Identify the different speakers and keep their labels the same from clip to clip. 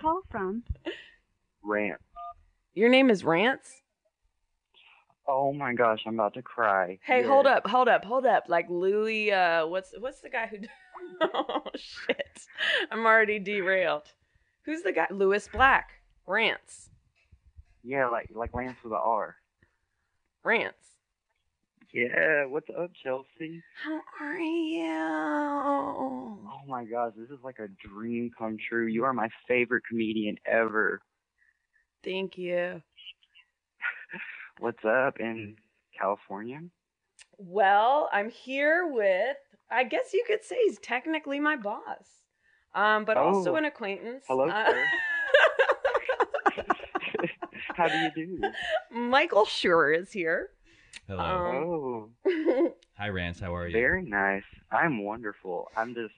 Speaker 1: call from?
Speaker 2: Rant.
Speaker 3: Your name is Rance?
Speaker 2: Oh my gosh, I'm about to cry.
Speaker 3: Hey,
Speaker 2: Yeah.
Speaker 3: hold up, hold up, hold up. Like Louis, uh, what's what's the guy who? oh shit, I'm already derailed. Who's the guy? Louis Black, Rance,
Speaker 2: Yeah, like like Lance with a R.
Speaker 3: Rance.
Speaker 2: Yeah, what's up, Chelsea?
Speaker 3: How are you?
Speaker 2: Oh my gosh, this is like a dream come true. You are my favorite comedian ever.
Speaker 3: Thank you.
Speaker 2: What's up in California?
Speaker 3: Well, I'm here with. I guess you could say he's technically my boss, um, but also
Speaker 2: Oh.
Speaker 3: an acquaintance.
Speaker 2: Hello,
Speaker 3: Uh,
Speaker 2: sir. How do you do?
Speaker 3: Michael Schur is here.
Speaker 4: Hello.
Speaker 3: Um,
Speaker 2: Oh,
Speaker 4: Hi, Rance. How are you?
Speaker 2: very nice. I'm wonderful. I'm just,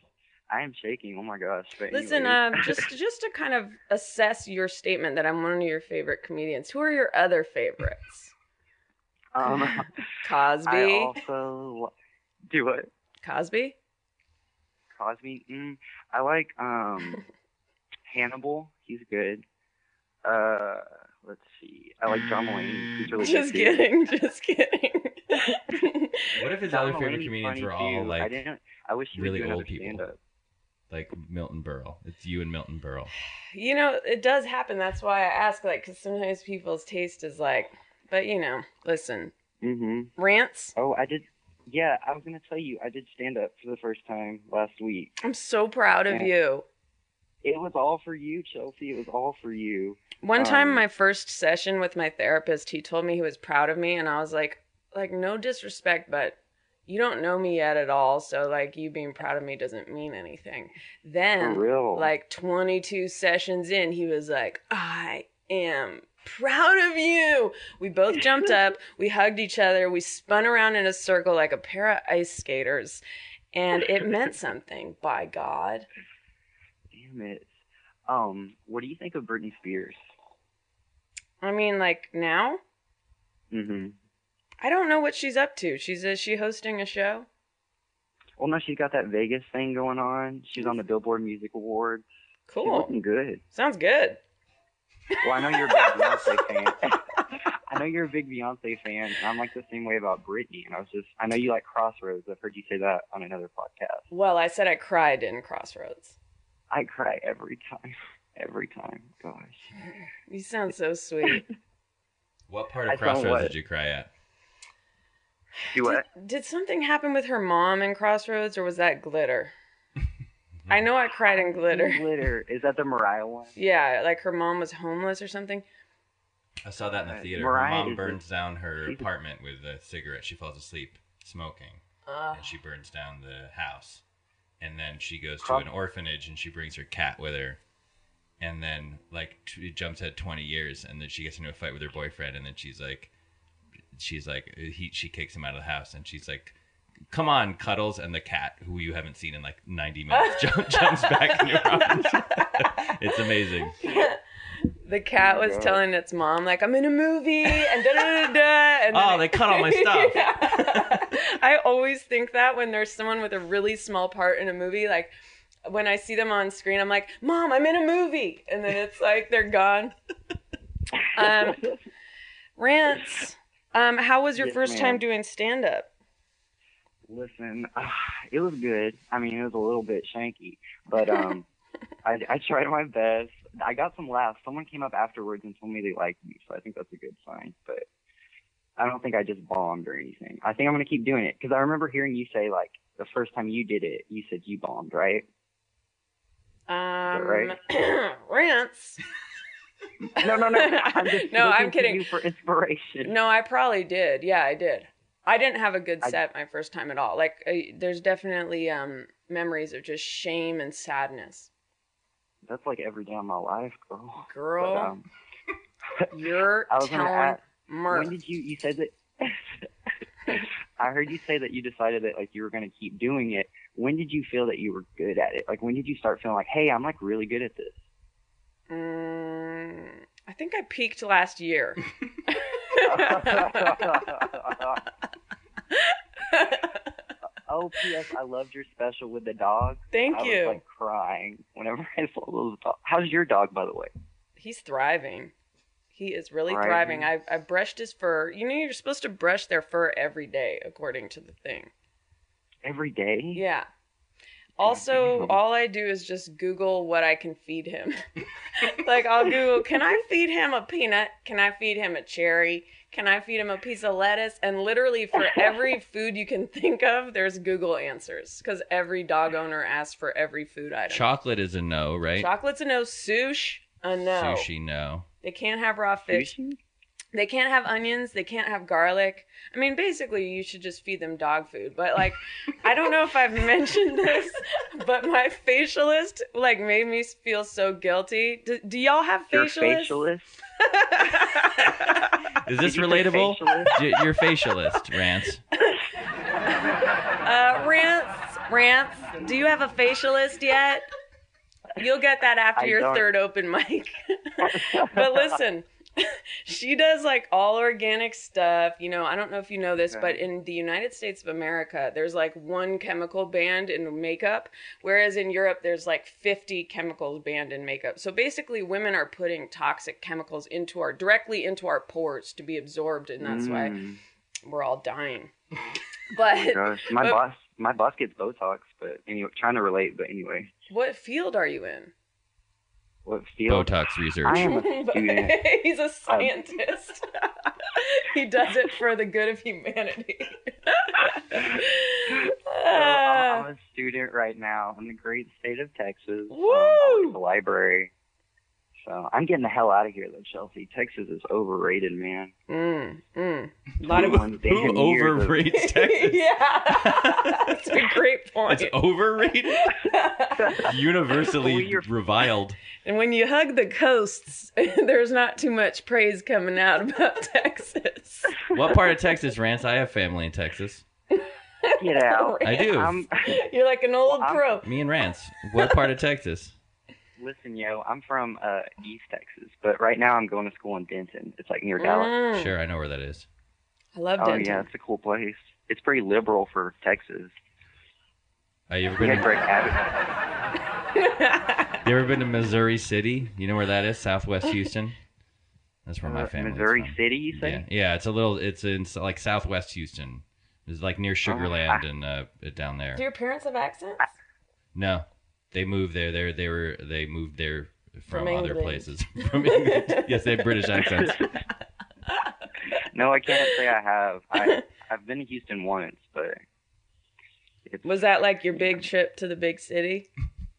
Speaker 2: I am shaking. Oh my gosh. But
Speaker 3: Listen, um,
Speaker 2: anyways.
Speaker 3: just just to kind of assess your statement that I'm one of your favorite comedians. Who are your other favorites?
Speaker 2: um,
Speaker 3: Cosby,
Speaker 2: I also li- do what
Speaker 3: Cosby.
Speaker 2: Cosby. Mm, I like um, Hannibal. He's good. Uh, let's see. I like John Mulaney. He's really
Speaker 3: Just
Speaker 2: good. too.
Speaker 3: kidding, just kidding.
Speaker 4: What if his
Speaker 2: John
Speaker 4: other favorite
Speaker 2: Mulaney's
Speaker 4: comedians
Speaker 2: funny,
Speaker 4: were all
Speaker 2: too. I
Speaker 4: like
Speaker 2: didn't. I wish he
Speaker 4: really
Speaker 2: would do another
Speaker 4: old people.
Speaker 2: stand-up.
Speaker 4: like Milton Berle? It's you and Milton Berle.
Speaker 3: you know, it does happen. That's why I ask, like, because sometimes people's taste is like, but you know, listen,
Speaker 2: Mm-hmm.
Speaker 3: rants.
Speaker 2: Oh, I did. Yeah, I was gonna tell you. I did stand-up for the first time last week.
Speaker 3: I'm so proud of
Speaker 2: Yeah.
Speaker 3: you.
Speaker 2: It was all for you, Chelsea. It was all for you.
Speaker 3: One time,
Speaker 2: Um,
Speaker 3: my first session with my therapist, he told me he was proud of me, and I was like, like no disrespect, but you don't know me yet at all, so like you being proud of me doesn't mean anything.
Speaker 2: For
Speaker 3: Then,
Speaker 2: real.
Speaker 3: like 22 sessions in, he was like, I am proud of you. We both jumped up, we hugged each other, we spun around in a circle like a pair of ice skaters, and it meant something. By God,
Speaker 2: Damn it. Um, what do you think of Britney Spears?
Speaker 3: I mean, like now.
Speaker 2: Mm-hmm.
Speaker 3: I don't know what she's up to. She's is she hosting a show?
Speaker 2: Well, no, she's got that Vegas thing going on. She's on the Billboard Music Awards. She's
Speaker 3: Cool.
Speaker 2: looking good.
Speaker 3: Sounds good.
Speaker 2: Well, I know you're a big Beyonce fan. I know you're a big Beyonce fan, and I'm like the same way about Britney. And I was just, I know you like Crossroads. I've heard you say that on another podcast.
Speaker 3: Well, I said I cried in Crossroads.
Speaker 2: I cry every time. Every time. Gosh.
Speaker 3: You sound so sweet.
Speaker 4: What part
Speaker 2: I
Speaker 4: of
Speaker 2: saw
Speaker 4: Crossroads
Speaker 2: what?
Speaker 4: did you cry at?
Speaker 2: Do what?
Speaker 3: Did, did something happen with her mom in Crossroads, or was that glitter? I know I cried in glitter.
Speaker 2: Glitter. Is that the Mariah one?
Speaker 3: Yeah, like her mom was homeless or something.
Speaker 4: I saw that in the
Speaker 2: Uh,
Speaker 4: theater.
Speaker 2: Mariah
Speaker 4: Her mom
Speaker 2: is-
Speaker 4: burns down her
Speaker 2: she's-
Speaker 4: apartment with a cigarette. She falls asleep smoking,
Speaker 3: Uh,
Speaker 4: and she burns down the house. And then she goes to
Speaker 2: Cross-
Speaker 4: an orphanage, and she brings her cat with her. And then, like, t- it jumps at 20 years, and then she gets into a fight with her boyfriend, and then she's like, she's like, he, she kicks him out of the house, and she's like, "Come on, cuddles!" And the cat, who you haven't seen in like 90 minutes, jump, jumps back in your arms. it's amazing.
Speaker 3: the cat
Speaker 2: Oh my
Speaker 3: was
Speaker 2: God.
Speaker 3: telling its mom, like, I'm in a movie, and da da da da. and
Speaker 4: Oh,
Speaker 3: then-
Speaker 4: they cut all my stuff.
Speaker 3: I always think that when there's someone with a really small part in a movie, like when I see them on screen, I'm like, Mom, I'm in a movie. And then it's like they're gone. Um, Rance, um, how was your
Speaker 2: Yes,
Speaker 3: first
Speaker 2: ma'am.
Speaker 3: time doing stand up?
Speaker 2: Listen, it was good. I mean, it was a little bit shanky, but um, I, I tried my best. I got some laughs. Someone came up afterwards and told me they liked me, so I think that's a good sign. But I don't think I just bombed or anything. I think I'm gonna keep doing it because I remember hearing you say like the first time you did it, you said you bombed, right?
Speaker 3: Um,
Speaker 2: right?
Speaker 3: Rance.
Speaker 2: No, no, no. I'm just
Speaker 3: No, I'm
Speaker 2: looking to
Speaker 3: kidding.
Speaker 2: you for inspiration.
Speaker 3: No, I probably did. Yeah, I did. I didn't have a good
Speaker 2: I-
Speaker 3: set my first time at all. Like, I, there's definitely um, memories of just shame and sadness.
Speaker 2: That's like every day of my life, girl. But,
Speaker 3: Girl,
Speaker 2: um,
Speaker 3: you're
Speaker 2: I was gonna
Speaker 3: telling
Speaker 2: ask,
Speaker 3: Murph.
Speaker 2: When did you? You said that. I heard you say that you decided that like you were going to keep doing it. When did you feel that you were good at it? Like when did you start feeling like, hey, I'm like really good at this?
Speaker 3: Mm, I think I peaked last year.
Speaker 2: I "Oh, P.S. I loved your special with the dog."
Speaker 3: Thank
Speaker 2: I
Speaker 3: you.
Speaker 2: was like crying whenever I saw those dogs. How's your dog, by the way?
Speaker 3: He's thriving. He is really
Speaker 2: Thriving.
Speaker 3: thriving. I I brushed his fur. You know you're supposed to brush their fur every day according to the thing.
Speaker 2: Every day.
Speaker 3: Yeah. Also,
Speaker 2: damn.
Speaker 3: all I do is just Google what I can feed him. like I'll Google, can I feed him a peanut? Can I feed him a cherry? Can I feed him a piece of lettuce? And literally for every food you can think of, there's Google answers because every dog owner asks for every food item.
Speaker 4: Chocolate is a no, right?
Speaker 3: Chocolate's a no. Sush a no.
Speaker 4: Sushi, no.
Speaker 3: They can't have raw fish.
Speaker 2: Sushi?
Speaker 3: They can't have onions. They can't have garlic. I mean, basically, you should just feed them dog food. But like, I don't know if I've mentioned this, but my facialist like made me feel so guilty. Do, do y'all have
Speaker 2: Your
Speaker 3: facialists?
Speaker 2: facialist.
Speaker 4: Is this
Speaker 2: Did you say
Speaker 4: relatable?
Speaker 2: facialist?
Speaker 4: Y- You're facialist, Rance.
Speaker 3: uh, Rance, Rance, do you have a facialist yet? You'll get that after
Speaker 2: I
Speaker 3: your
Speaker 2: don't.
Speaker 3: third open mic. but listen, she does like all organic stuff. You know, I don't know if you know this,
Speaker 2: Okay.
Speaker 3: but in the United States of America, there's like one chemical banned in makeup, whereas in Europe, there's like 50 chemicals banned in makeup. So basically, women are putting toxic chemicals into our directly into our pores to be absorbed, and that's why
Speaker 2: Mm,
Speaker 3: we're all dying.
Speaker 2: oh my
Speaker 3: But
Speaker 2: gosh, my
Speaker 3: But-
Speaker 2: boss, my boss gets Botox, but anyway, trying to relate, but anyway,
Speaker 3: what field are you in?
Speaker 2: what field?
Speaker 4: Botox research.
Speaker 2: I am a student.
Speaker 3: He's a scientist. he does it for the good of humanity.
Speaker 2: So I-
Speaker 3: Ah.
Speaker 2: I'm a student right now in the great state of Texas. Um, I work
Speaker 3: Woo!
Speaker 2: at the library. So I'm getting the hell out of here, though, Chelsea. Texas is overrated, man.
Speaker 3: Mm, mm. A lot of
Speaker 2: Who- one damn
Speaker 4: Who
Speaker 2: year that-
Speaker 4: overrates Texas?
Speaker 3: yeah, that's a great point.
Speaker 4: It's overrated. Universally
Speaker 2: We're-
Speaker 4: reviled.
Speaker 3: and when you hug the coasts, there's not too much praise coming out about Texas.
Speaker 4: What part of Texas, Rance? I have family in Texas.
Speaker 2: Get out.
Speaker 4: I do.
Speaker 2: I'm,
Speaker 3: You're like an old
Speaker 2: Well, I'm-
Speaker 3: pro.
Speaker 4: Me and Rance. What part of Texas?
Speaker 2: listen, yo, I'm from uh, East Texas, but right now I'm going to school in Denton. It's like near Dallas.
Speaker 3: Mm.
Speaker 4: Sure, I know where that is.
Speaker 3: I love
Speaker 2: Oh,
Speaker 3: Denton.
Speaker 2: yeah, it's a cool place. It's pretty liberal for Texas.
Speaker 4: Uh, you ever
Speaker 2: We
Speaker 4: been?
Speaker 2: had
Speaker 4: To,
Speaker 2: Greg Abbott.
Speaker 4: you ever been to Missouri City? You know where that is? Southwest Houston. That's where my
Speaker 2: uh,
Speaker 4: family.
Speaker 2: Missouri
Speaker 4: is from.
Speaker 2: City, you say?
Speaker 4: Yeah, yeah. It's a little. It's in s- like Southwest Houston. It's like near
Speaker 2: Uh-huh.
Speaker 4: Sugarland and uh, down there.
Speaker 3: Do your parents have accents?
Speaker 4: No, they moved there. They they were they moved there from,
Speaker 3: From
Speaker 4: other
Speaker 3: England.
Speaker 4: places. From England. yes, they have British accents.
Speaker 2: No, I can't say I have. I, I've been to Houston once, but it's
Speaker 3: Was that like your big trip to the big city?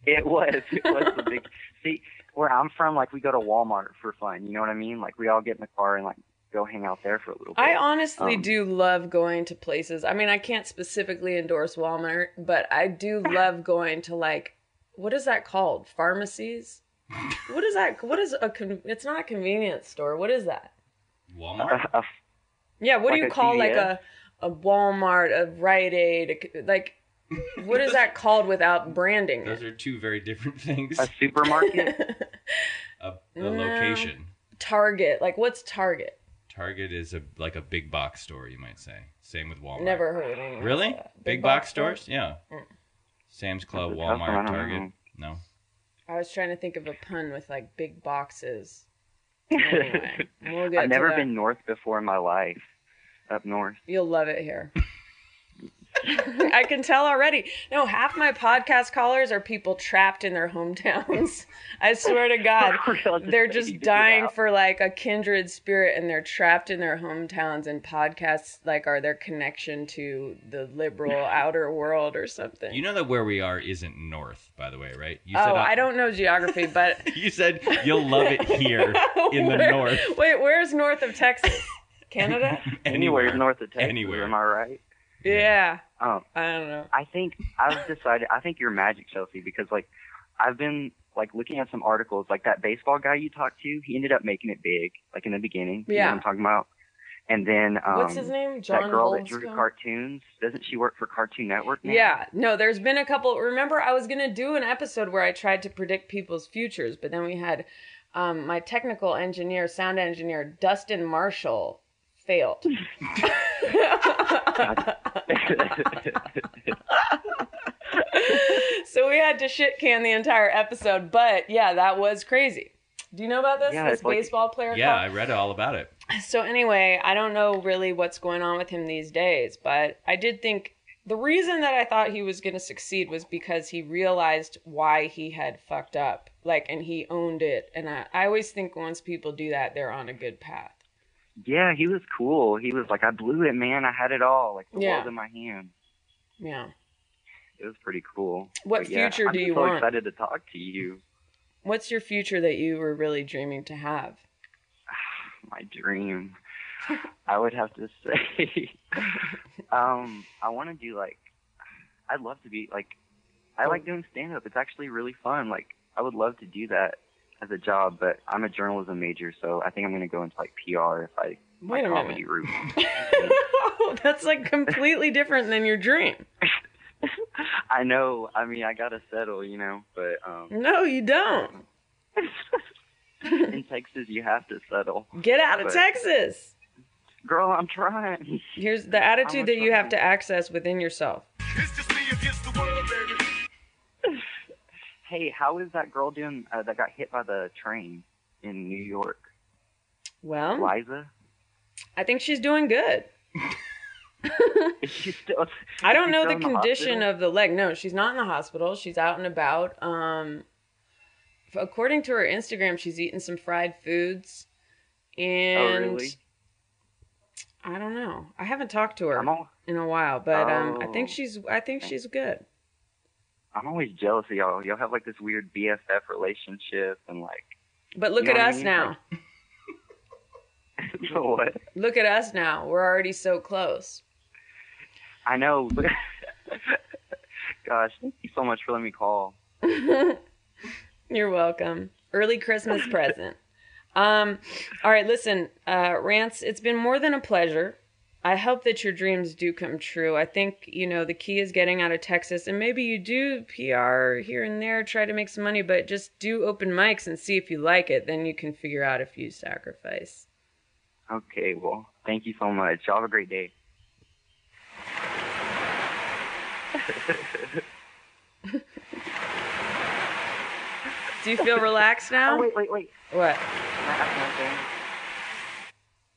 Speaker 2: It was. It was the big. See, where I'm from, like we go to Walmart for fun. You know what I mean? Like we all get in the car and like go hang out there for a little bit.
Speaker 3: I honestly
Speaker 2: Um,
Speaker 3: do love going to places. I mean, I can't specifically endorse Walmart, but I do love going to like what is that called? Pharmacies? What is that? What is a? Con- it's not a convenience store. What is that?
Speaker 4: Walmart.
Speaker 2: Uh,
Speaker 3: Yeah. What
Speaker 2: Like
Speaker 3: do you
Speaker 2: a
Speaker 3: call like
Speaker 2: CVS?
Speaker 3: a a Walmart, a Rite Aid, a c like what is that called without branding?
Speaker 4: Those
Speaker 3: it?
Speaker 4: are two very different things.
Speaker 2: a supermarket.
Speaker 4: A, the
Speaker 3: No.
Speaker 4: location.
Speaker 3: Target. Like what's Target?
Speaker 4: Target is a like a big box store, you might say. Same with Walmart.
Speaker 3: Never heard of anything.
Speaker 4: Really? Big, box, stores? Yeah.
Speaker 3: Mm.
Speaker 4: Sam's Club,
Speaker 2: That's a tough one, I
Speaker 4: Walmart,
Speaker 2: don't
Speaker 4: Target.
Speaker 2: know.
Speaker 4: No.
Speaker 3: I was trying to think of a pun with like big boxes. Anyway, we'll get
Speaker 2: I've
Speaker 3: to
Speaker 2: never
Speaker 3: that.
Speaker 2: been north before in my life. Up north.
Speaker 3: You'll love it here. I can tell already. No, half my podcast callers are people trapped in their hometowns. I swear to God. They're just dying for like a kindred spirit and they're trapped in their hometowns and podcasts like are their connection to the liberal outer world or something.
Speaker 4: You know that where we are isn't north, by the way, right? You
Speaker 3: oh,
Speaker 4: uh,
Speaker 3: I don't know geography, but
Speaker 4: You said you'll love it here in the
Speaker 3: Where-
Speaker 4: north.
Speaker 3: Wait, where's north of Texas? Canada?
Speaker 2: anywhere north of Texas.
Speaker 4: Anywhere.
Speaker 2: Am I right?
Speaker 4: Yeah.
Speaker 3: Yeah.
Speaker 2: Um,
Speaker 3: I don't know.
Speaker 2: I think I've decided. I think you're magic, Chelsea, because like I've been like looking at some articles. Like that baseball guy you talked to, he ended up making it big. Like in the beginning, you know
Speaker 3: Yeah.
Speaker 2: what I'm talking about. And then um,
Speaker 3: What's his name? John
Speaker 2: that girl that drew
Speaker 3: Holmstrom?
Speaker 2: cartoons doesn't she work for Cartoon Network now?
Speaker 3: Yeah. No, there's been a couple. Remember, I was going to do an episode where I tried to predict people's futures, but then we had um, my technical engineer, sound engineer, Dustin Marshall, failed. so we had to shit can the entire episode, but yeah, that was crazy. Do you know about this?
Speaker 2: Yeah,
Speaker 3: this
Speaker 2: it's like-
Speaker 3: baseball player.
Speaker 4: yeah,
Speaker 3: call-
Speaker 4: I read all about it.
Speaker 3: so anyway, I don't know really what's going on with him these days, but I did think the reason that I thought he was going to succeed was because he realized why he had fucked up, like, and he owned it. And I, I always think once people do that, they're on a good path.
Speaker 2: yeah, he was cool. He was like, I blew it, man. I had it all. Like the
Speaker 3: Yeah.
Speaker 2: world in my hand.
Speaker 3: Yeah.
Speaker 2: It was pretty cool.
Speaker 3: What
Speaker 2: But yeah,
Speaker 3: future
Speaker 2: I'm
Speaker 3: do
Speaker 2: just
Speaker 3: you
Speaker 2: so
Speaker 3: want?
Speaker 2: excited to talk to you.
Speaker 3: What's your future that you were really dreaming to have?
Speaker 2: my dream. I would have to say, um, I want to do like, I'd love to be like, I like doing stand up. It's actually really fun. Like, I would love to do that as a job, but I'm a journalism major, so I think I'm gonna go into like PR if I
Speaker 3: Wait
Speaker 2: my
Speaker 3: a
Speaker 2: comedy
Speaker 3: minute.
Speaker 2: route.
Speaker 3: no, Oh, that's like completely different than your dream.
Speaker 2: I know. I mean, I gotta settle, you know. But um,
Speaker 3: No, you don't.
Speaker 2: in Texas, you have to settle.
Speaker 3: Get out of
Speaker 2: But-
Speaker 3: Texas.
Speaker 2: Girl, I'm trying.
Speaker 3: Here's the attitude that you have to access within yourself.
Speaker 1: It's just me against the world, baby.
Speaker 2: hey, how is that girl doing? Uh, that got hit by the train in New York,
Speaker 3: Well,
Speaker 2: Liza.
Speaker 3: I think she's doing good.
Speaker 2: Is she still?
Speaker 3: I don't
Speaker 2: She's
Speaker 3: know
Speaker 2: still
Speaker 3: the
Speaker 2: in the
Speaker 3: condition
Speaker 2: hospital?
Speaker 3: of the leg. No, she's not in the hospital. She's out and about. Um, f- according to her Instagram, she's eating some fried foods, and
Speaker 2: Oh, really?
Speaker 3: I don't know. I haven't talked to her
Speaker 2: I'm all,
Speaker 3: in a while, but um, I think
Speaker 2: Oh.
Speaker 3: she's. I think she's good.
Speaker 2: I'm always jealous of y'all. Y'all have like this weird BFF relationship and like
Speaker 3: But look
Speaker 2: You know
Speaker 3: at
Speaker 2: what I
Speaker 3: us
Speaker 2: mean?
Speaker 3: now.
Speaker 2: what?
Speaker 3: Look at us now. We're already so close.
Speaker 2: I know. Gosh, thank you so much for letting me call.
Speaker 3: You're welcome. Early Christmas present. Um, all right, listen, uh, Rance, it's been more than a pleasure. I hope that your dreams do come true. I think, you know, the key is getting out of Texas, and maybe you do PR here and there, try to make some money, but just do open mics and see if you like it. Then you can figure out if you sacrifice.
Speaker 2: Okay, well, thank you so much. Y'all have a great day.
Speaker 3: Do you feel relaxed now?
Speaker 2: Oh wait, wait, wait.
Speaker 3: What?
Speaker 2: Can I ask one thing?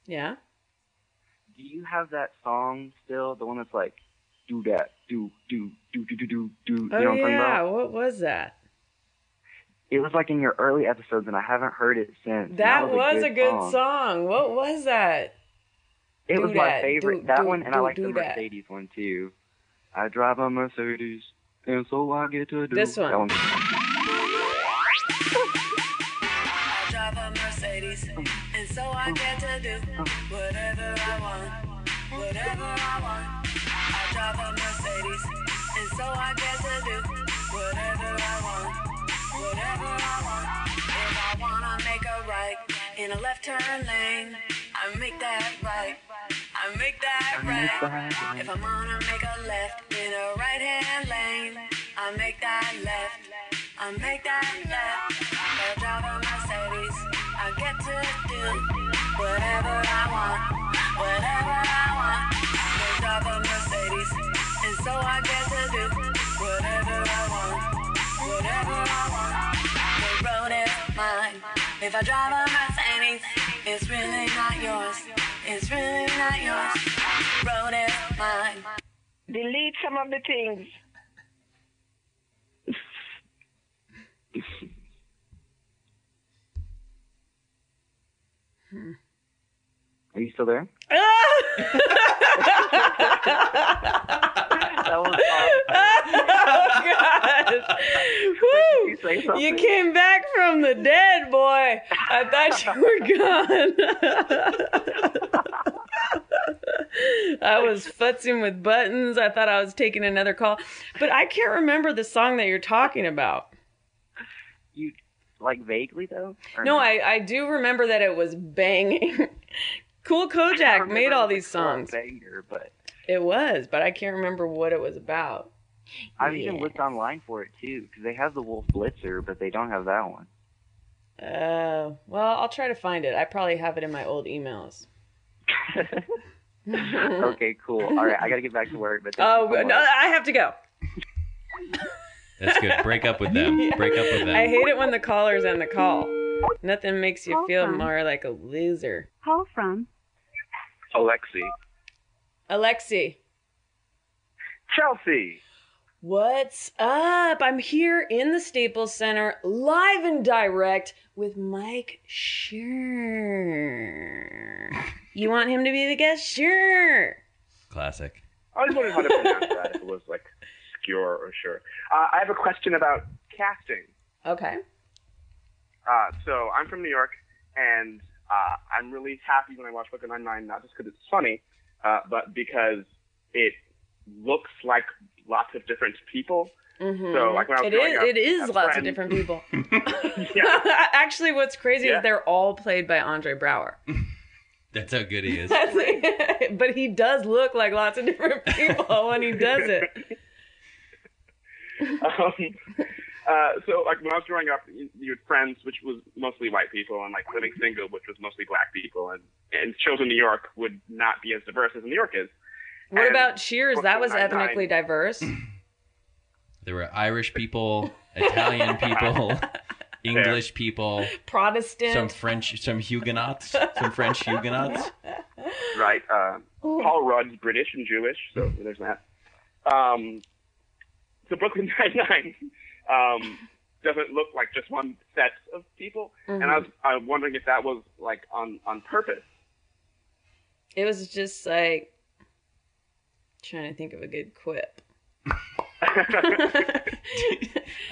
Speaker 3: Yeah?
Speaker 2: Do you have that song still? The one that's like, do that, do do do do do do do. You
Speaker 3: Oh,
Speaker 2: know what I'm talking
Speaker 3: yeah.
Speaker 2: about?
Speaker 3: What was that?
Speaker 2: It was like in your early episodes, and I haven't heard it since. and
Speaker 3: That was a good
Speaker 2: song.
Speaker 3: song. What was that?
Speaker 2: It
Speaker 3: Do
Speaker 2: was my
Speaker 3: that.
Speaker 2: favorite.
Speaker 3: Do-
Speaker 2: that
Speaker 3: do-
Speaker 2: one, and I
Speaker 3: do-
Speaker 2: like the
Speaker 3: do that.
Speaker 2: Mercedes one too. I drive a Mercedes, and so I get to do
Speaker 3: This one.
Speaker 2: That one.
Speaker 5: drive a Mercedes, and so I get to do whatever I want, whatever I want. I drive a Mercedes, and so I get to do whatever I want, whatever I want. If I wanna make a right in a left turn lane, I make that right. I make that right. If I'm gonna make a left in a right hand lane, I make that left. I make that left. I drive a Mercedes. I get to do whatever I want, whatever I want. I drive a Mercedes, and so I get to do whatever I want, whatever I want. The road is mine. If I drive a Mercedes, it's really not yours. It's really not yours. Road is mine.
Speaker 6: delete some of the things.
Speaker 2: Are you still there? That was awesome.
Speaker 3: oh
Speaker 2: Did you
Speaker 3: gosh.
Speaker 2: say
Speaker 3: Woo!
Speaker 2: something?
Speaker 3: You came back from the dead, boy. I thought you were gone. I was futzing with buttons. I thought I was taking another call. But I can't remember the song that you're talking about.
Speaker 2: You like vaguely though? Or
Speaker 3: No, I, I do remember that it was banging. Cool
Speaker 2: I
Speaker 3: Kojak
Speaker 2: remember
Speaker 3: made all
Speaker 2: it was a
Speaker 3: these
Speaker 2: club
Speaker 3: songs.
Speaker 2: Banger, but
Speaker 3: It was, but I can't remember what it was about.
Speaker 2: I've even
Speaker 3: Yeah.
Speaker 2: looked online for it too because they have the Wolf Blitzer, but they don't have that one.
Speaker 3: Uh, well, I'll try to find it. I probably have it in my old emails.
Speaker 2: okay, cool. All right, I gotta get back to work. But thank
Speaker 3: oh,
Speaker 2: you so
Speaker 3: no,
Speaker 2: much.
Speaker 3: I have to go.
Speaker 4: That's good. Break up with them. Break up with them.
Speaker 3: I hate it when the caller's on the call. Nothing makes you feel
Speaker 7: Awesome.
Speaker 3: more like a loser.
Speaker 7: Call from
Speaker 8: Alexi.
Speaker 3: Alexi,
Speaker 8: Chelsea.
Speaker 3: what's up? I'm here in the Staples Center, live and direct with Mike Sure. You want him to be the guest? Sure.
Speaker 4: Classic.
Speaker 8: I was wondering how to pronounce that. If it was like secure or sure. Uh, I have a question about casting.
Speaker 3: Okay.
Speaker 8: Uh, so I'm from New York, and uh, I'm really happy when I watch Brooklyn Nine-Nine, not just because it's funny, uh, but because it looks like lots of different people.
Speaker 3: Mhm.
Speaker 8: So, like, when I was
Speaker 3: it
Speaker 8: growing
Speaker 3: is.
Speaker 8: up,
Speaker 3: it
Speaker 8: I
Speaker 3: is
Speaker 8: had
Speaker 3: lots of
Speaker 8: friends-
Speaker 3: different people.
Speaker 8: Yeah.
Speaker 3: Actually, what's crazy
Speaker 8: Yeah.
Speaker 3: is they're all played by Andre Brower.
Speaker 4: That's how good he is.
Speaker 3: That's it. but he does look like lots of different people when he does it.
Speaker 8: um, uh, so, like, when I was growing up, you, you had friends, which was mostly white people, and, like, living single, which was mostly black people, and, and shows in New York would not be as diverse as New York is.
Speaker 3: What
Speaker 8: And
Speaker 3: about Cheers? That was
Speaker 8: Brooklyn Nine-Nine.
Speaker 3: ethnically diverse.
Speaker 4: There were Irish people, Italian people, English people, some
Speaker 3: Protestant.
Speaker 4: French, some Huguenots, some French Huguenots.
Speaker 8: Right. Uh, Paul Rudd's British and Jewish, so there's that. Um, so Brooklyn Nine-Nine um, doesn't look like just one set of people, and I was,
Speaker 3: Mm-hmm.
Speaker 8: I was wondering if that was, like, on, on purpose.
Speaker 3: It was just like trying to think of a good quip.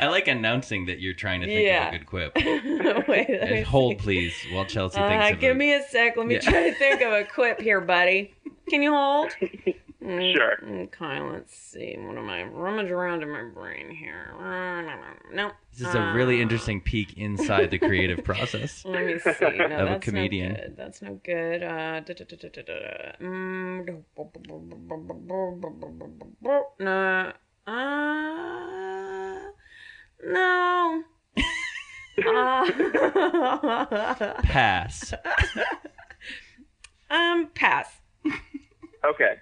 Speaker 4: I like announcing that you're trying to think
Speaker 3: Yeah.
Speaker 4: of a good quip.
Speaker 3: Wait, let me
Speaker 4: And hold, please, while Chelsea thinks
Speaker 3: Uh,
Speaker 4: of
Speaker 3: give
Speaker 4: a-
Speaker 3: me a sec. Let me
Speaker 4: Yeah.
Speaker 3: try to think of a quip here, buddy. Can you hold? Mm,
Speaker 8: Sure.
Speaker 3: Okay, let's see. What am I rummage around in my brain here? No.
Speaker 4: This is a really interesting peek inside the creative process.
Speaker 3: Let me see. No,
Speaker 4: a
Speaker 3: that's
Speaker 4: comedian.
Speaker 3: No good. That's no good. Uh, da- da- da- da- da- da- da. Mm. No. Uh, no. Uh,
Speaker 4: Pass.
Speaker 3: um, pass.
Speaker 8: Okay.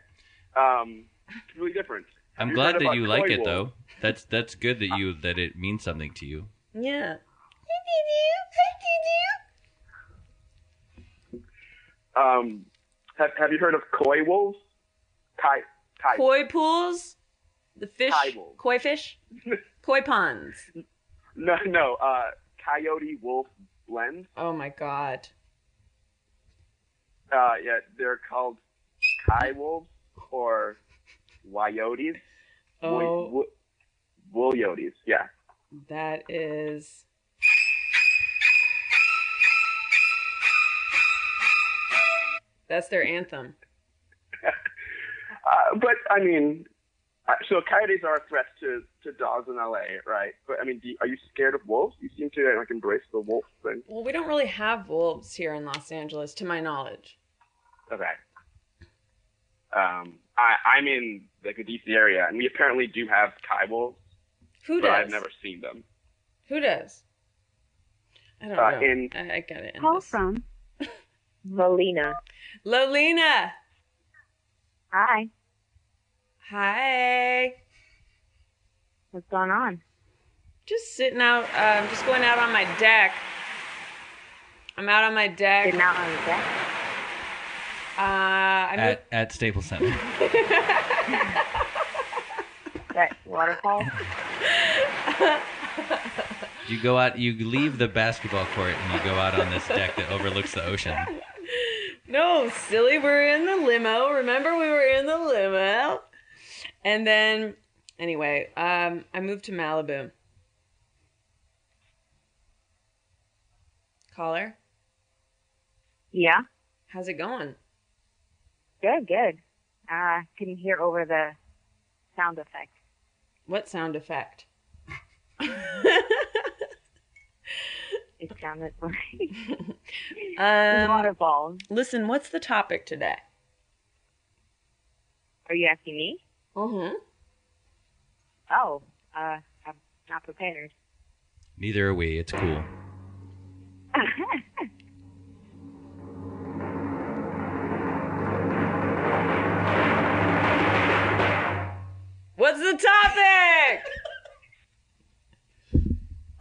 Speaker 8: Um, it's really different. Have
Speaker 4: I'm
Speaker 8: you
Speaker 4: glad
Speaker 8: heard
Speaker 4: that
Speaker 8: about
Speaker 4: you like
Speaker 8: Toy
Speaker 4: it
Speaker 8: Wolf?
Speaker 4: though. That's that's good that you that it means something to you.
Speaker 3: Yeah.
Speaker 8: Um, have, have you heard of koi wolves? Kai, kai.
Speaker 3: Koi pools, the fish,
Speaker 8: Tybal.
Speaker 3: koi fish, koi ponds.
Speaker 8: No, no. Uh, coyote wolf blend.
Speaker 3: Oh my god.
Speaker 8: Uh, yeah, they're called kai wolves or wyotes.
Speaker 3: Oh,
Speaker 8: Wool yotes. Yeah.
Speaker 3: that is. That's their anthem.
Speaker 8: Uh, but I mean, uh, so coyotes are a threat to, to dogs in LA, right? But I mean, do, are you scared of wolves? You seem to like embrace the wolf thing.
Speaker 3: Well, we don't really have wolves here in Los Angeles, to my knowledge.
Speaker 8: Okay. Um, I, I'm in like the DC area, and we apparently do have kai wolves,
Speaker 3: Who
Speaker 8: but
Speaker 3: does?
Speaker 8: I've never seen them.
Speaker 3: Who does? I don't
Speaker 8: Uh,
Speaker 3: know.
Speaker 8: in-
Speaker 3: I, I got it.
Speaker 7: call from
Speaker 6: Valina.
Speaker 3: Lolina.
Speaker 7: Hi.
Speaker 3: Hi.
Speaker 6: What's going on?
Speaker 3: Just sitting out. uh, I'm just going out on my deck. I'm out on my deck.
Speaker 6: Getting out on the deck.
Speaker 3: Uh, I moved,
Speaker 4: At at Staples Center.
Speaker 6: That waterfall.
Speaker 4: You go out you leave the basketball court and you go out on this deck that overlooks the ocean.
Speaker 3: no, silly. We're in the limo. Remember, we were in the limo. And then, anyway, um, I moved to Malibu. Caller,
Speaker 7: Yeah.
Speaker 3: how's it going?
Speaker 7: Good, good. Uh couldn't hear over the sound effect.
Speaker 3: What sound effect?
Speaker 7: It sounded like
Speaker 3: Um,
Speaker 7: waterfalls.
Speaker 3: listen, what's the topic today?
Speaker 7: Are you asking me?
Speaker 3: Mm-hmm.
Speaker 7: Oh, uh I'm not prepared.
Speaker 4: Neither are we. It's cool.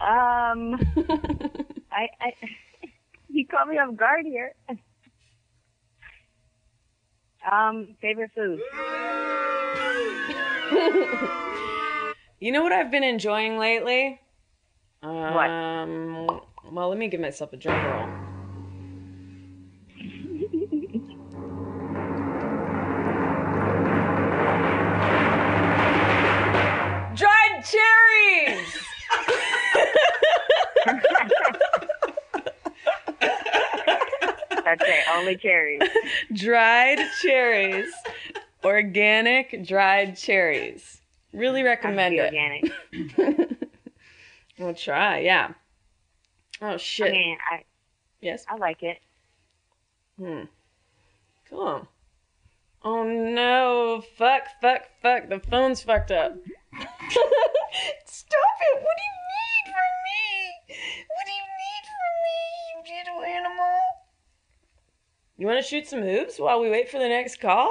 Speaker 7: Um, caught me off guard here. Um, favorite food.
Speaker 3: You know what I've been enjoying lately? Um, Well, let me give myself a drum roll. Dried cherries.
Speaker 7: That's it. Only cherries.
Speaker 3: dried cherries. Organic dried cherries. Really recommend
Speaker 7: Be
Speaker 3: it.
Speaker 7: organic.
Speaker 3: I'll try. Yeah. Oh shit.
Speaker 7: I mean, I,
Speaker 3: yes.
Speaker 7: I like it.
Speaker 3: Hmm. Cool. Oh no! Fuck! Fuck! Fuck! The phone's fucked up. Stop it! What do you need from me? What do you need from me, you little animal? You want to shoot some hoops while we wait for the next call?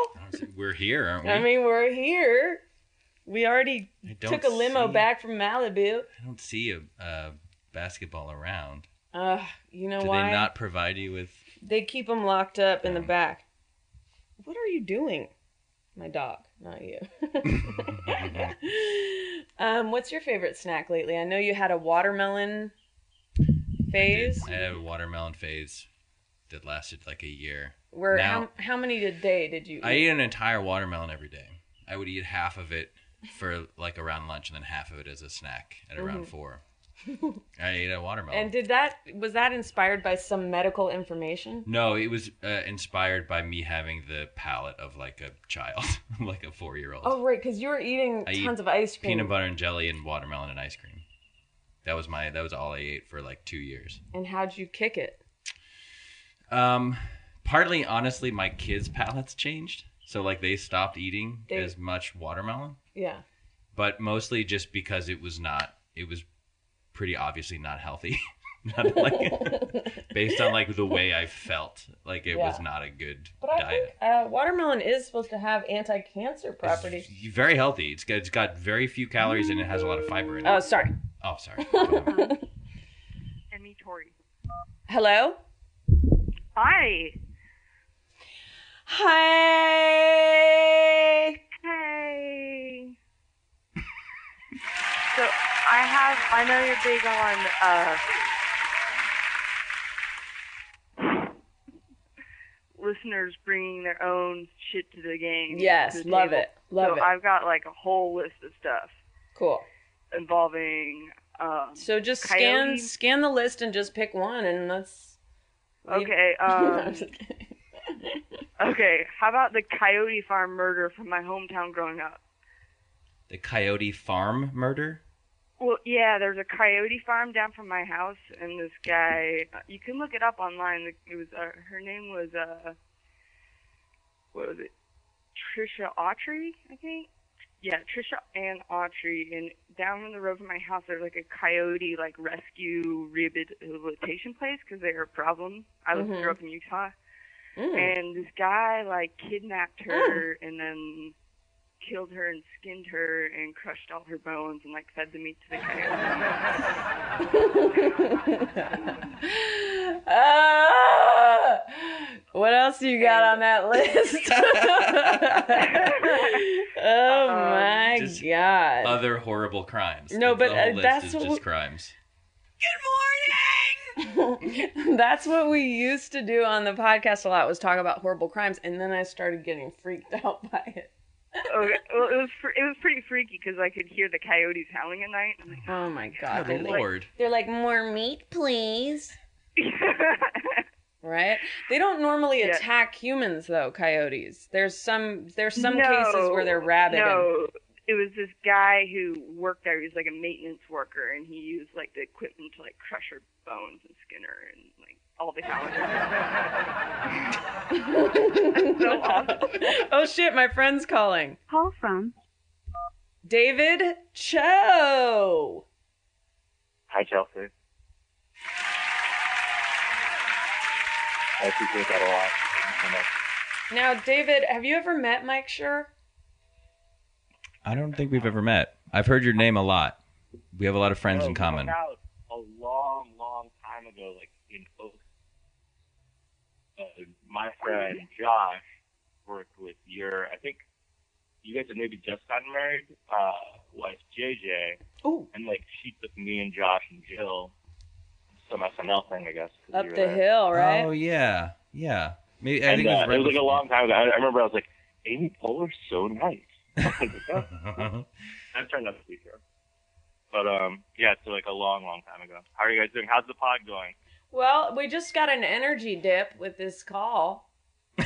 Speaker 4: We're here, aren't we?
Speaker 3: I mean, we're here. We already
Speaker 4: I don't
Speaker 3: took a limo
Speaker 4: see-
Speaker 3: back from Malibu.
Speaker 4: I don't see a, a basketball around.
Speaker 3: Ugh, you know
Speaker 4: Do
Speaker 3: why?
Speaker 4: they not provide you with?
Speaker 3: They keep them locked up in the
Speaker 4: Um.
Speaker 3: back. What are you doing? My dog, not you. um, what's your favorite snack lately? I know you had a watermelon phase.
Speaker 4: I had a watermelon phase that lasted like a year.
Speaker 3: Where
Speaker 4: Now-
Speaker 3: how, how many a day did you eat?
Speaker 4: I ate an entire watermelon every day. I would eat half of it for like around lunch, and then half of it as a snack at around four. I ate a watermelon.
Speaker 3: Mm-hmm. and did that was that inspired by some medical information?
Speaker 4: no, it was uh, inspired by me having the palate of like a child, like a four-year-old.
Speaker 3: Oh right, because you were eating
Speaker 4: I eat
Speaker 3: tons of ice cream.
Speaker 4: Peanut butter and jelly and watermelon and ice cream. That was my. That was all I ate for like two years.
Speaker 3: And how'd you kick it?
Speaker 4: Um, partly, honestly, my kids' palates changed, so like they stopped eating
Speaker 3: They-
Speaker 4: as much watermelon,
Speaker 3: Yeah.
Speaker 4: but mostly just because it was not. It was pretty obviously not healthy. not like based on like the way I felt, like it was
Speaker 3: Yeah.
Speaker 4: not a good
Speaker 3: But I
Speaker 4: diet.
Speaker 3: think uh, watermelon is supposed to have anti-cancer properties.
Speaker 4: It's very healthy. It's got, it's got very few calories and it has a lot of fiber in it.
Speaker 3: Oh, sorry.
Speaker 4: oh, sorry.
Speaker 6: And me, Tori.
Speaker 3: Hello.
Speaker 6: Hi.
Speaker 3: Hi.
Speaker 6: Hey. so I have. I know you're big on. Uh, listeners bringing their own shit to the game.
Speaker 3: Yes,
Speaker 6: to the
Speaker 3: love
Speaker 6: table.
Speaker 3: it. Love
Speaker 6: so
Speaker 3: it.
Speaker 6: I've got like a whole list of stuff
Speaker 3: cool.
Speaker 6: involving. Um,
Speaker 3: So just scan
Speaker 6: Coyote.
Speaker 3: scan the list and just pick one, and that's
Speaker 6: okay. Um, okay. How about the Coyote Farm murder from my hometown growing up?
Speaker 4: the Coyote Farm murder.
Speaker 6: Well, yeah, there's a coyote farm down from my house, and this guy. uh, You can look it up online. It was uh, her name was uh, what was it? Trisha Autry, I think. Yeah, Trisha Ann Autry, and down on the road from my house, there's like a coyote like rescue rehabilitation place because they're a problem. I was
Speaker 3: Mhm.
Speaker 6: grew up in Utah,
Speaker 3: Mm.
Speaker 6: and this guy like kidnapped
Speaker 3: Oh.
Speaker 6: her and then killed her and skinned her and crushed all her bones and like fed the meat to the coyote.
Speaker 3: Ah! what else do you got on that list? oh
Speaker 6: Um,
Speaker 3: my
Speaker 4: Just uh,
Speaker 3: god!
Speaker 4: Other horrible crimes.
Speaker 3: No,
Speaker 4: The
Speaker 3: but,
Speaker 4: whole
Speaker 3: uh,
Speaker 4: list
Speaker 3: that's
Speaker 4: is
Speaker 3: what
Speaker 4: just
Speaker 3: we-
Speaker 4: crimes.
Speaker 3: That's what we used to do on the podcast a lot was talk about horrible crimes, and then I started getting freaked out by it.
Speaker 6: okay, Oh, well it was fr- it was pretty freaky because I could hear the coyotes howling at night. I'm like,
Speaker 3: Oh my god!
Speaker 4: Good
Speaker 3: They're like,
Speaker 4: lord.
Speaker 3: they're like more meat, please. Right? They don't normally
Speaker 6: Yeah.
Speaker 3: attack humans though. Coyotes. There's some. There's some
Speaker 6: No,
Speaker 3: cases where they're rabid. and-
Speaker 6: No, it was this guy who worked there. He was like a maintenance worker, and he used like the equipment to like crush her bones and skin her and like all the coyotes. so awesome.
Speaker 3: oh shit! My friend's calling.
Speaker 9: Call from
Speaker 3: David Cho.
Speaker 2: Hi, Chelsea. I appreciate that a lot. Thank you so much.
Speaker 3: Now, David, have you ever met Mike Schur?
Speaker 4: I don't think we've ever met. I've heard your name a lot. We
Speaker 3: Oh,
Speaker 4: have a lot of friends
Speaker 2: No,
Speaker 4: in
Speaker 2: we
Speaker 4: common.
Speaker 2: hung out a long, long time ago, like in Oak,
Speaker 9: and uh, my friend Josh worked with your, I think you guys had maybe just gotten married, uh, wife JJ.
Speaker 3: Ooh.
Speaker 9: And like she took me and Josh and Jill, some SNL thing, I guess. 'cause
Speaker 3: Up
Speaker 9: you were
Speaker 3: the
Speaker 9: there.
Speaker 3: hill, right?
Speaker 4: Oh yeah, yeah. Maybe I
Speaker 9: and,
Speaker 4: think
Speaker 9: uh,
Speaker 4: it was, right
Speaker 9: like a
Speaker 4: before-
Speaker 9: long time ago. I, I remember I was like, Amy Poehler's so nice. I was like, "Oh." That turned out to be true. But um, yeah, it's like a long, long time ago. How are you guys doing? How's the pod going?
Speaker 3: Well, we just got an energy dip with this call.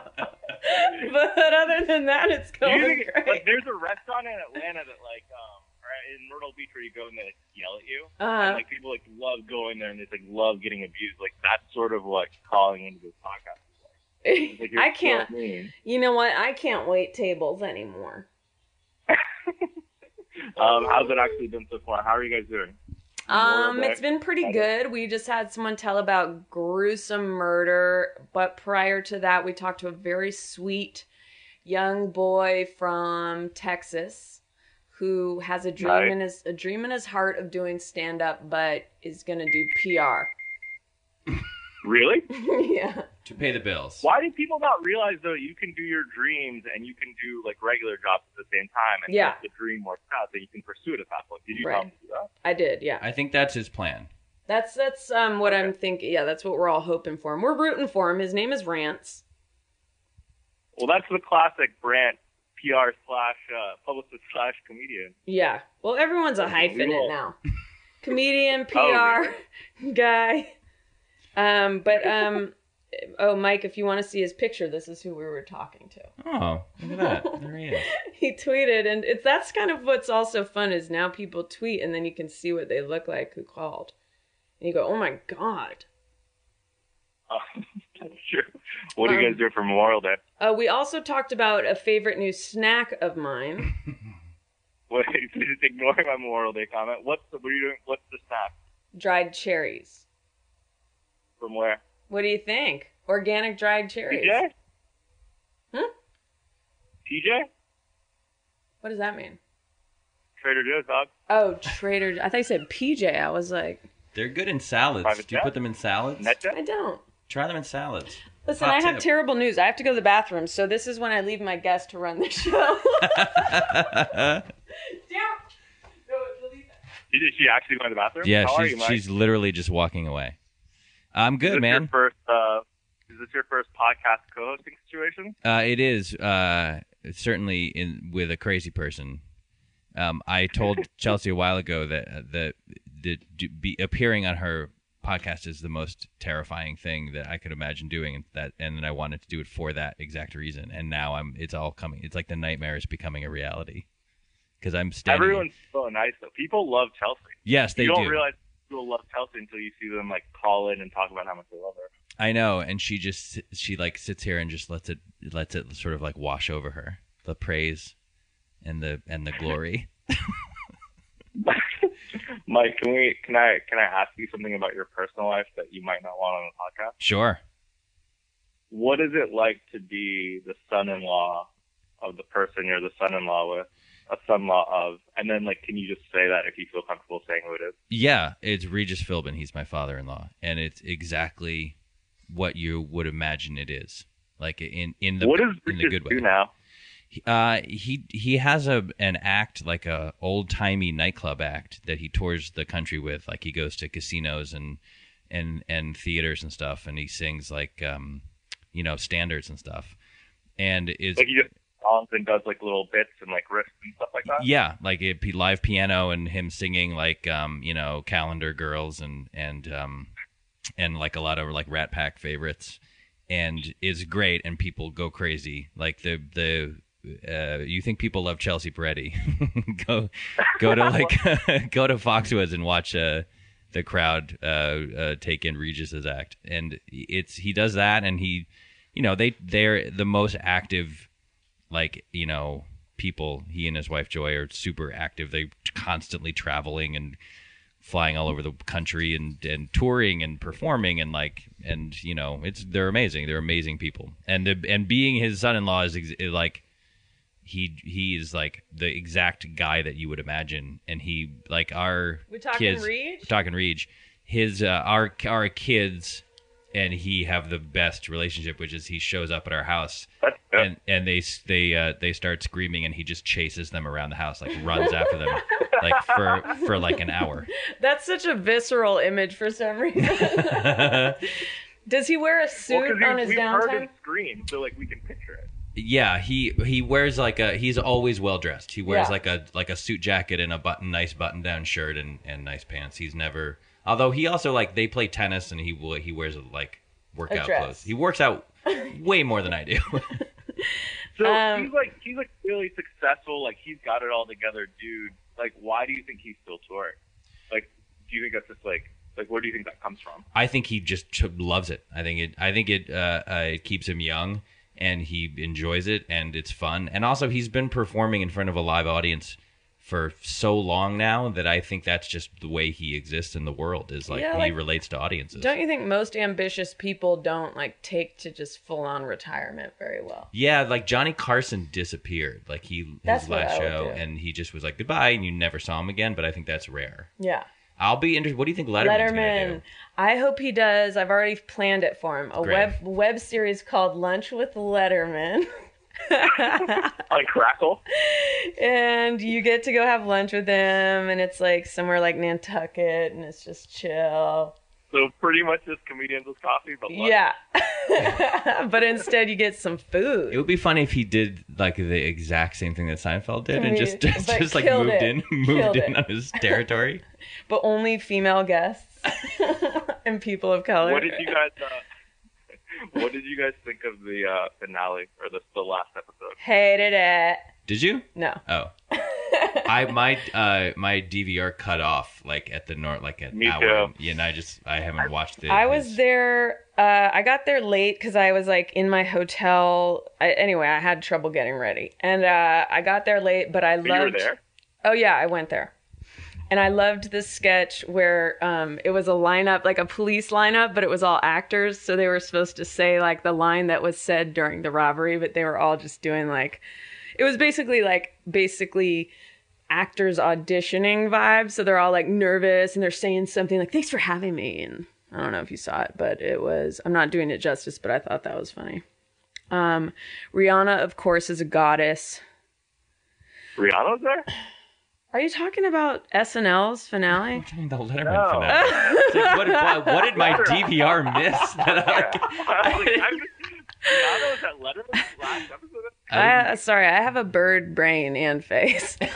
Speaker 3: but other than that, it's
Speaker 9: Do
Speaker 3: going
Speaker 9: you think-
Speaker 3: great.
Speaker 9: Like, there's a restaurant in Atlanta that like um, or in Myrtle Beach where you go and they like yell at you.
Speaker 3: Uh-huh.
Speaker 9: And, like people like love going there and they like love getting abused. Like that's sort of what calling into this podcast. is like. It's like. you're
Speaker 3: I can't.
Speaker 9: so mean.
Speaker 3: You know what? I can't wait tables anymore.
Speaker 9: Um, how's it actually been so far? How are you guys doing? Memorial
Speaker 3: Um,
Speaker 9: Day.
Speaker 3: it's been pretty
Speaker 9: Friday.
Speaker 3: good. We just had someone tell about gruesome murder, but prior to that, we talked to a very sweet young boy from Texas who has a dream
Speaker 9: Nice.
Speaker 3: in his a dream in his heart of doing stand up, but is gonna do PR.
Speaker 9: Really?
Speaker 3: yeah,
Speaker 4: to pay the bills.
Speaker 9: Why do people not realize though you can do your dreams and you can do like regular jobs at the same time and
Speaker 3: Yeah.
Speaker 9: if the dream works out then you can pursue it at that point. Did you
Speaker 3: Right.
Speaker 9: tell them to do that?
Speaker 3: I did. Yeah,
Speaker 4: I think that's his plan.
Speaker 3: that's that's um what I'm thinking. Yeah, that's what we're all hoping for him. We're rooting for him. His name is Rance.
Speaker 9: Well that's the classic Brant PR slash uh, publicist slash comedian.
Speaker 3: Yeah. Well, everyone's a hyphenate
Speaker 9: Cool.
Speaker 3: now. Comedian, PR
Speaker 9: Oh,
Speaker 3: guy. Um, but um, oh, Mike, if you want to see his picture, this is who we were talking to.
Speaker 4: Oh, look at that. There he is.
Speaker 3: He tweeted, and it's that's kind of what's also fun is now people tweet, and then you can see what they look like who called, and you go, oh my god.
Speaker 9: Uh, sure. What do
Speaker 3: Um,
Speaker 9: you guys do for Memorial Day?
Speaker 3: Uh, we also talked about a favorite new snack of mine.
Speaker 9: Wait, just ignoring my Memorial Day comment. What's the what are you doing what's the snack?
Speaker 3: dried cherries.
Speaker 9: From where?
Speaker 3: What do you think? Organic dried cherries.
Speaker 9: TJ?
Speaker 3: Hmm?
Speaker 9: TJ?
Speaker 3: What does that mean?
Speaker 9: Trader Joe's dog.
Speaker 3: Oh, Trader. I thought you said PJ. I was like,
Speaker 4: They're good in salads.
Speaker 9: Private
Speaker 4: do you
Speaker 9: jet?
Speaker 4: put them in salads?
Speaker 9: Net
Speaker 3: I don't.
Speaker 4: Try them in salads.
Speaker 3: Listen,
Speaker 4: Hot
Speaker 3: I have
Speaker 4: tip.
Speaker 3: terrible news. I have to go to the bathroom, so this is when I leave my guest to run the show.
Speaker 9: Is she actually going to the bathroom?
Speaker 4: yeah,
Speaker 9: How are
Speaker 4: she's
Speaker 9: you, Mike?
Speaker 4: she's literally just walking away. I'm
Speaker 9: Is
Speaker 4: good,
Speaker 9: this
Speaker 4: man.
Speaker 9: Your first, uh, is this your first podcast co-hosting situation?
Speaker 4: Uh, it is uh, certainly in with a crazy person. Um, I told Chelsea a while ago that uh, that that do- be appearing on her podcast is the most terrifying thing that I could imagine doing. and That and then I wanted to do it for that exact reason. And now I'm it's all coming. It's like the nightmare is becoming a reality because I'm standing.
Speaker 9: Everyone's so nice though. People love Chelsea.
Speaker 4: yes, they
Speaker 9: you don't
Speaker 4: do.
Speaker 9: realize people love Chelsea until you see them like call in and talk about how much they love her.
Speaker 4: I know, and she just si- she like sits here and just lets it lets it sort of like wash over her the praise and the and the glory.
Speaker 9: Mike, can we? Can I? Can I ask you something about your personal life that you might not want on the podcast?
Speaker 4: sure.
Speaker 9: What is it like to be the son-in-law of the person you're the son-in-law with, a son-in-law of, and then like, can you just say that if you feel comfortable saying who it is?
Speaker 4: Yeah, it's Regis Philbin. He's my father-in-law, and it's exactly what you would imagine it is. Like in in the
Speaker 9: what does
Speaker 4: in
Speaker 9: Richard
Speaker 4: the good way.
Speaker 9: do now?
Speaker 4: Uh, he he has a an act like a old timey nightclub act that he tours the country with. Like he goes to casinos and and and theaters and stuff, and he sings like um, you know standards and stuff. And is
Speaker 9: Like he just songs and does like little bits and like riffs and stuff like that.
Speaker 4: yeah, like it, p- live piano and him singing like um, you know Calendar Girls and and um, and like a lot of like Rat Pack favorites, and is great and people go crazy. Like the the uh, you think people love Chelsea Peretti? go go to like go to Foxwoods and watch uh, the crowd uh, uh, take in Regis's act, and it's he does that and he you know they they're the most active like you know people he and his wife joy are super active they constantly traveling and flying all over the country and and touring and performing and like and you know it's they're amazing they're amazing people and the, and being his son-in-law is ex- like he he is like the exact guy that you would imagine and he like our
Speaker 3: We talking
Speaker 4: kids
Speaker 3: Reg?
Speaker 4: talking Reg. his uh, our our kids and he have the best relationship, which is he shows up at our house and and they s- they uh, they start screaming and he just chases them around the house like runs after them like for for like an hour.
Speaker 3: That's such a visceral image for some reason. Does he wear a
Speaker 9: Well,
Speaker 3: suit
Speaker 9: 'cause we-
Speaker 3: on his
Speaker 9: we've heard
Speaker 3: downtime?
Speaker 9: him scream, so like we can picture it.
Speaker 4: Yeah, he he wears like a he's always well dressed. He wears
Speaker 3: Yeah.
Speaker 4: like a like a suit jacket and a button nice button down shirt and and nice pants. He's never although he also like they play tennis and he will he wears like workout
Speaker 3: dress.
Speaker 4: clothes. He works out way more than I do.
Speaker 9: So
Speaker 3: Um,
Speaker 9: he's like he's like really successful, like he's got it all together, dude. Like why do you think he's still touring? Like do you think that's just like like where do you think that comes from?
Speaker 4: I think he just ch- loves it. I think it I think it uh, uh it keeps him young and he enjoys it and it's fun. And also he's been performing in front of a live audience for so long now that I think that's just the way he exists in the world is like
Speaker 3: Yeah,
Speaker 4: he
Speaker 3: like-
Speaker 4: relates to audiences.
Speaker 3: Don't you think most ambitious people don't like take to just full on retirement very well?
Speaker 4: Yeah, like Johnny Carson disappeared. Like he
Speaker 3: That's
Speaker 4: his
Speaker 3: what
Speaker 4: last
Speaker 3: I would
Speaker 4: show,
Speaker 3: do.
Speaker 4: and he just was like goodbye, and you never saw him again. But I think that's rare.
Speaker 3: Yeah.
Speaker 4: I'll be interested. What do you think Letterman's gonna
Speaker 3: Letterman.
Speaker 4: do?
Speaker 3: I hope he does. I've already planned it for him. A
Speaker 4: Great.
Speaker 3: web web series called Lunch with Letterman.
Speaker 9: Like Crackle?
Speaker 3: and you get to go have lunch with him and it's like somewhere like Nantucket and it's just chill.
Speaker 9: So pretty much just comedians with coffee, but like,
Speaker 3: Yeah. but instead you get some
Speaker 4: It
Speaker 3: food.
Speaker 4: would be funny if he did like the exact same thing that Seinfeld did, and just
Speaker 3: Comedian,
Speaker 4: just,
Speaker 3: but
Speaker 4: just, like
Speaker 3: killed
Speaker 4: moved
Speaker 3: it.
Speaker 4: in,
Speaker 3: Killed
Speaker 4: moved in
Speaker 3: it.
Speaker 4: on his territory.
Speaker 3: But only female guests and people of color.
Speaker 9: what did you guys uh, what did you guys think of the uh, finale or the the last episode?
Speaker 3: Hated it.
Speaker 4: Did you?
Speaker 3: No.
Speaker 4: Oh, I my uh my DVR cut off like at the north like an
Speaker 9: Me
Speaker 4: hour.
Speaker 9: too.
Speaker 4: Yeah, and I just I haven't watched it.
Speaker 3: I was there. Uh, I got there late because I was like in my hotel. I, anyway, I had trouble getting ready, and uh, I got there late. But I loved.
Speaker 9: So you were there?
Speaker 3: Oh yeah, I went there, and I loved this sketch where um, it was a lineup, like a police lineup, but it was all actors. So they were supposed to say like the line that was said during the robbery, but they were all just doing like, it was basically like basically actors auditioning vibe. So they're all like nervous and they're saying something like, "Thanks for having me." And I don't know if you saw it, but it was. I'm not doing it justice, but I thought that was funny. Um, Rihanna, of course, is a goddess.
Speaker 9: Rihanna was there?
Speaker 3: Are you talking about SNL's finale?
Speaker 4: Talking about Letterman
Speaker 9: No.
Speaker 4: for that. It's like, what, what, what did my DVR miss that I,
Speaker 9: I was like, I'm just, Rihanna was at Letterman's last episode.
Speaker 3: I, uh, sorry, I have a bird brain and face.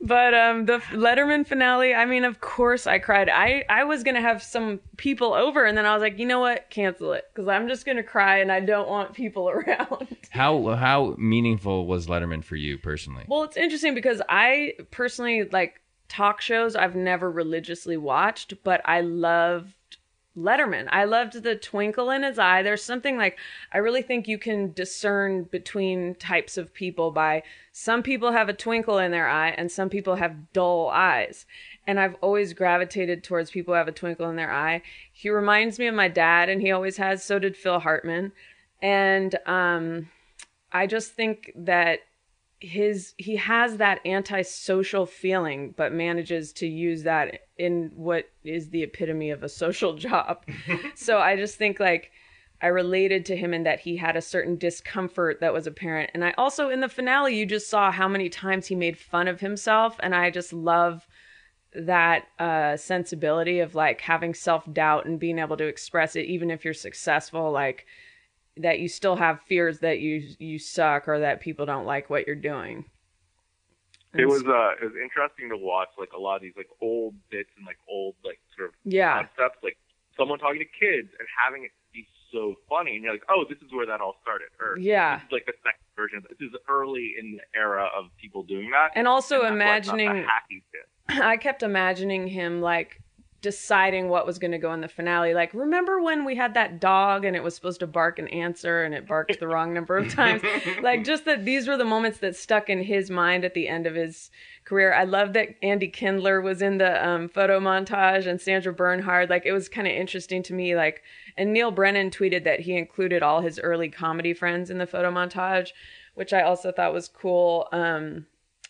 Speaker 3: but um, the Letterman finale, I mean, of course I cried. I, I was going to have some people over, and then I was like, you know what? Cancel it because I'm just going to cry and I don't want people around.
Speaker 4: How how meaningful was Letterman for you personally?
Speaker 3: Well, it's interesting because I personally like talk shows I've never religiously watched, but I loved Letterman. I loved the twinkle in his eye. There's something like I really think you can discern between types of people by some people have a twinkle in their eye and some people have dull eyes. And I've always gravitated towards people who have a twinkle in their eye. He reminds me of my dad and he always has, so did Phil Hartman. And um I just think that his he has that antisocial feeling but manages to use that in what is the epitome of a social job so i just think like i related to him in that he had a certain discomfort that was apparent and i also in the finale you just saw how many times he made fun of himself and i just love that uh sensibility of like having self-doubt and being able to express it even if you're successful like that you still have fears that you you suck or that people don't like what you're doing.
Speaker 9: It was uh, it was interesting to watch like a lot of these like old bits and like old like sort of
Speaker 3: yeah,
Speaker 9: concepts, like someone talking to kids and having it be so funny, and you're like, oh, this is where that all started, or
Speaker 3: yeah,
Speaker 9: this is like the second version. Of it. This is early in the era of people doing that.
Speaker 3: and also
Speaker 9: and that's why it's not
Speaker 3: imagining.
Speaker 9: the hacky shit.
Speaker 3: I kept imagining him like deciding what was going to go in the finale. Like, remember when we had that dog and it was supposed to bark and answer and it barked the wrong number of times? like, just that these were the moments that stuck in his mind at the end of his career. I love that Andy Kindler was in the um, photo montage and Sandra Bernhard. Like, it was kind of interesting to me. Like, and Neil Brennan tweeted that he included all his early comedy friends in the photo montage, which I also thought was cool. Um,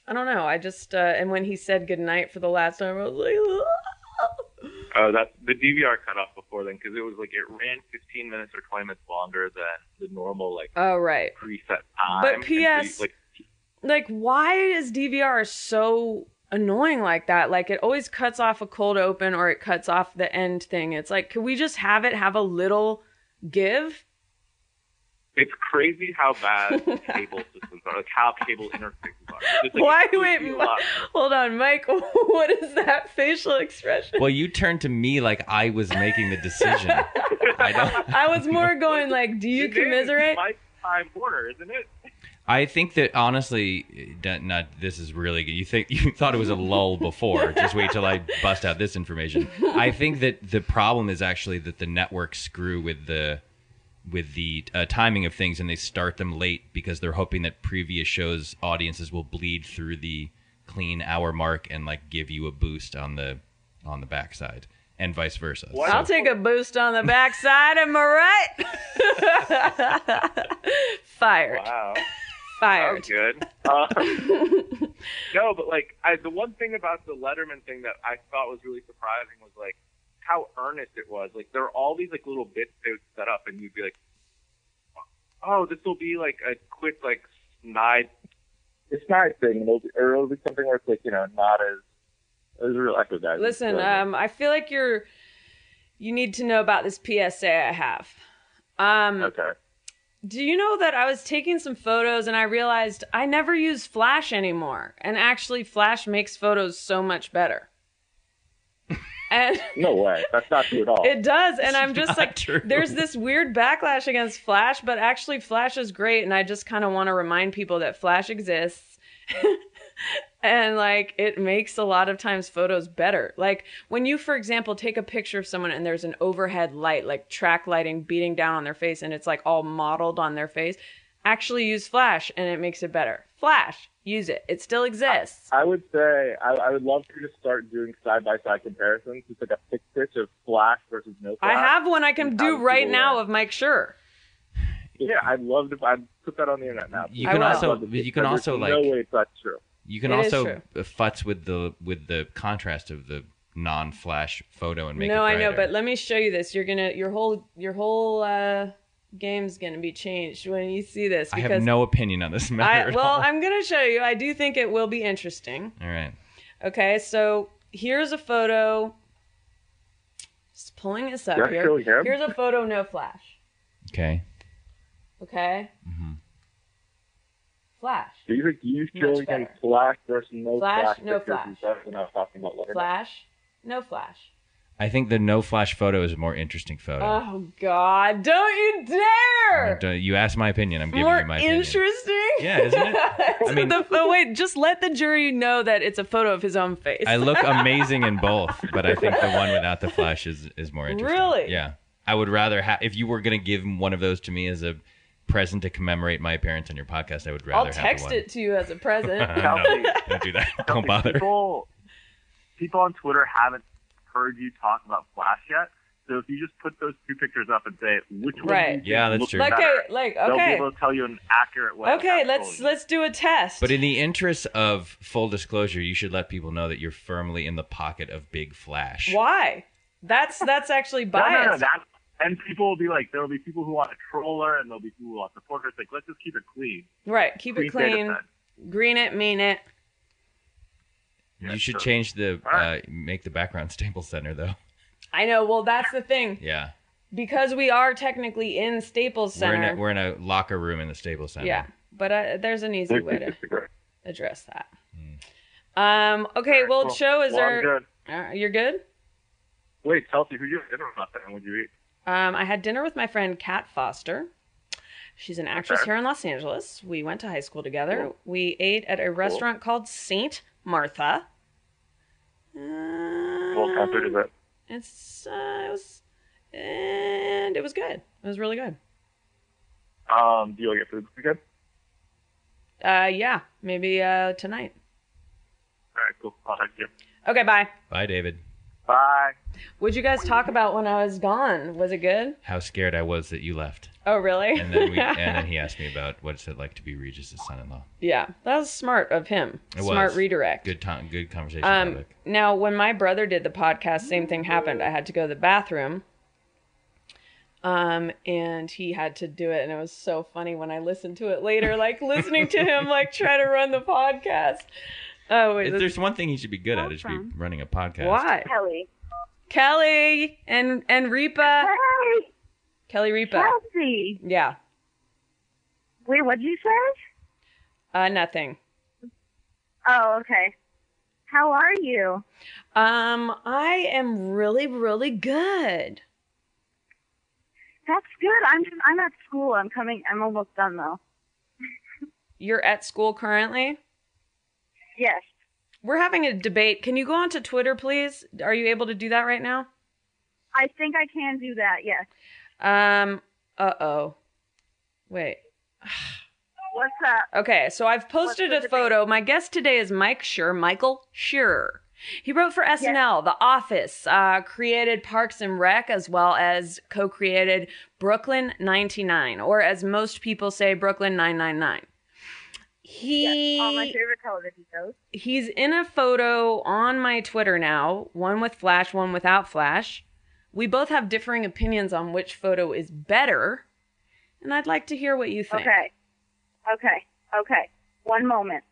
Speaker 3: I don't know. I just uh, and when he said goodnight for the last time, I was like, "Ugh."
Speaker 9: Oh, that the DVR cut off before then because it was like it ran 15 minutes or 20 minutes longer than the normal like
Speaker 3: oh right.
Speaker 9: preset time.
Speaker 3: But
Speaker 9: And so
Speaker 3: PS
Speaker 9: you, like
Speaker 3: Like, why is DVR so annoying like that? Like, it always cuts off a cold open or it cuts off the end thing. It's like, could we just have it have a little give?
Speaker 9: it's crazy how bad cable systems are, like how cable interfaces are. It's just, like,
Speaker 3: Why
Speaker 9: it screws
Speaker 3: wait?
Speaker 9: you
Speaker 3: Mi-
Speaker 9: up.
Speaker 3: Hold on, Mike. What is that facial expression?
Speaker 4: Well, you turned to me like I was making the decision. I don't.
Speaker 3: I was more going like, do you
Speaker 9: It is
Speaker 3: commiserate?
Speaker 9: Like Time Warner, isn't it?
Speaker 4: I think that honestly, that- not this is really good. You think you thought it was a lull before? Just wait till I bust out this information. I think that the problem is actually that the networks screw with the with the uh, timing of things, and they start them late because they're hoping that previous shows audiences will bleed through the clean hour mark and like give you a boost on the on the backside, and vice versa.
Speaker 9: What?
Speaker 3: I'll take a boost on the backside. Am I right? Fired.
Speaker 9: Wow. That
Speaker 3: Fired.
Speaker 9: was good. Um, no, but like I, the one thing about the Letterman thing that I thought was really surprising was like how earnest it was. Like there are all these like little bits they would set up, and you'd be like, "Oh, this will be like a quick like snide, it's snide thing," and it'll be, or it'll be something where it's like you know not as there's a real echo guys.
Speaker 3: Listen, um, I feel like you're. You need to know about this PSA I have. Um,
Speaker 9: okay.
Speaker 3: Do you know that I was taking some photos and I realized I never use Flash anymore? And actually, Flash makes photos so much better. And
Speaker 9: No way. That's not true at all.
Speaker 3: it does. And I'm just
Speaker 4: Not
Speaker 3: like,
Speaker 4: true.
Speaker 3: there's this weird backlash against Flash, but actually, Flash is great. And I just kind of want to remind people that Flash exists. and like, it makes a lot of times photos better. Like, when you, for example, take a picture of someone and there's an overhead light, like track lighting beating down on their face, and it's like all modeled on their face, actually use Flash and it makes it better. Flash, use it. It still exists.
Speaker 9: I would say I, I would love for you to start doing side by side comparisons, just like a pick pitch of Flash versus no
Speaker 3: I
Speaker 9: Flash.
Speaker 3: have one I can do
Speaker 9: How do
Speaker 3: right
Speaker 9: people
Speaker 3: now
Speaker 9: wear?
Speaker 3: of Mike Schur.
Speaker 9: Yeah, I'd love to. I'd put that on the internet now.
Speaker 4: You
Speaker 3: I
Speaker 4: can
Speaker 3: will.
Speaker 4: also
Speaker 9: Love to see
Speaker 4: you
Speaker 9: it,
Speaker 4: can
Speaker 9: but
Speaker 4: also
Speaker 9: there's
Speaker 4: like
Speaker 9: no way it's not true.
Speaker 4: You can
Speaker 3: It is
Speaker 4: also futz with the with the contrast of the non-flash photo and make
Speaker 3: no
Speaker 4: it
Speaker 3: i know but
Speaker 4: brighter.
Speaker 3: let me show you this you're gonna your whole your whole uh game's gonna be changed when you see this
Speaker 4: I
Speaker 3: because
Speaker 4: have no opinion on this matter.
Speaker 3: I-
Speaker 4: at
Speaker 3: well
Speaker 4: all.
Speaker 3: i'm gonna show you i do think it will be interesting
Speaker 4: all right.
Speaker 3: okay so here's a photo just pulling this up
Speaker 9: Yeah,
Speaker 3: here
Speaker 9: show him.
Speaker 3: here's a photo no flash
Speaker 4: Okay.
Speaker 3: okay
Speaker 4: Mhm.
Speaker 3: flash
Speaker 9: So you think you
Speaker 3: Much
Speaker 9: showing him
Speaker 3: better.
Speaker 9: Flash versus no
Speaker 3: Flash,
Speaker 9: Flash?
Speaker 3: no
Speaker 9: pictures
Speaker 3: Flash.
Speaker 9: is better than I was talking about later.
Speaker 3: flash no flash
Speaker 4: I think the no flash photo is a more interesting photo.
Speaker 3: oh god don't you
Speaker 4: I
Speaker 3: dare
Speaker 4: don't- you asked my opinion. I'm giving
Speaker 3: more
Speaker 4: you my opinion.
Speaker 3: interesting
Speaker 4: Yeah, isn't it? I mean-
Speaker 3: the, the- wait, just let the jury know that it's a photo of his own face.
Speaker 4: I look amazing in both, but I think the one without the flash is is more interesting.
Speaker 3: Really?
Speaker 4: Yeah. I would rather have if you were going to give one of those to me as a present to commemorate my appearance on your podcast, I would rather
Speaker 3: I'll
Speaker 4: have
Speaker 3: text
Speaker 4: the one.
Speaker 3: it to you as a present.
Speaker 4: no, don't do that. Don't bother.
Speaker 10: People, people on Twitter haven't heard you talk about Flash yet. So if you just put those two pictures up and say which one do you
Speaker 3: Right.
Speaker 10: think
Speaker 4: Yeah, that's
Speaker 10: looks
Speaker 4: true.
Speaker 3: like,
Speaker 10: better,
Speaker 3: a, like,
Speaker 10: they'll be
Speaker 3: okay,
Speaker 10: able to tell you an accurate way. of
Speaker 3: okay,
Speaker 10: how
Speaker 3: let's
Speaker 10: to
Speaker 3: let's do a test.
Speaker 4: But in the interest of full disclosure, you should let people know that you're firmly in the pocket of Big Flash.
Speaker 3: Why? That's that's actually
Speaker 10: bully you.
Speaker 3: biased.
Speaker 10: no, no, no, that, and people will be like, there will be people who want a troller, and there'll be people who want the supporters. Like, let's just keep it clean.
Speaker 3: right? Keep
Speaker 10: data
Speaker 3: it clean.
Speaker 10: set.
Speaker 3: Green it, mean it.
Speaker 10: Yeah,
Speaker 4: you should
Speaker 10: sure.
Speaker 4: change the
Speaker 10: All right.
Speaker 4: uh, make the background Staples Center though.
Speaker 3: I know. Well, that's the thing
Speaker 4: Yeah,
Speaker 3: because we are technically in Staples Center.
Speaker 4: we're in a, we're in a locker room in the Staples Center.
Speaker 3: yeah, but uh, there's an easy way to address that. Um. Okay.
Speaker 10: Mm. Alright,
Speaker 3: well,
Speaker 10: cool.
Speaker 3: Cho, is
Speaker 10: Well, I'm
Speaker 3: there?
Speaker 10: good.
Speaker 3: Uh, you're good.
Speaker 9: Wait, Chelsea, who do you have dinner about that? Would you eat?
Speaker 3: Um, I had dinner with my friend Kat Foster. She's an actress
Speaker 9: Okay.
Speaker 3: here in Los Angeles. We went to high school together. We ate at a restaurant called Saint Martha.
Speaker 9: Well, how good
Speaker 3: Uh,
Speaker 9: is it?
Speaker 3: it's uh, it was, and it was good. It was really good.
Speaker 9: Um, do you all get food this weekend?
Speaker 3: Uh, yeah, maybe uh tonight.
Speaker 9: All right, cool. I'll talk to you.
Speaker 3: Okay, bye.
Speaker 4: Bye, David.
Speaker 10: Bye.
Speaker 3: What'd you guys talk about when I was gone? Was it good?
Speaker 4: How scared I was that you left.
Speaker 3: Oh, really?
Speaker 4: And then we and then he asked me about what's it like to be Regis's son-in-law.
Speaker 3: yeah, that was smart of him.
Speaker 4: It
Speaker 3: smart
Speaker 4: was.
Speaker 3: redirect.
Speaker 4: Good time. Good conversation
Speaker 3: Um,
Speaker 4: topic.
Speaker 3: now, when my brother did the podcast, same thing happened. I had to go to the bathroom. Um, and he had to do it, and it was so funny when I listened to it later, like listening to him like try to run the podcast. Oh, wait,
Speaker 4: If
Speaker 3: this-
Speaker 4: there's one thing he should be good at, it should be running a podcast.
Speaker 3: why? Kelly, Kelly, and and Reepa, Kelly Reepa,
Speaker 7: Kelsey.
Speaker 3: Yeah.
Speaker 7: Wait, what'd you say?
Speaker 3: Uh, nothing.
Speaker 7: Oh, okay. How are you?
Speaker 3: Um, I am really, really good.
Speaker 7: That's good. I'm just, I'm at school. I'm coming. I'm almost done though.
Speaker 3: You're at school currently?
Speaker 7: Yes.
Speaker 3: We're having a debate. Can you go onto Twitter, please? Are you able to do that right now?
Speaker 7: I think I can do that. Yes.
Speaker 3: Um, uh oh. Wait.
Speaker 7: What's up?
Speaker 3: Okay, so I've posted a photo. My guest today is Mike Schur, Michael Schur. He wrote for SNL, The Office, uh, created Parks and Rec, as well as co created Brooklyn 99, or as most people say, Brooklyn 999. He
Speaker 7: All my favorite television shows.
Speaker 3: he's in a photo on my Twitter now, one with flash, one without flash. We both have differing opinions on which photo is better, and I'd like to hear what you think.
Speaker 7: Okay. Okay. Okay. One moment.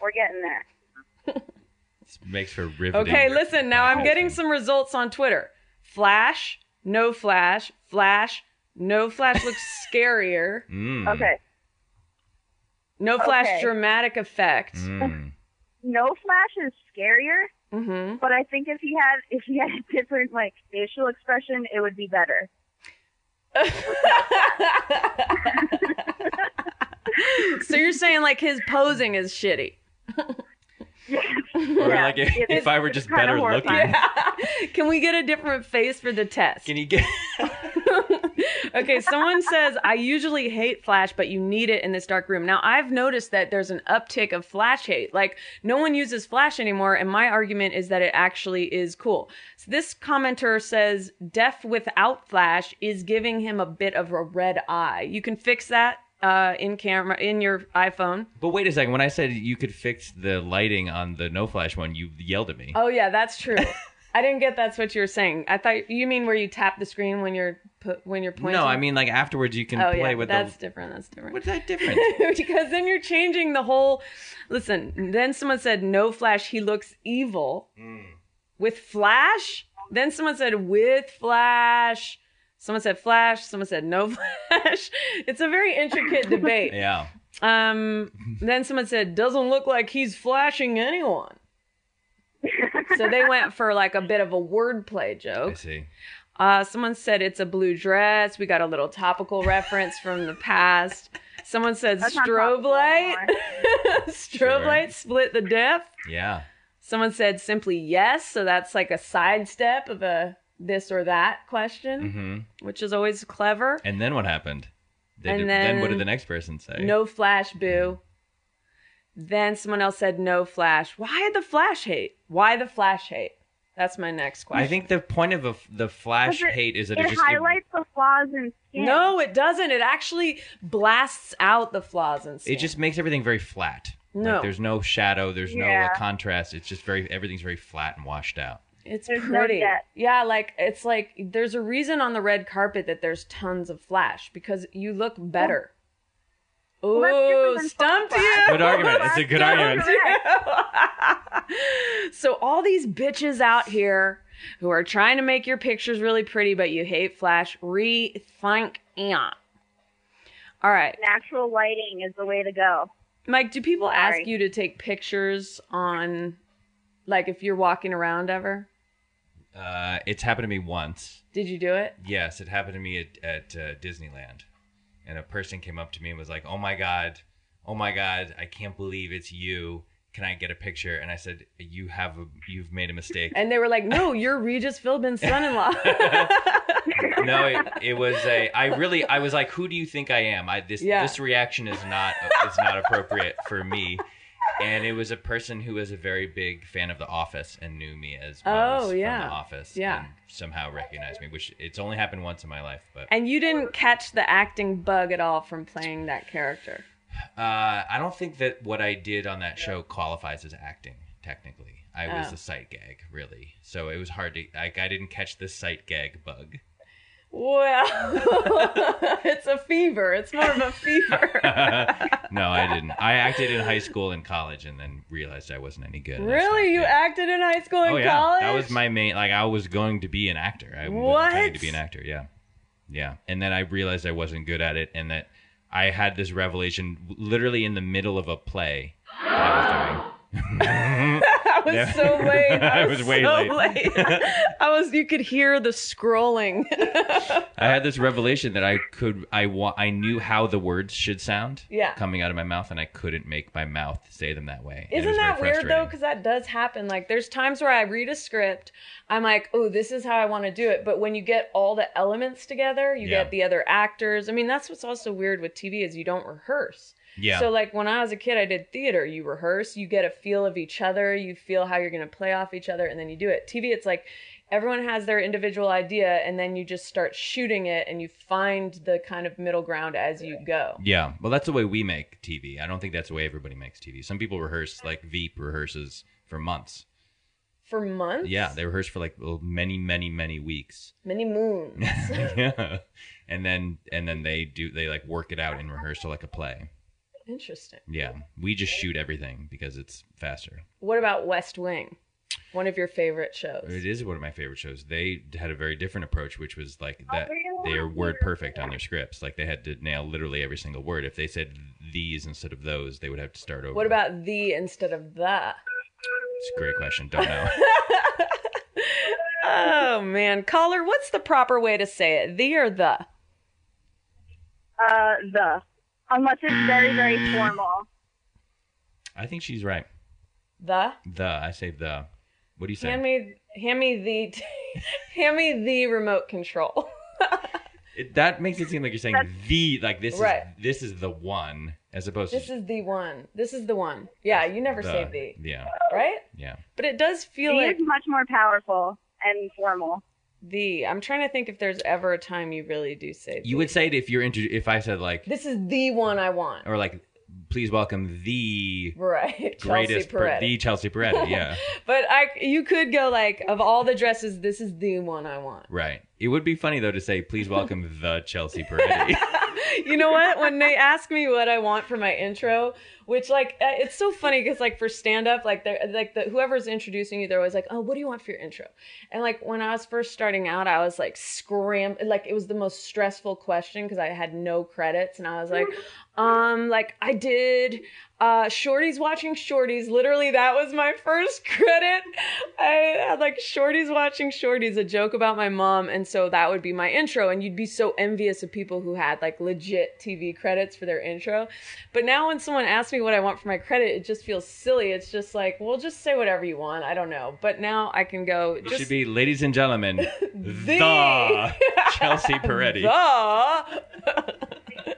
Speaker 7: We're getting there.
Speaker 4: This makes for riveting.
Speaker 3: Okay, listen, now I'm getting some results on Twitter. Flash, no flash, flash, no flash looks scarier.
Speaker 4: Mm.
Speaker 7: Okay.
Speaker 3: No flash
Speaker 7: Okay.
Speaker 3: dramatic effect.
Speaker 7: No Flash is scarier,
Speaker 3: Mhm.
Speaker 7: but I think if he had if he had a different like facial expression, it would be better.
Speaker 3: so you're saying like his posing is shitty.
Speaker 4: Or like if, if I were just better looking,
Speaker 3: Can we get a different face for the test?
Speaker 4: can you get?
Speaker 3: okay, someone says, I usually hate flash, but you need it in this dark room. Now, I've noticed that there's an uptick of flash hate. Like, no one uses flash anymore, and my argument is that it actually is cool. So, this commenter says, deaf without flash is giving him a bit of a red eye. You can fix that uh, in camera, in your iPhone.
Speaker 4: But wait a second. When I said you could fix the lighting on the no flash one, you yelled at me.
Speaker 3: Oh, yeah, that's true. I didn't get that's what you were saying. I thought you mean where you tap the screen when you're pu- when you're pointing.
Speaker 4: no, I mean like afterwards you can
Speaker 3: oh,
Speaker 4: play
Speaker 3: yeah,
Speaker 4: with
Speaker 3: that's
Speaker 4: the.
Speaker 3: different. That's different.
Speaker 4: What's that different?
Speaker 3: because then you're changing the whole. Listen, then someone said no flash. He looks evil
Speaker 4: Mm.
Speaker 3: with flash. Then someone said with flash. Someone said flash. Someone said no flash. It's a very intricate debate.
Speaker 4: yeah.
Speaker 3: Um. Then someone said doesn't look like he's flashing anyone. so they went for like a bit of a wordplay joke.
Speaker 4: I see.
Speaker 3: Uh, someone said it's a blue dress. We got a little topical reference from the past. Someone said
Speaker 7: That's not
Speaker 3: strobe
Speaker 7: topical
Speaker 3: light. strobe
Speaker 4: Sure.
Speaker 3: light split the diff.
Speaker 4: Yeah.
Speaker 3: Someone said simply yes. So that's like a sidestep of a this or that question,
Speaker 4: hmm
Speaker 3: which is always clever.
Speaker 4: And then what happened? They
Speaker 3: And
Speaker 4: did, then, what
Speaker 3: then-
Speaker 4: did the next person say?
Speaker 3: No flash, boo. Then someone else said no flash. Why the flash hate? Why the flash hate? That's my next question.
Speaker 4: I think the point of a, the flash hate is that it,
Speaker 7: it
Speaker 4: just
Speaker 7: highlights the flaws in skin.
Speaker 3: No, it doesn't. It actually blasts out the flaws and
Speaker 4: it just makes everything very flat.
Speaker 3: No.
Speaker 4: Like, there's no shadow. There's no
Speaker 3: Yeah.
Speaker 4: uh, contrast. It's just very everything's very flat and washed out.
Speaker 3: It's
Speaker 7: no
Speaker 3: pretty.
Speaker 7: debt.
Speaker 3: yeah, like it's like there's a reason on the red carpet that there's tons of flash because you look better. Ooh,
Speaker 7: Well, that's different than
Speaker 3: stumped
Speaker 7: flash.
Speaker 3: you.
Speaker 4: Good argument. It's a good argument.
Speaker 3: so all these bitches out here who are trying to make your pictures really pretty but you hate flash, rethink it. All right.
Speaker 7: Natural lighting is the way to go.
Speaker 3: Mike, do people
Speaker 7: Sorry.
Speaker 3: ask you to take pictures on like if you're walking around ever?
Speaker 4: Uh, it's happened to me once.
Speaker 3: Did you do it?
Speaker 4: Yes, it happened to me at, at uh, Disneyland. And a person came up to me and was like, Oh my God, oh my God, I can't believe it's you. Can I get a picture? And I said, You have, a, you've made a mistake.
Speaker 3: And they were like, "No, you're Regis Philbin's son-in-law."
Speaker 4: no, it, it was a, I really, I was like, Who do you think I am? I, this,
Speaker 3: Yeah.
Speaker 4: this reaction is not, is not appropriate for me. and it was a person who was a very big fan of The Office and knew me as well as
Speaker 3: Oh,
Speaker 4: from
Speaker 3: yeah.
Speaker 4: The Office.
Speaker 3: Yeah.
Speaker 4: and somehow recognized me, which it's only happened once in my life, but
Speaker 3: And you didn't catch the acting bug at all from playing that character.
Speaker 4: uh, I don't think that what I did on that show qualifies as acting. Technically, I was
Speaker 3: Oh.
Speaker 4: a sight gag, really. So it was hard to like I didn't catch the sight gag bug.
Speaker 3: Well, it's a fever. It's more of a fever.
Speaker 4: no, I didn't. I acted in high school and college, and then realized I wasn't any good. and I stopped.
Speaker 3: really? You acted in high school and
Speaker 4: oh yeah,
Speaker 3: college?
Speaker 4: that was my main. Like I was going to be an actor. I was trying to
Speaker 3: What?
Speaker 4: be an actor. Yeah, yeah. And then I realized I wasn't good at it, and that I had this revelation literally in the middle of a play. That
Speaker 3: I was
Speaker 4: Uh-huh. Yeah.
Speaker 3: so late. I
Speaker 4: I
Speaker 3: was,
Speaker 4: was way
Speaker 3: so
Speaker 4: late.
Speaker 3: late. I was. You could hear the scrolling.
Speaker 4: I had this revelation that I could. I wa- I knew how the words should sound.
Speaker 3: Yeah.
Speaker 4: Coming out of my mouth, and I couldn't make my mouth say them that way. And it
Speaker 3: Isn't
Speaker 4: was very
Speaker 3: that weird though?
Speaker 4: frustrating.
Speaker 3: Because that does happen. Like, there's times where I read a script, I'm like, oh, this is how I want to do it. But when you get all the elements together, you
Speaker 4: Yeah.
Speaker 3: get the other actors. I mean, that's what's also weird with TV is you don't rehearse.
Speaker 4: Yeah.
Speaker 3: So like when I was a kid, I did theater. You rehearse, you get a feel of each other, you feel how you're going to play off each other, and then you do it. TV, it's like everyone has their individual idea, and then you just start shooting it, and you find the kind of middle ground as you go.
Speaker 4: Yeah, well, that's the way we make TV. I don't think that's the way everybody makes TV. Some people rehearse, like Veep rehearses for months.
Speaker 3: For months,
Speaker 4: Yeah, they rehearse for like well, many, many, many weeks.
Speaker 3: many moons.
Speaker 4: yeah, and then and then they do they like work it out in rehearsal like a play.
Speaker 3: Interesting.
Speaker 4: Yeah, we just shoot everything because it's faster.
Speaker 3: What about West Wing? One of your favorite shows.
Speaker 4: It is one of my favorite shows. They had a very different approach, which was like
Speaker 3: Oh,
Speaker 4: that they are word perfect on their scripts. Like they had to nail literally every single word. If they said these instead of those, they would have to start over.
Speaker 3: What about the instead of the?
Speaker 4: It's a great question. Don't know.
Speaker 3: Oh man, caller, what's the proper way to say it? The or the?
Speaker 11: Uh, the. Unless it's very, very formal.
Speaker 4: I think she's right.
Speaker 3: The.
Speaker 4: The I say the. What do you say?
Speaker 3: Hand me, hand me the, hand me the remote control.
Speaker 4: It, that makes it seem like you're saying the like this
Speaker 3: Right.
Speaker 4: is this is the one as opposed
Speaker 3: This
Speaker 4: to
Speaker 3: is the one. This is the one. Yeah, you never
Speaker 4: the,
Speaker 3: say the,
Speaker 4: Yeah,
Speaker 3: right?
Speaker 4: yeah.
Speaker 3: But it does feel
Speaker 11: He
Speaker 3: like
Speaker 11: is much more powerful and formal.
Speaker 3: the. I'm trying to think if there's ever a time you really do say
Speaker 4: You would say it if you're inter- if I said like
Speaker 3: this is the one I want.
Speaker 4: or like please welcome the
Speaker 3: Right, Chelsea
Speaker 4: greatest per-
Speaker 3: Peretti.
Speaker 4: the Chelsea Peretti. Yeah,
Speaker 3: But I, you could go like, of all the dresses, this is the one I want.
Speaker 4: right. It would be funny though to say please welcome the Chelsea Peretti.
Speaker 3: you know what when they ask me what i want for my intro which like uh, it's so funny because like for stand up like they're like the whoever's introducing you they're always like oh what do you want for your intro and like when i was first starting out i was like scram like it was the most stressful question because i had no credits and i was like um like i did uh shorty's watching shorties literally that was my first credit i had like shorty's watching shorties a joke about my mom and so that would be my intro and you'd be so envious of people who had like legit tv credits for their intro but now when someone asks me what i want for my credit it just feels silly it's just like well just say whatever you want i don't know but now i can go
Speaker 4: It
Speaker 3: just
Speaker 4: should be ladies and gentlemen the, Chelsea Peretti.
Speaker 3: "The."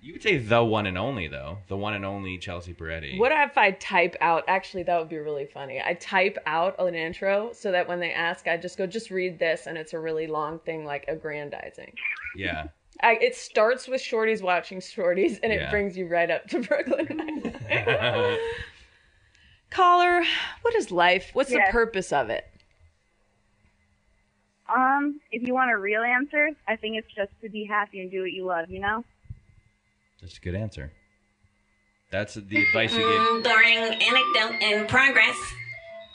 Speaker 4: You would say the one and only though the one and only Chelsea Peretti.
Speaker 3: What if I type out? Actually, that would be really funny. I type out an intro so that when they ask, I just go, just read this, and it's a really long thing like aggrandizing.
Speaker 4: Yeah.
Speaker 3: I, it starts with shorties watching shorties, and it
Speaker 4: Yeah.
Speaker 3: brings you right up to Brooklyn. Caller, what is life? What's
Speaker 11: Yes.
Speaker 3: the purpose of it?
Speaker 11: Um, if you want a real answer, I think it's just to be happy and do what you love, you know?
Speaker 4: That's a good answer. That's the advice you gave.
Speaker 5: Mm, Boring anecdote in progress.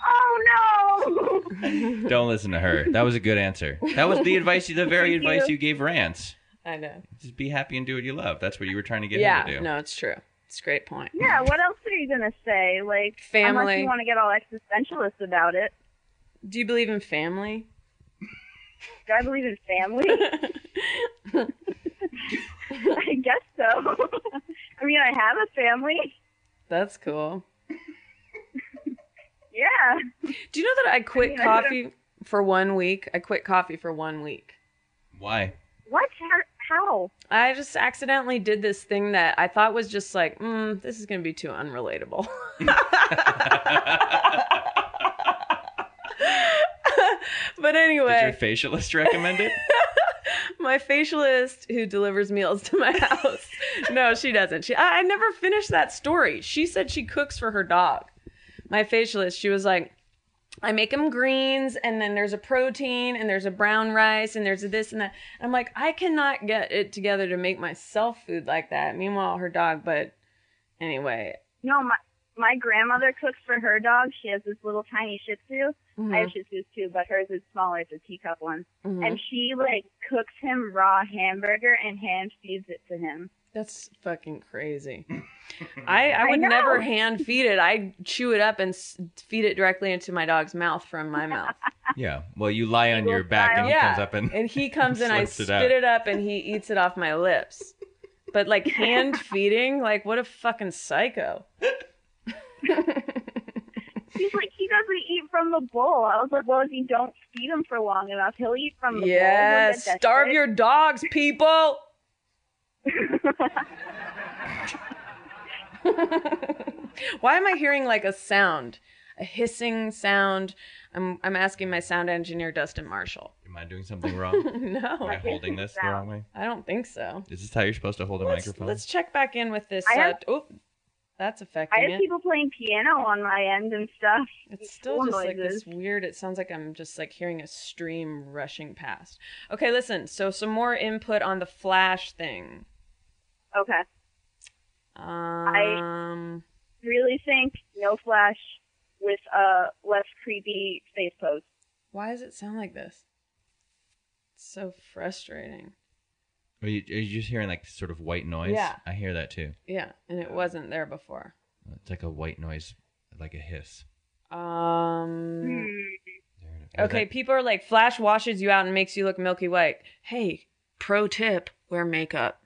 Speaker 11: Oh
Speaker 4: Don't listen to her. That was a good answer. That was the advice, the very
Speaker 3: Thank
Speaker 4: advice
Speaker 3: you.
Speaker 4: you. gave Rance.
Speaker 3: I know.
Speaker 4: Just be happy and do what you love. That's what you were trying to get
Speaker 3: yeah,
Speaker 4: him to do.
Speaker 3: no, it's true. It's a great point.
Speaker 11: Yeah, what else are you gonna say? Like unless
Speaker 3: Family.
Speaker 11: you want to get all existentialist about it.
Speaker 3: Do you believe in family?
Speaker 11: Do I believe in family? I guess so. I mean, I have a family.
Speaker 3: That's cool.
Speaker 11: Yeah.
Speaker 3: Do you know that I quit
Speaker 11: mean, I don't-
Speaker 3: coffee for one week? I quit coffee for one week.
Speaker 4: Why?
Speaker 11: What? How, How?
Speaker 3: I just accidentally did this thing that I thought was just like, mm, this is going to be too unrelatable. but
Speaker 4: Did your
Speaker 3: anyway,
Speaker 4: facialist recommend it?
Speaker 3: my facialist who delivers meals to my house. no, she doesn't. She, I, I never finished that story. She said she cooks for her dog. My facialist, she was like, I make them greens, and then there's a protein, and there's a brown rice, and there's a this and that. I'm like, I cannot get it together to make myself food like that. Meanwhile, her dog, but anyway,
Speaker 11: No, my my grandmother cooks for her dog. She has this little tiny Shih Tzu. I have
Speaker 3: Mhm.
Speaker 11: Shih Tzus too, but hers is smaller. It's a teacup one,
Speaker 3: Mhm.
Speaker 11: and she like cooks him raw hamburger and hand feeds it to him.
Speaker 3: That's fucking crazy. I, I
Speaker 11: I
Speaker 3: would
Speaker 11: know.
Speaker 3: never hand feed it. I chew it up and s- feed it directly into my dog's mouth from my mouth.
Speaker 4: Yeah. Well, you lie on your back and he comes up and
Speaker 3: he comes and I
Speaker 4: slurps it out.
Speaker 3: spit it up and he eats it off my lips. But like hand feeding, like what a fucking psycho.
Speaker 11: He's like, he doesn't eat from the bowl. I was like, well, if you don't feed him for long enough, he'll eat from the bowl.
Speaker 3: Yeah, starve your dogs, people. Why am I hearing like a sound, a hissing sound? I'm I'm asking my sound engineer Dustin Marshall.
Speaker 4: Am I doing something wrong?
Speaker 3: no,
Speaker 4: Am I holding this the wrong way?
Speaker 3: I don't think so.
Speaker 4: Is this how you're supposed to hold a microphone?
Speaker 3: Let's check back in with this.
Speaker 11: I
Speaker 3: uh,
Speaker 11: have-
Speaker 3: oh, that's affecting
Speaker 11: I have
Speaker 3: it.
Speaker 11: people playing piano on my end and stuff.
Speaker 3: It's still just like this weird. It sounds like I'm just like hearing a stream rushing past. Okay, listen. So some more input on the flash thing.
Speaker 11: Okay.
Speaker 3: Um,
Speaker 11: Really think no flash with a less creepy face pose.
Speaker 3: Why does it sound like this? It's so frustrating.
Speaker 4: Are you, are you just hearing like sort of white noise?
Speaker 3: Yeah.
Speaker 4: I hear that too.
Speaker 3: Yeah, and it wasn't there before.
Speaker 4: It's like a white noise, like a hiss.
Speaker 3: Um.
Speaker 4: Was
Speaker 3: Okay,
Speaker 4: that-
Speaker 3: people are like, flash washes you out and makes you look milky white. Hey, pro tip: wear makeup.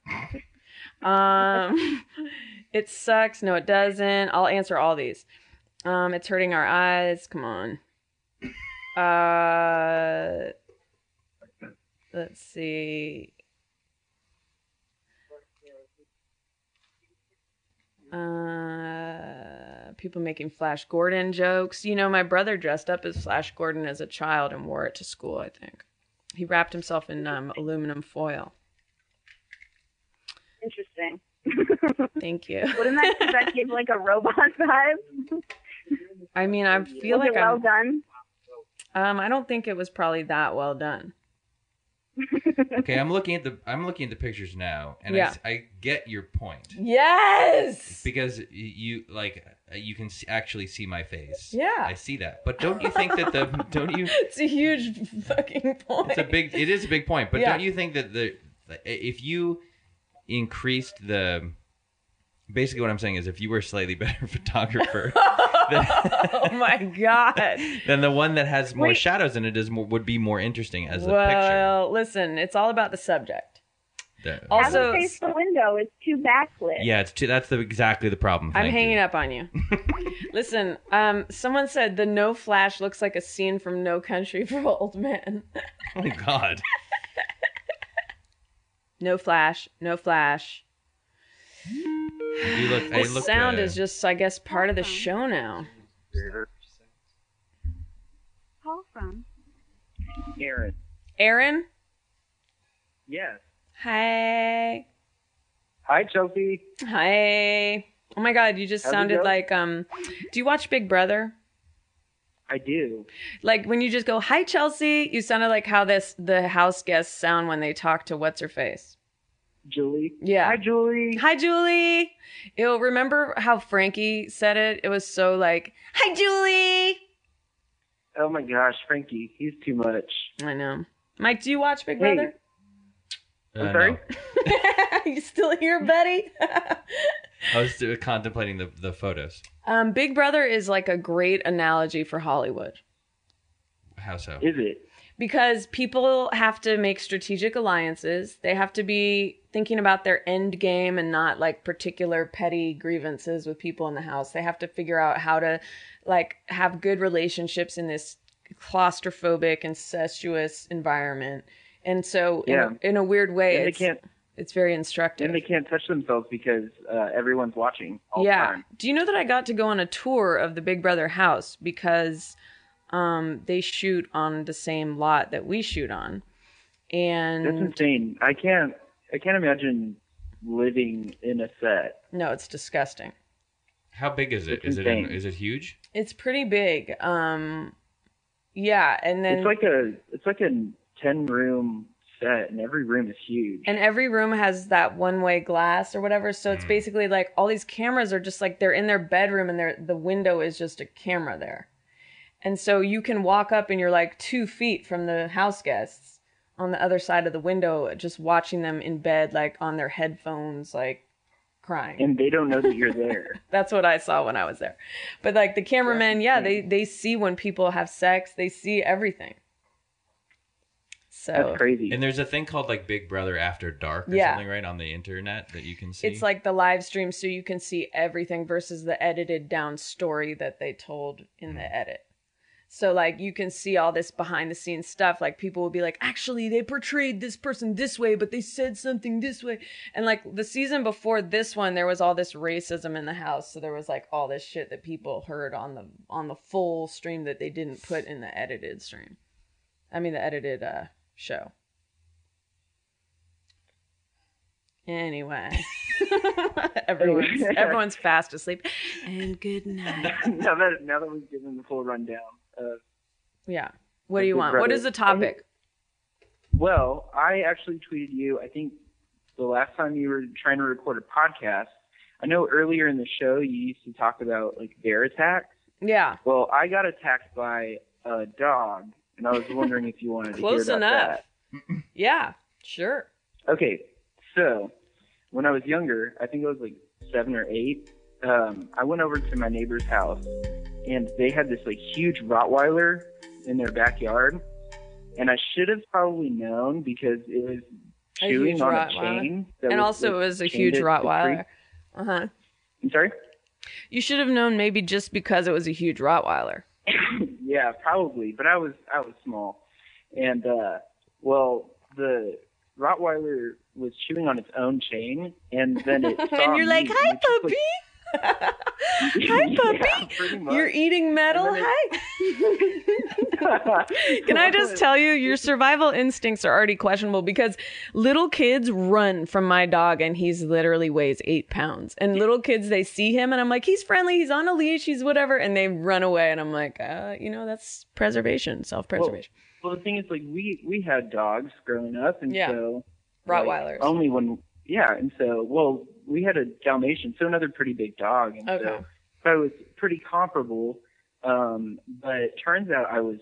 Speaker 3: um, it sucks. No, it doesn't. I'll answer all these. Um, it's hurting our eyes. Come on. Uh, let's see. Uh, people making Flash Gordon jokes. You know, my brother dressed up as Flash Gordon as a child and wore it to school. I think he wrapped himself in um, aluminum foil.
Speaker 11: Interesting.
Speaker 3: Thank you.
Speaker 11: Wouldn't that, does that give like a robot vibe?
Speaker 3: I mean, I feel
Speaker 11: Was
Speaker 3: like
Speaker 11: it well
Speaker 3: I'm,
Speaker 11: done.
Speaker 3: Um, I don't think it was probably that well done.
Speaker 4: okay, I'm looking at the I'm looking at the pictures now, and I
Speaker 3: Yeah.
Speaker 4: s- I, get your point
Speaker 3: Yes.
Speaker 4: because y- you like uh, you can s actually see my face.
Speaker 3: Yeah.
Speaker 4: I see that. But don't you think that the don't you?
Speaker 3: It's a huge fucking point.
Speaker 4: It's a big. It is a big point. But
Speaker 3: Yeah.
Speaker 4: don't you think that the if you increased the basically what I'm saying is if you were a slightly better photographer,
Speaker 3: oh my god.
Speaker 4: then the one that has more
Speaker 3: Wait.
Speaker 4: shadows in it is more, would be more interesting as the picture.
Speaker 3: well, listen, it's all about the subject.
Speaker 4: The-
Speaker 11: Have a face the window. It's too backlit.
Speaker 4: yeah, it's too, that's the exactly the problem.
Speaker 3: I'm
Speaker 4: Thank
Speaker 3: hanging up on you. Listen, um, someone said the no flash looks like a scene from No Country for Old Men.
Speaker 4: you. Oh God.
Speaker 3: No flash, no flash.
Speaker 4: You look. I
Speaker 3: This
Speaker 4: look.
Speaker 3: sound
Speaker 4: uh,
Speaker 3: is just, I guess, part of the show now.
Speaker 11: Call from.
Speaker 12: Aaron.
Speaker 3: Aaron,
Speaker 12: Yes.
Speaker 3: hi,
Speaker 12: Hi, Chelsea.
Speaker 3: hi. Oh my God, you just
Speaker 12: How's it
Speaker 3: sounded
Speaker 12: go?
Speaker 3: like um. Do you watch Big Brother?
Speaker 12: I do.
Speaker 3: Like when you just go, "Hi, Chelsea," you sounded like how this the house guests sound when they talk to what's her face.
Speaker 12: Julie.
Speaker 3: Yeah. Hi,
Speaker 12: Julie.
Speaker 3: Hi, Julie. Ew, remember how Frankie said it? It was so like, hi, Julie.
Speaker 12: Oh my gosh, Frankie, he's too much.
Speaker 3: I know. Mike, do you watch Big
Speaker 12: Hey.
Speaker 3: Brother?
Speaker 12: I'm
Speaker 4: Uh,
Speaker 12: sorry.
Speaker 3: you still here, buddy?
Speaker 4: I was uh, contemplating the, the photos.
Speaker 3: um, Big Brother is like a great analogy for Hollywood
Speaker 4: How so?
Speaker 12: Is it?
Speaker 3: because people have to make strategic alliances. They have to be thinking about their end game and not like particular petty grievances with people in the house. They have to figure out how to like have good relationships in this claustrophobic, incestuous environment. And so, in,
Speaker 12: Yeah.
Speaker 3: a, in a weird way,
Speaker 12: And they
Speaker 3: it's, it's very instructive.
Speaker 12: And they can't touch themselves because uh, everyone's watching. All the
Speaker 3: yeah.
Speaker 12: time.
Speaker 3: Do you know that I got to go on a tour of the Big Brother house because um, they shoot on the same lot that we shoot on, and
Speaker 12: That's insane. I can't. I can't imagine living in a set.
Speaker 3: no, it's disgusting.
Speaker 4: How big is it?
Speaker 12: It's
Speaker 4: Is it in,
Speaker 12: insane.
Speaker 4: is it huge?
Speaker 3: It's pretty big. Um, yeah, and then
Speaker 12: it's like a. It's like a ten room set, and every room is huge.
Speaker 3: and every room has that one-way glass or whatever. So it's basically like all these cameras are just like they're in their bedroom and they're, the window is just a camera there, and so you can walk up and you're like two feet from the house guests on the other side of the window, just watching them in bed, like on their headphones, like crying.
Speaker 12: And they don't know that you're there.
Speaker 3: That's what I saw when I was there. But like the cameramen, yeah, they they see when people have sex. They see everything. So
Speaker 12: crazy.
Speaker 4: And there's a thing called like Big Brother After Dark or
Speaker 3: Yeah.
Speaker 4: something, right, on the internet that you can see.
Speaker 3: it's like the live stream so you can see everything versus the edited down story that they told in
Speaker 4: Mm.
Speaker 3: the edit. So like you can see all this behind the scenes stuff like people will be like actually they portrayed this person this way but they said something this way and like the season before this one there was all this racism in the house so there was like all this shit that people heard on the on the full stream that they didn't put in the edited stream. I mean the edited uh show. Anyway, everyone's
Speaker 12: Anyway.
Speaker 3: everyone's fast asleep. And good night.
Speaker 12: now that now that we've given the full rundown. Uh,
Speaker 3: Yeah. What do you
Speaker 12: Big
Speaker 3: want? What
Speaker 12: Brother.
Speaker 3: is the topic?
Speaker 12: well, I actually tweeted you. I think the last time you were trying to record a podcast. I know earlier in the show you used to talk about like bear attacks.
Speaker 3: Yeah.
Speaker 12: Well, I got attacked by a dog, and I was wondering if you wanted to
Speaker 3: Close
Speaker 12: hear about
Speaker 3: enough. Yeah. Sure.
Speaker 12: that. Okay, so when I was younger, I think I was like seven or eight. Um, I went over to my neighbor's house, and they had this like huge Rottweiler in their backyard, and I should have probably known because it was
Speaker 3: A
Speaker 12: chewing
Speaker 3: huge
Speaker 12: on a
Speaker 3: Rottweiler.
Speaker 12: chain. that
Speaker 3: And
Speaker 12: was,
Speaker 3: also,
Speaker 12: like,
Speaker 3: it was a
Speaker 12: chained
Speaker 3: huge
Speaker 12: it to the
Speaker 3: Rottweiler.
Speaker 12: tree.
Speaker 3: Uh huh.
Speaker 12: I'm sorry.
Speaker 3: You should have known maybe just because it was a huge Rottweiler.
Speaker 12: yeah, probably. But I was I was small, and uh, well, the Rottweiler was chewing on its own chain, and then it saw
Speaker 3: and you're like,
Speaker 12: me,
Speaker 3: "Hi,
Speaker 12: and it
Speaker 3: puppy.
Speaker 12: just,
Speaker 3: Hi,
Speaker 12: Yeah,
Speaker 3: puppy.
Speaker 12: pretty much.
Speaker 3: You're eating metal.
Speaker 12: And then
Speaker 3: Hi. Can I just tell you, your survival instincts are already questionable because little kids run from my dog and he's literally weighs eight pounds. And little kids, they see him and I'm like, he's friendly, he's on a leash, he's whatever. And they run away. And I'm like, uh, you know, that's preservation, self preservation.
Speaker 12: Well, the thing is, like, we we had dogs growing up, and
Speaker 3: Yeah.
Speaker 12: so like,
Speaker 3: Rottweilers.
Speaker 12: only when yeah, and so well, we had a Dalmatian, so another pretty big dog, and
Speaker 3: Okay.
Speaker 12: so so it was pretty comparable. Um, but it turns out I was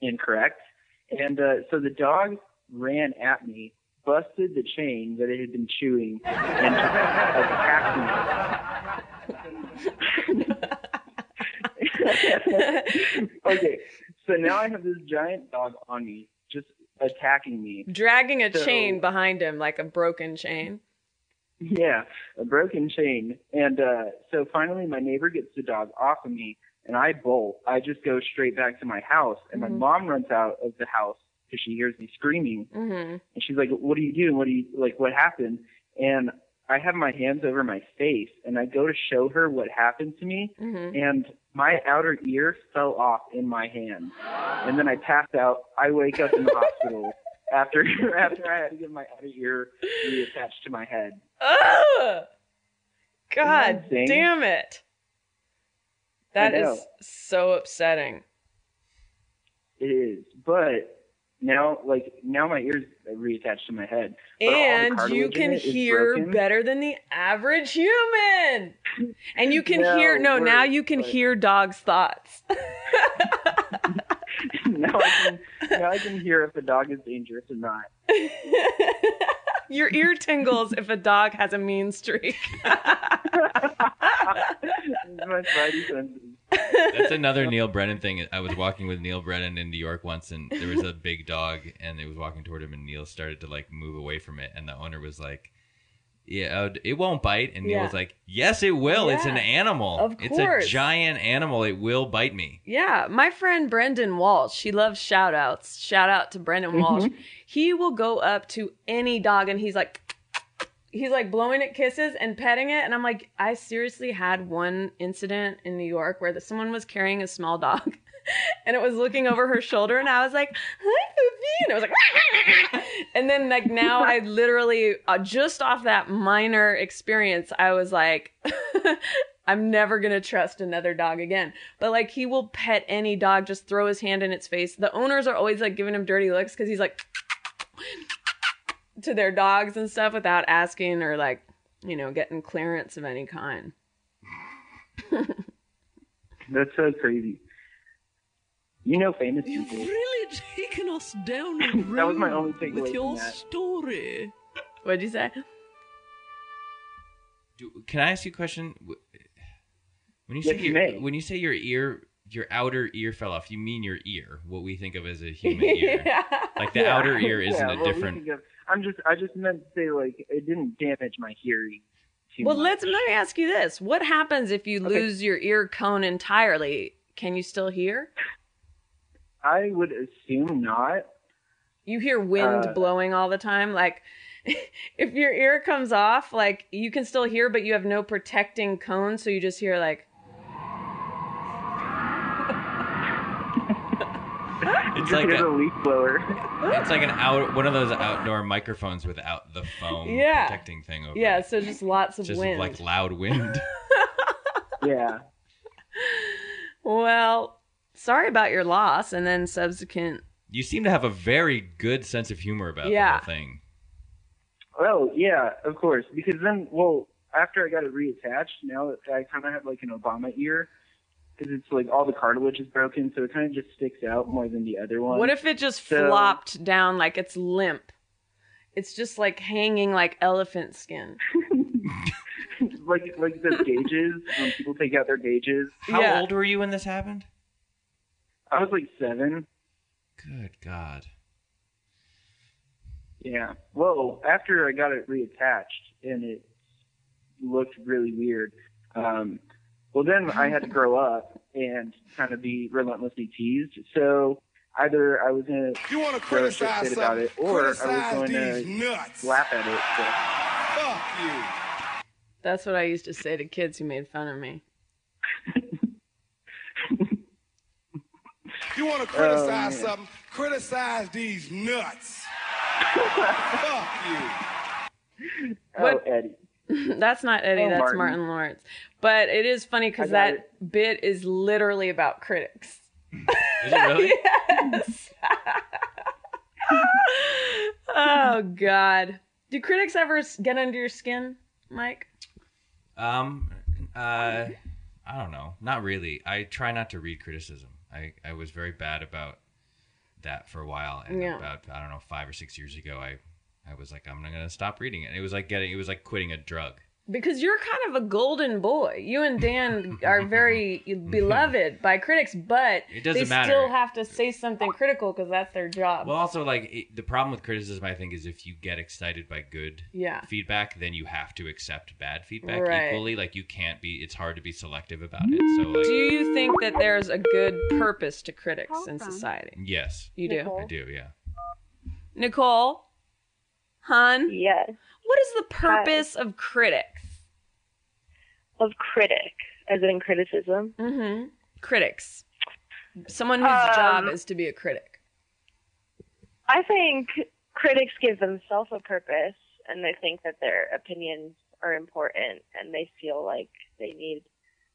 Speaker 12: incorrect, and uh, so the dog ran at me, busted the chain that it had been chewing, and just attacked me. okay, so now I have this giant dog on me, just attacking me.
Speaker 3: Dragging a
Speaker 12: So-
Speaker 3: chain behind him like a broken chain.
Speaker 12: Yeah, a broken chain. And uh, so finally, my neighbor gets the dog off of me, and I bolt. I just go straight back to my house, and
Speaker 3: Mhm.
Speaker 12: my mom runs out of the house because she hears me screaming,
Speaker 3: Mm-hmm.
Speaker 12: and she's like, "What are you doing? What do you like? What happened?" And I have my hands over my face, and I go to show her what happened to me,
Speaker 9: Mm-hmm.
Speaker 3: Mhm.
Speaker 12: and my outer ear fell off in my hand, and then I passed out. I wake up in the hospital. After after I had to get my outer ear reattached to my head.
Speaker 3: Ugh! God
Speaker 12: Isn't that insane?
Speaker 3: damn it. That
Speaker 12: I
Speaker 3: is
Speaker 12: know.
Speaker 3: so upsetting.
Speaker 12: It is, but now, like now, my ears are reattached to my head, but all the
Speaker 3: And you
Speaker 12: cartilage in
Speaker 3: can
Speaker 12: it is
Speaker 3: hear
Speaker 12: broken.
Speaker 3: better than the average human. And you can
Speaker 12: No,
Speaker 3: hear no, now
Speaker 12: worse,
Speaker 3: you can
Speaker 12: but-
Speaker 3: hear dogs' thoughts.
Speaker 12: now I can now I can hear if a dog is dangerous or not.
Speaker 3: Your ear tingles if a dog has a mean streak.
Speaker 12: My spidey senses.
Speaker 4: That's another Neil Brennan thing. I was walking with Neil Brennan in New York once, and there was a big dog, and it was walking toward him, and Neil started to like move away from it, and the owner was like, yeah, uh, it won't bite. And Neil
Speaker 3: Yeah.
Speaker 4: was like, yes, it will. It's an
Speaker 3: Yeah.
Speaker 4: animal.
Speaker 3: Of
Speaker 4: It's a
Speaker 3: course.
Speaker 4: giant animal. It will bite me.
Speaker 3: Yeah, my friend Brendan Walsh, she loves shout outs. Shout out to Brendan Walsh. He will go up to any dog and he's like, he's like blowing it kisses and petting it. And I'm like, I seriously had one incident in New York where the, someone was carrying a small dog and it was looking over her shoulder. And I was like, hi, Poopy. And it was like, and then like now I literally, uh, just off that minor experience, I was like, I'm never gonna trust another dog again. But like he will pet any dog, just throw his hand in its face. The owners are always like giving him dirty looks because he's like to their dogs and stuff without asking or like, you know, getting clearance of any kind.
Speaker 12: That's so crazy. You know famous people.
Speaker 13: Really taken us down a road
Speaker 12: That was my only takeaway
Speaker 13: with
Speaker 12: from
Speaker 13: your
Speaker 12: that.
Speaker 13: story.
Speaker 3: What'd you say?
Speaker 4: Do, can I ask you a question? W- When you
Speaker 12: Yes,
Speaker 4: say
Speaker 12: you
Speaker 4: your, when you say your ear, your outer ear fell off, you mean your ear, what we think of as a human ear. Like the
Speaker 12: Yeah.
Speaker 4: outer ear isn't
Speaker 12: Yeah,
Speaker 4: a
Speaker 12: well, we
Speaker 4: different.
Speaker 12: think of- I'm just I just meant to say like it didn't damage my hearing. Too
Speaker 3: Well,
Speaker 12: much.
Speaker 3: let's let me ask you this: What happens if you lose your ear cone entirely? Can you still hear?
Speaker 12: I would assume not.
Speaker 3: You hear wind
Speaker 12: Uh,
Speaker 3: blowing all the time. Like, if your ear comes off, like you can still hear, but you have no protecting cone, so you just hear like.
Speaker 4: It's like
Speaker 12: Hear the
Speaker 4: a,
Speaker 12: leaf blower.
Speaker 4: it's like an out one of those outdoor microphones without the foam
Speaker 3: Yeah.
Speaker 4: protecting thing over.
Speaker 3: Yeah, so just lots
Speaker 4: it.
Speaker 3: of
Speaker 4: Just
Speaker 3: wind.
Speaker 4: like loud wind.
Speaker 12: yeah.
Speaker 3: Well, sorry about your loss, and then subsequent.
Speaker 4: You seem to have a very good sense of humor about
Speaker 3: Yeah.
Speaker 4: the whole thing.
Speaker 12: Oh yeah, of course. Because then, well, after I got it reattached, now I kind of have like an Obama ear because it's like all the cartilage is broken, so it kind of just sticks out more than the other one.
Speaker 3: What if it just
Speaker 12: So-
Speaker 3: flopped down like it's limp? It's just like hanging like elephant skin.
Speaker 12: like like those gauges when people take out their gauges?
Speaker 4: How old were you when this happened?
Speaker 12: I was like seven.
Speaker 4: Good God.
Speaker 12: Yeah. Well, after I got it reattached and it looked really weird, um, well, then I had to grow up and kind of be relentlessly teased. So either I was going to
Speaker 1: You wanna
Speaker 12: grow
Speaker 1: criticize
Speaker 12: upset about it
Speaker 1: something,
Speaker 12: or I was
Speaker 1: criticize
Speaker 12: going
Speaker 1: these nuts.
Speaker 12: to laugh at it. So.
Speaker 1: Fuck you.
Speaker 3: That's what I used to say to kids who made fun of me.
Speaker 1: You want to criticize something? Criticize these nuts. Fuck you.
Speaker 3: What-
Speaker 12: Oh, Eddie.
Speaker 3: that's not Eddie,
Speaker 12: Oh,
Speaker 3: that's
Speaker 12: Martin.
Speaker 3: Martin. Lawrence. But it is funny
Speaker 12: I
Speaker 3: because
Speaker 12: got
Speaker 3: that bit is literally about critics.
Speaker 4: Is it Oh, really?
Speaker 3: yes. oh God. Do critics ever s- get under your skin, Mike?
Speaker 4: Um, uh, I don't know. Not really. I try not to read criticism. I, I was very bad about that for a while, and
Speaker 3: Yeah.
Speaker 4: about I don't know five or six years ago, I I was like I'm not gonna stop reading it. It was like getting it was like quitting a drug.
Speaker 3: Because you're kind of a golden boy. You and Dan are very beloved by critics, but
Speaker 4: It doesn't
Speaker 3: they
Speaker 4: matter.
Speaker 3: still have to say something critical because that's their job.
Speaker 4: Well, also like it, the problem with criticism, I think, is if you get excited by good
Speaker 3: Yeah.
Speaker 4: feedback, then you have to accept bad feedback
Speaker 3: Right. Mm-hmm.
Speaker 4: equally. Like you can't be. It's hard to be selective about it. So like,
Speaker 3: do you think that there's a good purpose to critics in society?
Speaker 4: yes,
Speaker 3: You do?
Speaker 4: I do. Yeah.
Speaker 3: Nicole? Hun?
Speaker 14: Yes.
Speaker 3: What is the purpose of critics?
Speaker 14: Of critic, as in criticism.
Speaker 3: Mm-hmm. Critics. Someone whose
Speaker 14: Um,
Speaker 3: job is to be a critic.
Speaker 14: I think critics give themselves a purpose and they think that their opinions are important and they feel like they need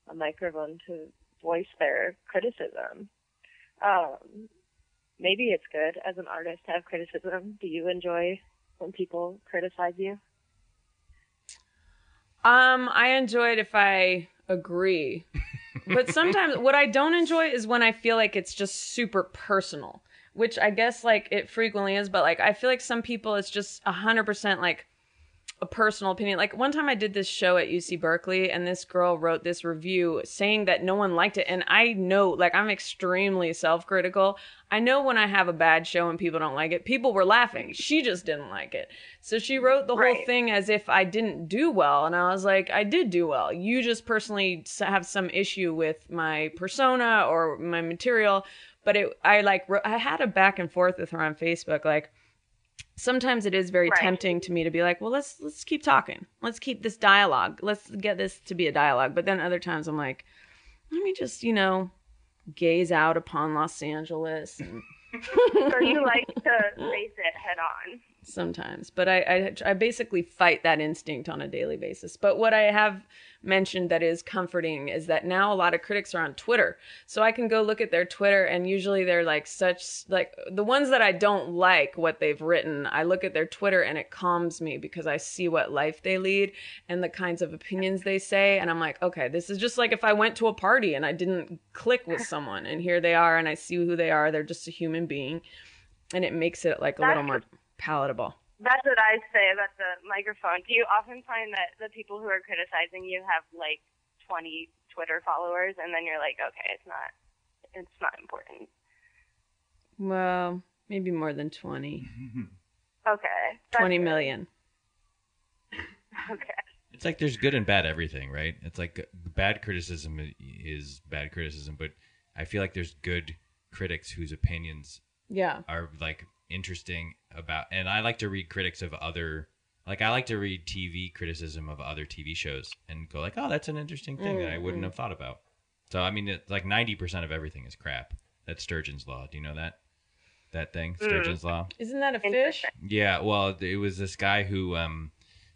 Speaker 14: a microphone to voice their criticism. Um, maybe it's good as an artist to have criticism. Do you enjoy when people criticize you?
Speaker 3: Um, I enjoy it if I agree. but sometimes what I don't enjoy is when I feel like it's just super personal, which I guess like it frequently is, but like I feel like some people it's just 100% like a personal opinion. Like one time I did this show at UC Berkeley and this girl wrote this review saying that no one liked it and I know like I'm extremely self-critical. I know when I have a bad show and people don't like it. People were laughing. She just didn't like it. So she wrote the whole
Speaker 11: Right.
Speaker 3: thing as if I didn't do well and I was like I did do well. You just personally s- have some issue with my persona or my material, but it I like wrote, I had a back and forth with her on Facebook like sometimes it is very
Speaker 11: Right.
Speaker 3: tempting to me to be like, well, let's let's keep talking. Let's keep this dialogue. Let's get this to be a dialogue. But then other times I'm like, let me just, you know, gaze out upon Los Angeles and
Speaker 14: so you like to face it head on.
Speaker 3: sometimes. But I, I I basically fight that instinct on a daily basis. But what I have mentioned that is comforting is that now a lot of critics are on Twitter. So I can go look at their Twitter and usually they're like such like the ones that I don't like what they've written, I look at their Twitter and it calms me because I see what life they lead and the kinds of opinions they say and I'm like, okay, this is just like if I went to a party and I didn't click with someone and here they are and I see who they are, they're just a human being and it makes it like a little
Speaker 14: That's-
Speaker 3: more palatable.
Speaker 14: That's what I say about the microphone. Do you often find that the people who are criticizing you have like 20 Twitter followers, and then you're like, okay, it's not, it's not important.
Speaker 3: Well, maybe more than 20.
Speaker 14: Okay. That's
Speaker 3: 20 million.
Speaker 14: Okay.
Speaker 4: It's like there's good and bad everything, right? It's like uh, bad criticism i- is bad criticism, but I feel like there's good critics whose opinions
Speaker 3: Yeah.
Speaker 4: are like interesting about and I like to read critics of other like I like to read TV criticism of other TV shows and go like, "Oh, that's an interesting thing that I wouldn't
Speaker 3: Mm,
Speaker 4: have thought about." So I mean, it's like 90% of everything is crap. That's Sturgeon's law. Do you know that? That thing,
Speaker 3: Mm.
Speaker 4: Sturgeon's law.
Speaker 3: Isn't that a fish?
Speaker 4: Yeah, well, it was this guy who um,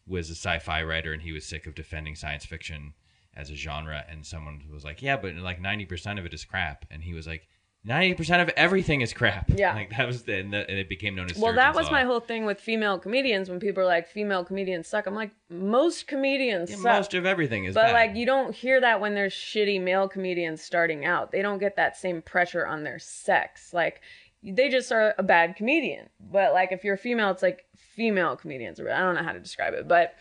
Speaker 4: was a sci-fi writer, and he was sick of defending science fiction as a genre. And someone was like, "Yeah, but like ninety percent of it is crap," and he was like, 90 percent of everything is crap."
Speaker 3: Yeah.
Speaker 4: like that was the and, the, and it became known as.
Speaker 3: Well, that
Speaker 4: Sturgeon's
Speaker 3: was
Speaker 4: Law.
Speaker 3: my whole thing with female comedians when people are like, female comedians suck. I'm like, most comedians
Speaker 4: Yeah,
Speaker 3: suck.
Speaker 4: most of everything is.
Speaker 3: but
Speaker 4: bad.
Speaker 3: like you don't hear that when there's shitty male comedians starting out they don't get that same pressure on their sex like they just are a bad comedian but like if you're a female it's like female comedians i don't know how to describe it but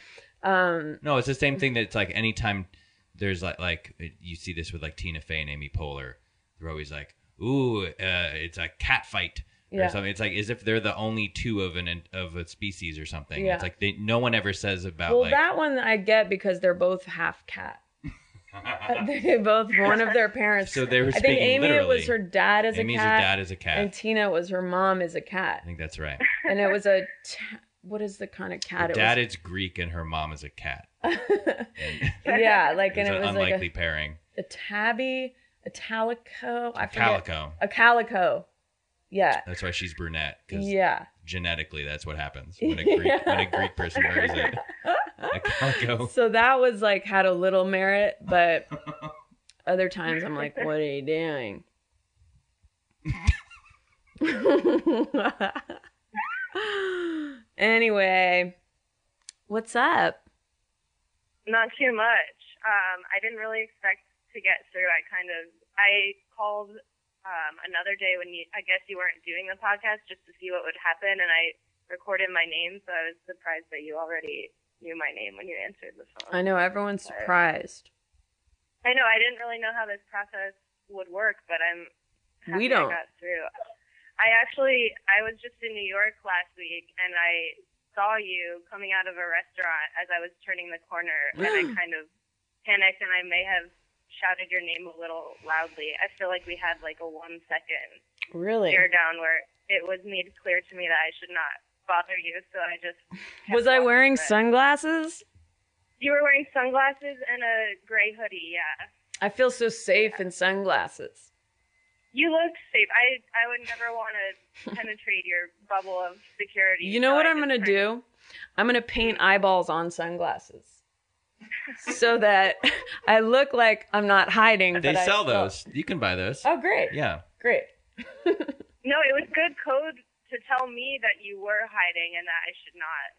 Speaker 3: um
Speaker 4: No, it's the same thing that's like anytime there's like like you see this with like Tina Fey and Amy Poehler, they're always like, "Ooh, uh, it's a cat fight." Or
Speaker 3: Yeah.
Speaker 4: something. It's like as if they're the only two of an of a species or something.
Speaker 3: Yeah.
Speaker 4: It's like they, no one ever says about
Speaker 3: well
Speaker 4: like
Speaker 3: that one i get because they're both half cat they both one of their parents
Speaker 4: So they were
Speaker 3: i think
Speaker 4: speaking
Speaker 3: amy
Speaker 4: literally.
Speaker 3: was her dad as
Speaker 4: Amy's
Speaker 3: a
Speaker 4: her
Speaker 3: cat
Speaker 4: dad as a cat.
Speaker 3: and tina was her mom as a cat
Speaker 4: I think that's right.
Speaker 3: and it was a t- what is the kind of cat
Speaker 4: Her
Speaker 3: it
Speaker 4: dad
Speaker 3: was
Speaker 4: is Greek and her mom is a cat.
Speaker 3: yeah like
Speaker 4: It's
Speaker 3: and
Speaker 4: an
Speaker 3: it was like
Speaker 4: unlikely
Speaker 3: a,
Speaker 4: pairing.
Speaker 3: a tabby, a calico. I forget.
Speaker 4: Calico.
Speaker 3: A calico. Yeah.
Speaker 4: That's why she's brunette because
Speaker 3: Yeah.
Speaker 4: genetically that's what happens when a Greek when a Greek person marries a, a calico.
Speaker 3: So that was like had a little merit, but other times I'm like, what are you doing? anyway, what's up?
Speaker 14: Not too much. Um, I didn't really expect to get through. I kind of I called um, another day when you I guess you weren't doing the podcast just to see what would happen, and I recorded my name, so I was surprised that you already knew my name when you answered the phone.
Speaker 3: I know everyone's
Speaker 14: But-
Speaker 3: surprised.
Speaker 14: I know I didn't really know how this process would work, but I'm
Speaker 3: We
Speaker 14: happy
Speaker 3: don't.
Speaker 14: I got through. I actually I was just in New York last week and I saw you coming out of a restaurant as I was turning the corner and I kind of panicked and I may have shouted your name a little loudly. I feel like we had like a one second
Speaker 3: Really?
Speaker 14: stare down where it was made clear to me that I should not bother you, so I just
Speaker 3: Was I wearing sunglasses?
Speaker 14: you were wearing sunglasses and a gray hoodie, yeah.
Speaker 3: I feel so safe in sunglasses.
Speaker 14: You look safe. I I would never want to penetrate your bubble of security.
Speaker 3: You know what I'm gonna do? I'm gonna paint eyeballs on sunglasses so that I look like I'm not hiding.
Speaker 4: They
Speaker 3: but I
Speaker 4: sell
Speaker 3: still-
Speaker 4: those. You can buy those.
Speaker 3: Oh, great.
Speaker 4: Yeah.
Speaker 3: Great.
Speaker 14: No, it was good code to tell me that you were hiding and that I should not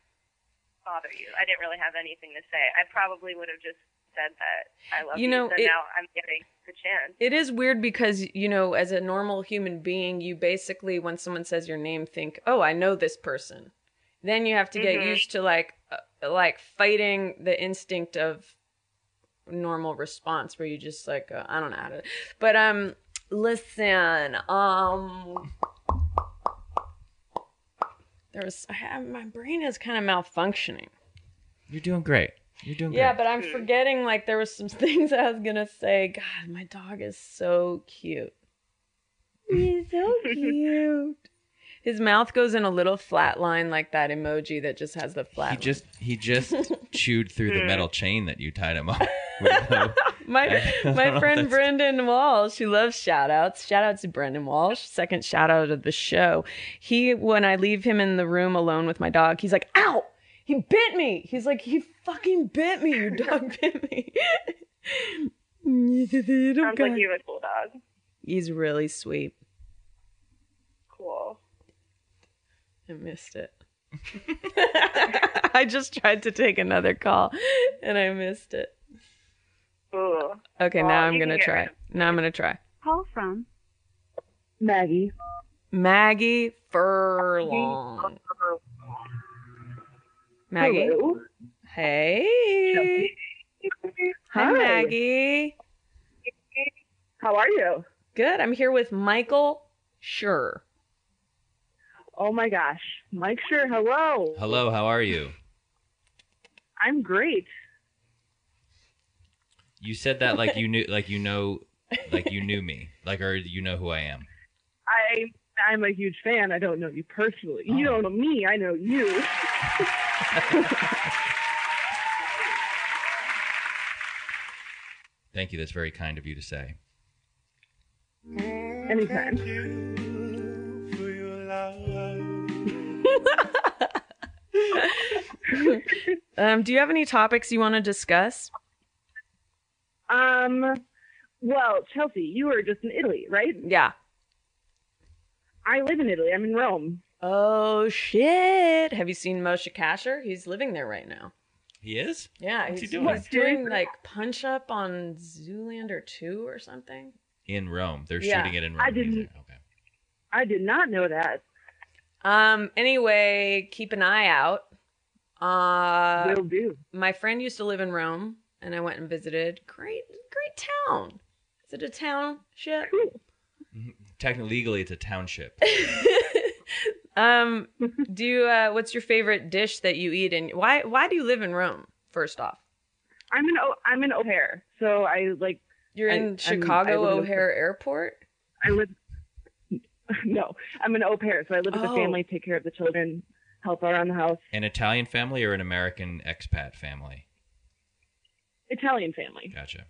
Speaker 14: bother you. I didn't really have anything to say. I probably would have just said that I love
Speaker 3: You
Speaker 14: you.
Speaker 3: know,
Speaker 14: so
Speaker 3: it-
Speaker 14: now I'm getting the chance.
Speaker 3: It is weird because, you know, as a normal human being, you basically, when someone says your name, think, oh, I know this person. Then you have to get
Speaker 14: Mhm.
Speaker 3: used to, like, uh, like fighting the instinct of normal response where you just like uh, I don't know how to but um listen um there was I have my brain is kind of malfunctioning
Speaker 4: You're doing great. You're doing
Speaker 3: yeah
Speaker 4: great.
Speaker 3: but I'm forgetting like there was some things I was gonna say God my dog is so cute He's so cute. his mouth goes in a little flat line like that emoji that just has the flat
Speaker 4: he
Speaker 3: line.
Speaker 4: just he just chewed through the
Speaker 3: Hmm.
Speaker 4: metal chain that you tied him up.
Speaker 3: my my friend
Speaker 4: That's-
Speaker 3: Brendan Walsh, who loves shout outs. Shout out to Brendan Walsh. Second shout out of the show. He when I leave him in the room alone with my dog, he's like, ow! He bit me. He's like, he fucking bit me. Your dog bit me.
Speaker 7: Sounds like you have a cool dog.
Speaker 3: he's really sweet.
Speaker 7: Cool.
Speaker 3: I missed it. I just tried to take another call and I missed it.
Speaker 7: Ooh.
Speaker 3: Okay,
Speaker 7: Well,
Speaker 3: now
Speaker 7: you
Speaker 3: I'm
Speaker 7: can
Speaker 3: gonna
Speaker 7: get
Speaker 3: try.
Speaker 7: rid
Speaker 3: Now I'm gonna try.
Speaker 11: Call from Maggie.
Speaker 3: Maggie Furlong. Maggie.
Speaker 11: Hello.
Speaker 3: Hey. Hi,
Speaker 11: Hi.
Speaker 3: Maggie.
Speaker 11: How are you?
Speaker 3: Good. I'm here with Michael Sure.
Speaker 11: Oh my gosh. Mike Sure, hello.
Speaker 4: Hello, how are you?
Speaker 11: I'm great.
Speaker 4: You said that like you knew like you know like you knew me. Like or you know who I am.
Speaker 11: I I'm a huge fan. I don't know you personally. You
Speaker 3: Oh.
Speaker 11: don't know me, I know you.
Speaker 4: Thank you. That's very kind of you to say.
Speaker 11: Anytime.
Speaker 3: um, do you have any topics you want to discuss?
Speaker 11: Um well, Chelsea, you were just in Italy, right?
Speaker 3: Yeah.
Speaker 11: I live in Italy. I'm in Rome.
Speaker 3: Oh shit! Have you seen Moshe Kasher? He's living there right now.
Speaker 4: He is?
Speaker 3: Yeah,
Speaker 4: What's he
Speaker 3: he's,
Speaker 4: doing?
Speaker 3: he's doing like punch up on Zoolander two or something.
Speaker 4: In Rome. They're
Speaker 3: Yeah.
Speaker 4: shooting it in Rome.
Speaker 3: I
Speaker 11: didn't-
Speaker 4: He's-
Speaker 11: I did not know that.
Speaker 3: Um. Anyway, keep an eye out. Uh,
Speaker 11: Will do.
Speaker 3: My friend used to live in Rome, and I went and visited. Great, great town. Is it a township?
Speaker 4: Technically, legally, it's a township.
Speaker 3: Um. do you? Uh, what's your favorite dish that you eat? And why? Why do you live in Rome? First off,
Speaker 11: I'm in o- I'm in O'Hare. So I like
Speaker 3: you're
Speaker 11: I-
Speaker 3: in
Speaker 11: I'm-
Speaker 3: Chicago
Speaker 11: I live in-
Speaker 3: O'Hare Airport.
Speaker 11: I live No, I'm an au pair, so I live with the
Speaker 3: Oh.
Speaker 11: family, take care of the children, help around the house.
Speaker 4: An Italian family or an American expat family?
Speaker 11: Italian family.
Speaker 4: Gotcha.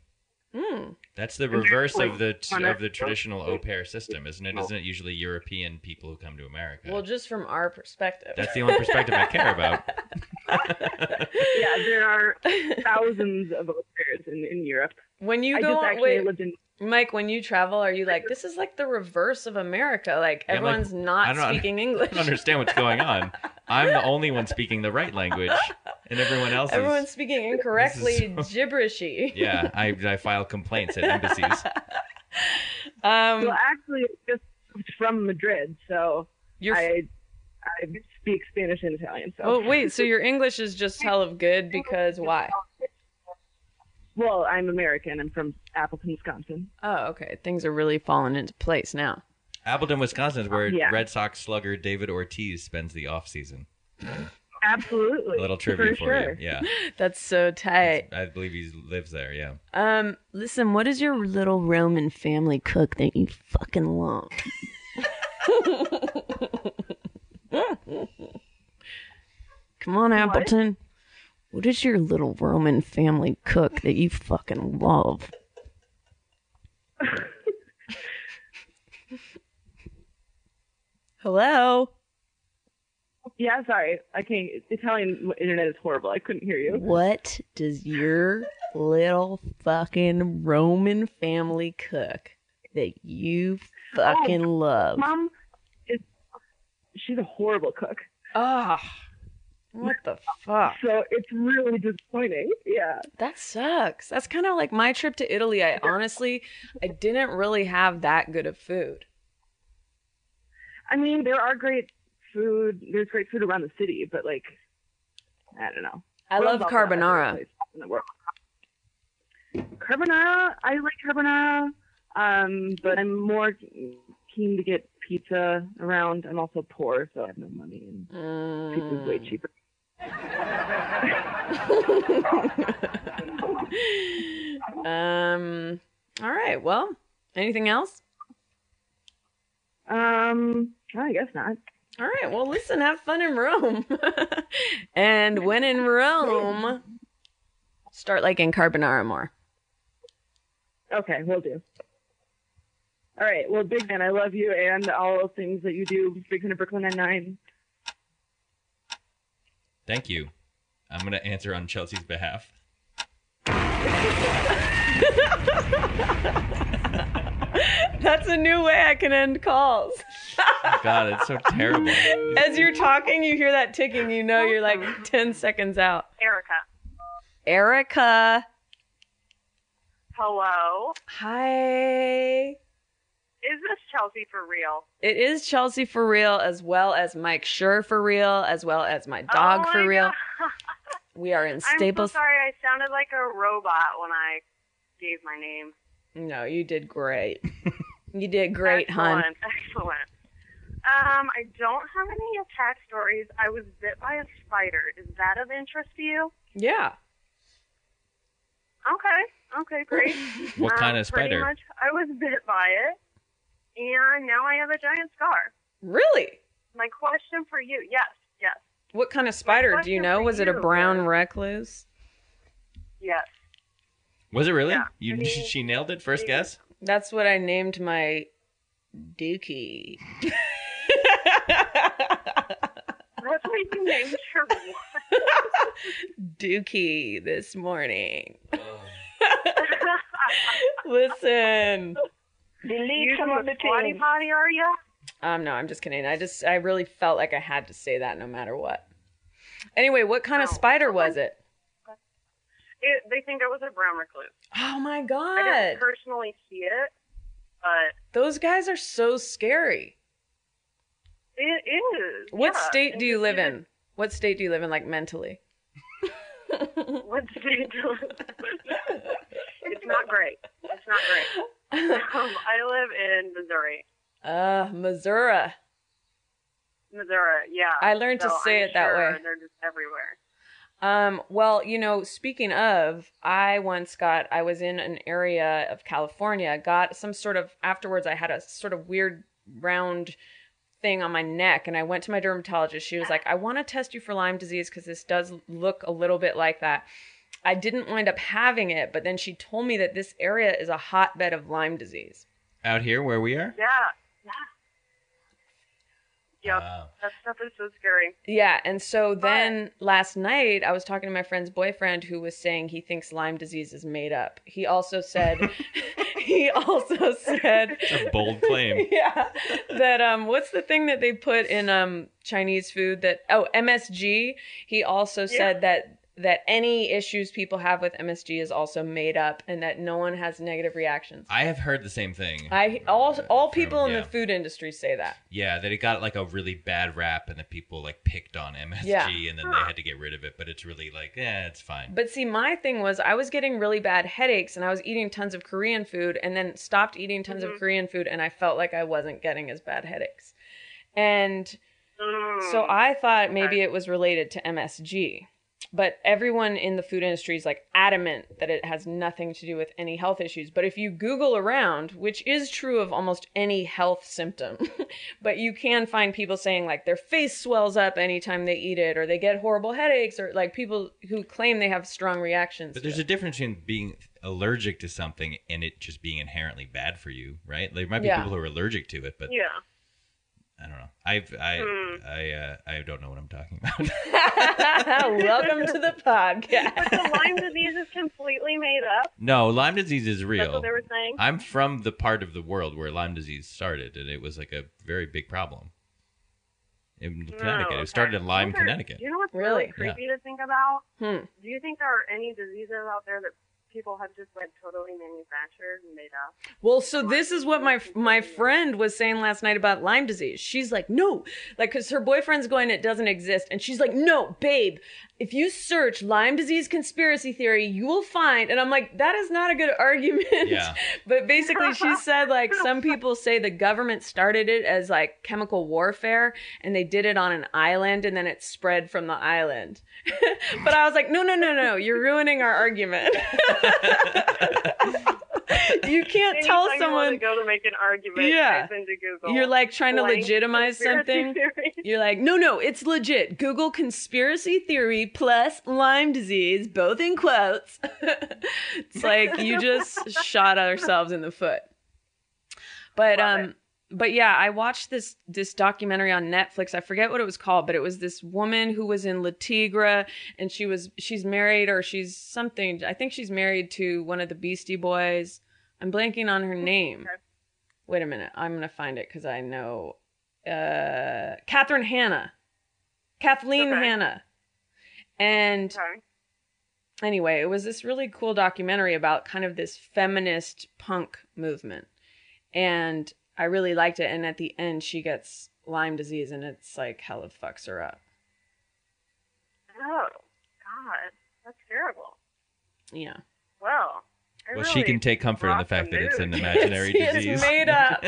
Speaker 3: Mm.
Speaker 4: That's the
Speaker 11: And they're,
Speaker 4: reverse
Speaker 11: like,
Speaker 4: of the
Speaker 11: on
Speaker 4: of
Speaker 11: a-
Speaker 4: the traditional au pair system, isn't it? Isn't it usually European people who come to America?
Speaker 3: Well, just from our perspective.
Speaker 4: That's the only perspective I care about.
Speaker 11: yeah, there are thousands of au pairs in, in Europe.
Speaker 3: When you
Speaker 11: I
Speaker 3: go
Speaker 11: just
Speaker 3: on,
Speaker 11: actually
Speaker 3: wait,
Speaker 11: lived in
Speaker 3: Mike, when you travel, are you like this is like the reverse of America? Like
Speaker 4: Yeah, I'm like,
Speaker 3: everyone's
Speaker 4: I
Speaker 3: not
Speaker 4: don't-
Speaker 3: speaking
Speaker 4: I
Speaker 3: English.
Speaker 4: don't understand what's going on. I'm the only one speaking the right language, and everyone else
Speaker 3: Everyone's
Speaker 4: is.
Speaker 3: speaking incorrectly, gibberishy.
Speaker 4: Yeah, I, I file complaints at embassies.
Speaker 3: Um,
Speaker 11: well, actually, it's just it's from Madrid, so I I speak Spanish and Italian. So
Speaker 3: Oh wait, so your English is just hell of good because why?
Speaker 11: well, I'm American. I'm from Appleton, Wisconsin.
Speaker 3: Oh, okay. Things are really falling into place now.
Speaker 4: Appleton, Wisconsin is where
Speaker 11: Yeah.
Speaker 4: Red Sox slugger David Ortiz spends the off season.
Speaker 11: Absolutely.
Speaker 4: A little trivia for,
Speaker 3: sure.
Speaker 4: you. Yeah.
Speaker 3: That's so tight.
Speaker 4: I believe he lives there, yeah.
Speaker 3: Um, listen, what is your little Roman family cook that you fucking love? Come on, Appleton. What is your little Roman family cook that you fucking love? Hello.
Speaker 11: Yeah, sorry. I can't. Italian internet is horrible. I couldn't hear you.
Speaker 3: What does your little fucking Roman family cook that you fucking
Speaker 11: Oh,
Speaker 3: love?
Speaker 11: Mom is she's a horrible cook.
Speaker 3: Ah, what the fuck?
Speaker 11: So it's really disappointing. Yeah.
Speaker 3: That sucks. That's kind of like my trip to Italy. I honestly, I didn't really have that good of food.
Speaker 11: I mean, there are great food. There's great food around the city, but like
Speaker 7: I don't know.
Speaker 3: I
Speaker 7: What
Speaker 3: love
Speaker 7: else about that
Speaker 3: carbonara.
Speaker 7: in the world? Carbonara, I like carbonara, um, but I'm more keen to get pizza around. I'm also poor, so I have no money, and pizza's way cheaper.
Speaker 3: Mm. um. All right. Well, anything else?
Speaker 7: Um. I guess not.
Speaker 3: All right. Well, listen. Have fun in Rome. and when in Rome, start liking carbonara more.
Speaker 7: Okay, we'll do. All right. Well, Big Man, I love you and all things that you do. Big fan of Brooklyn Nine-Nine.
Speaker 4: Thank you. I'm gonna answer on Chelsea's behalf.
Speaker 3: That's a new way I can end calls.
Speaker 4: God, it's so terrible.
Speaker 3: As you're talking, you hear that ticking. You know you're like ten seconds out.
Speaker 11: Erica.
Speaker 3: Erica.
Speaker 11: Hello.
Speaker 3: Hi.
Speaker 11: Is this Chelsea for real?
Speaker 3: It is Chelsea for real, as well as Mike Schur for real, as well as my dog
Speaker 11: Oh
Speaker 3: for
Speaker 11: my
Speaker 3: real.
Speaker 11: God.
Speaker 3: We are in
Speaker 11: I'm
Speaker 3: Staples.
Speaker 11: so sorry. I sounded like a robot when I gave my name.
Speaker 3: No, you did great. you did great, hon.
Speaker 11: Excellent. Excellent. Um, I don't have any attack stories. I was bit by a spider. Is that of interest to you?
Speaker 3: Yeah.
Speaker 11: Okay. Okay, great.
Speaker 4: What
Speaker 11: Um,
Speaker 4: kind of
Speaker 11: pretty
Speaker 4: spider?
Speaker 11: Much, I was bit by it, and now I have a giant scar.
Speaker 3: Really?
Speaker 11: My question for you, yes, yes,
Speaker 3: What kind of spider do you
Speaker 11: question
Speaker 3: know?
Speaker 11: for
Speaker 3: Was it a
Speaker 11: you
Speaker 3: brown recluse?
Speaker 11: yes.
Speaker 4: Was it really?
Speaker 3: Yeah.
Speaker 4: You she nailed it first guess.
Speaker 3: That's what I named my dookie.
Speaker 11: That's what you named your one.
Speaker 3: Dookie this morning. Listen.
Speaker 11: Delete
Speaker 14: some of the
Speaker 11: potty
Speaker 14: things.
Speaker 11: potty, are you?
Speaker 3: Um, no, I'm just kidding. I just, I really felt like I had to say that no matter what. Anyway, what kind
Speaker 11: Oh.
Speaker 3: of spider was it?
Speaker 11: It, they think I was a brown recluse.
Speaker 3: Oh my
Speaker 11: I
Speaker 3: god.
Speaker 11: didn't personally see it, but
Speaker 3: Those guys are so scary.
Speaker 11: it is.
Speaker 3: What
Speaker 11: yeah.
Speaker 3: state do you live in? What state do you live in, like mentally?
Speaker 11: what state do you live in? It's not great. It's not great. Um, I live in Missouri.
Speaker 3: Uh, Missouri.
Speaker 11: Missouri, yeah.
Speaker 3: I learned to
Speaker 11: So
Speaker 3: say
Speaker 11: I'm
Speaker 3: it that
Speaker 11: sure
Speaker 3: way.
Speaker 11: They're just everywhere.
Speaker 3: Um, well, you know, speaking of, I once got, I was in an area of California, got some sort of, afterwards, I had a sort of weird round thing on my neck, and I went to my dermatologist. She was like, I want to test you for Lyme disease because this does look a little bit like that. I didn't wind up having it, but then she told me that this area is a hotbed of Lyme disease.
Speaker 4: Out here where we are?
Speaker 11: Yeah, yeah. Yep. that stuff is so scary.
Speaker 3: Yeah, and so then last night I was talking to my friend's boyfriend who was saying he thinks Lyme disease is made up. He also said he also said
Speaker 4: Bold claim.
Speaker 3: yeah that um what's the thing that they put in um Chinese food that oh MSG he also
Speaker 11: Yeah.
Speaker 3: said that that any issues people have with MSG is also made up and that no one has negative reactions.
Speaker 4: I have heard the same thing.
Speaker 3: I all all people in
Speaker 4: yeah.
Speaker 3: the food industry say that.
Speaker 4: Yeah, that it got like a really bad rap, and the people like picked on MSG,
Speaker 3: Yeah.
Speaker 4: and then they had to get rid of it. But it's really like, yeah, it's fine.
Speaker 3: But see, my thing was I was getting really bad headaches and I was eating tons of Korean food and then stopped eating tons
Speaker 11: Mhm.
Speaker 3: of Korean food and I felt like I wasn't getting as bad headaches. And so I thought maybe it was related to MSG. But everyone in the food industry is like adamant that it has nothing to do with any health issues. But if you Google around, which is true of almost any health symptom, but you can find people saying like their face swells up anytime they eat it or they get horrible headaches or like people who claim they have strong reactions.
Speaker 4: But
Speaker 3: to
Speaker 4: there's a difference between being allergic to something and it just being inherently bad for you, right? There might be
Speaker 3: Yeah.
Speaker 4: people who are allergic to it, but
Speaker 11: Yeah.
Speaker 4: I don't know. I've, I
Speaker 11: Hmm.
Speaker 4: I uh, I don't know what I'm talking about.
Speaker 3: Welcome to the podcast.
Speaker 11: But the Lyme disease is completely made up.
Speaker 4: no, Lyme disease is real.
Speaker 11: That's what they were saying.
Speaker 4: I'm from the part of the world where Lyme disease started, and it was like a very big problem in Connecticut. It started in Lyme,
Speaker 11: Those are-
Speaker 4: Connecticut.
Speaker 11: Do Oh, you know what's really,
Speaker 4: Really?
Speaker 11: creepy to think about?
Speaker 3: Hmm.
Speaker 11: Do you think there are any diseases out there that people have just like totally manufactured and made up?
Speaker 3: Well, so this is what my my friend was saying last night about Lyme disease. She's like, "No." Like cuz her boyfriend's going it doesn't exist and she's like, "No, babe, if you search Lyme disease conspiracy theory, you will find. And I'm like, that is not a good argument.
Speaker 5: Yeah.
Speaker 3: but basically, she said, like, some people say the government started it as like chemical warfare and they did it on an island and then it spread from the island. but I was like, no, no, no, no. You're ruining our argument. you can't
Speaker 11: Anytime
Speaker 3: tell
Speaker 11: you wanna
Speaker 3: someone.
Speaker 11: go to make an argument.
Speaker 3: Yeah.
Speaker 11: type into Google.
Speaker 3: You're like trying to
Speaker 11: blank
Speaker 3: legitimize
Speaker 11: conspiracy
Speaker 3: something.
Speaker 11: theory.
Speaker 3: You're like, no, no, it's legit. Google conspiracy theory plus Lyme disease, both in quotes. it's like you just shot ourselves in the foot. But um but yeah, I watched this this documentary on Netflix. I forget what it was called, but it was this woman who was in La Tigra and she was she's married or she's something. I think she's married to one of the Beastie Boys. I'm blanking on her name. Wait a minute. I'm going to find it cuz I know uh Catherine Hanna. Kathleen Hanna. And anyway, it was this really cool documentary about kind of this feminist punk movement. And I really liked it. And at the end, she gets Lyme disease and it's like hella fucks her up.
Speaker 11: Oh, God. That's terrible.
Speaker 3: Yeah.
Speaker 11: Well, I
Speaker 4: Well, she
Speaker 11: really
Speaker 4: can take comfort in the
Speaker 11: rocked
Speaker 4: fact that it's an
Speaker 11: mood.
Speaker 4: imaginary
Speaker 3: Yes,
Speaker 4: disease.
Speaker 3: It's made up.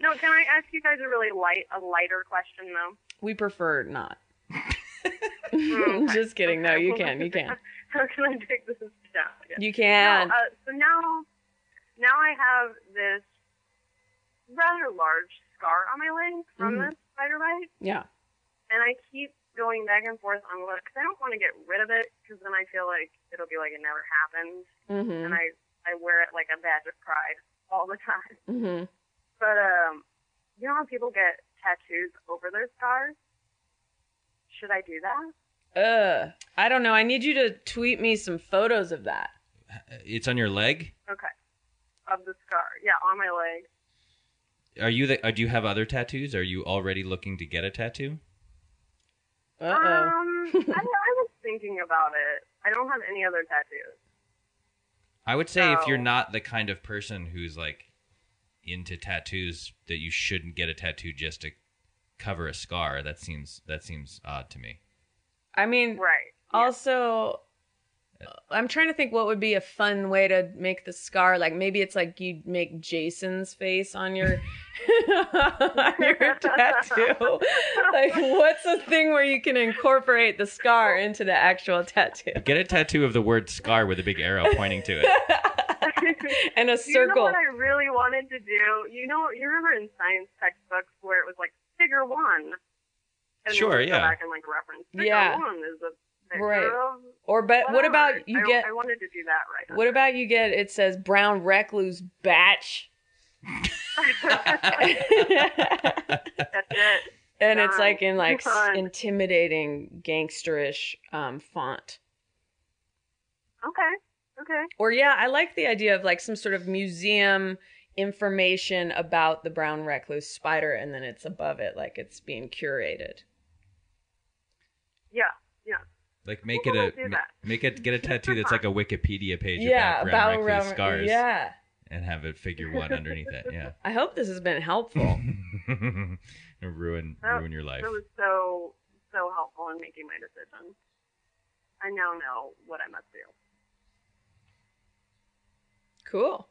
Speaker 11: No, can I ask you guys a really light, a lighter question though?
Speaker 3: We prefer not. Just kidding. No, you can. You can.
Speaker 11: How can I take this down? Yeah.
Speaker 3: You can.
Speaker 11: No, uh, so now, now I have this rather large scar on my leg from
Speaker 3: Mhm.
Speaker 11: this spider bite,
Speaker 3: Yeah.
Speaker 11: and I keep going back and forth on what because I don't want to get rid of it because then I feel like it'll be like it never happened,
Speaker 3: Mhm.
Speaker 11: and I I wear it like a badge of pride all the time.
Speaker 3: Mm-hmm.
Speaker 11: But um, you know how people get tattoos over their scars? Should I do that?
Speaker 3: Ugh. I don't know. I need you to tweet me some photos of that.
Speaker 4: It's on your leg.
Speaker 11: Okay. Of the scar, yeah, on my leg.
Speaker 4: Are you the? uh, Do you have other tattoos? Are you already looking to get a tattoo?
Speaker 11: Um, I, I was thinking about it. I don't have any other tattoos.
Speaker 4: I would say if you're
Speaker 11: No.
Speaker 4: not the kind of person who's like into tattoos, that you shouldn't get a tattoo just to cover a scar. That seems that seems odd to me.
Speaker 3: I mean,
Speaker 11: right.
Speaker 3: Also, I'm trying to think what would be a fun way to make the scar. Like maybe it's like you make Jason's face on your on your tattoo. like what's a thing where you can incorporate the scar into the actual tattoo
Speaker 4: Get a tattoo of the word "scar" with a big arrow pointing to it.
Speaker 3: and a
Speaker 11: You know
Speaker 3: circle?
Speaker 11: what I really wanted to do? You know, you remember in science textbooks where it was like figure one. And
Speaker 3: Sure,
Speaker 11: we'll go
Speaker 3: yeah.
Speaker 11: Back and like reference. Figure
Speaker 3: Yeah.
Speaker 11: one is a figure
Speaker 3: Right.
Speaker 11: of
Speaker 3: Or but what
Speaker 11: whatever.
Speaker 3: about you
Speaker 11: I-
Speaker 3: get
Speaker 11: I wanted to do that right.
Speaker 3: what about you get it says brown recluse batch
Speaker 11: That's it.
Speaker 3: and it's
Speaker 11: Done.
Speaker 3: like in like s-
Speaker 11: Done.
Speaker 3: intimidating gangsterish um, font.
Speaker 11: Okay. Okay.
Speaker 3: Or yeah, I like the idea of like some sort of museum information about the brown recluse spider and then it's above it like it's being curated.
Speaker 11: Yeah. Yeah.
Speaker 4: Like make
Speaker 11: People
Speaker 4: it
Speaker 11: don't
Speaker 4: a
Speaker 11: do
Speaker 4: ma-
Speaker 11: that.
Speaker 4: make it get a tattoo that's like a Wikipedia page
Speaker 3: Yeah,
Speaker 4: about brown
Speaker 3: about
Speaker 4: recluse
Speaker 3: brown-
Speaker 4: scars.
Speaker 3: yeah.
Speaker 4: and have a figure one underneath it. Yeah,
Speaker 3: I hope this has been helpful.
Speaker 4: ruin ruin your life.
Speaker 11: That was so so helpful in making my decision. I now know what I must do.
Speaker 3: cool.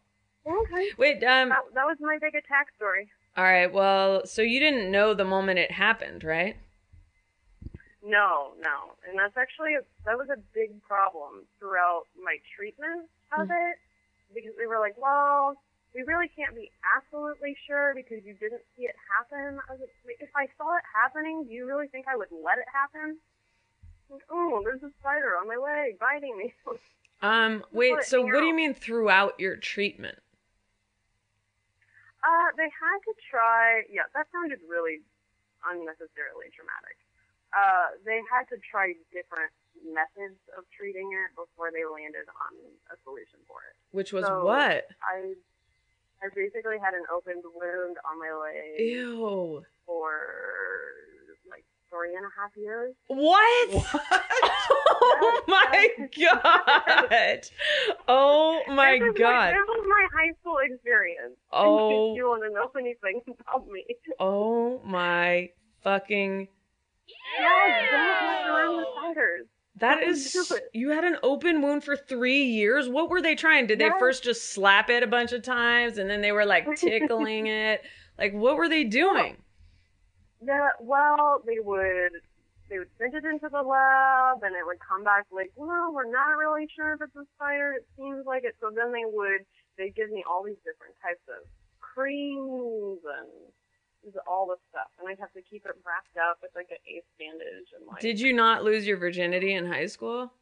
Speaker 11: Okay.
Speaker 3: Wait, um
Speaker 11: That, that was my big attack story.
Speaker 3: all right. Well, so you didn't know the moment it happened, right?
Speaker 11: No, no, and that's actually a, that was a big problem throughout my treatment of
Speaker 3: Mm.
Speaker 11: it because they were like, well, we really can't be absolutely sure because you didn't see it happen. I was like, "Wait, if I saw it happening, do you really think I would let it happen? Like, oh, there's a spider on my leg biting me.
Speaker 3: Um wait,
Speaker 11: What
Speaker 3: so what do you
Speaker 11: now?
Speaker 3: mean throughout your treatment?
Speaker 11: Uh, they had to try. Yeah, that sounded really unnecessarily dramatic. Uh, they had to try different methods of treating it before they landed on a solution for it.
Speaker 3: Which was
Speaker 11: So,
Speaker 3: what?
Speaker 11: I I basically had an open wound on my leg
Speaker 3: Ew.
Speaker 11: for like three and a half years.
Speaker 3: What? oh my god. Oh my
Speaker 11: this is
Speaker 3: god.
Speaker 11: My, this was my high school experience. in
Speaker 3: Oh.
Speaker 11: case you want to know anything about me?
Speaker 3: Oh my fucking
Speaker 6: Yeah, don't mess around with spiders.
Speaker 3: That
Speaker 6: Don't
Speaker 3: is,
Speaker 6: do it.
Speaker 3: you had an open wound for three years. What were they trying? Did they
Speaker 6: Yes.
Speaker 3: first just slap it a bunch of times and then they were like tickling it? Like, what were they doing?
Speaker 11: No, well, they would they would send it into the lab, and it would come back like, well, we're not really sure if it's a spider. It seems like it. So then they would they would give me all these different types of creams and all this stuff, and I'd have to keep it wrapped up with like an ace bandage and like.
Speaker 3: Did you not lose your virginity in high school?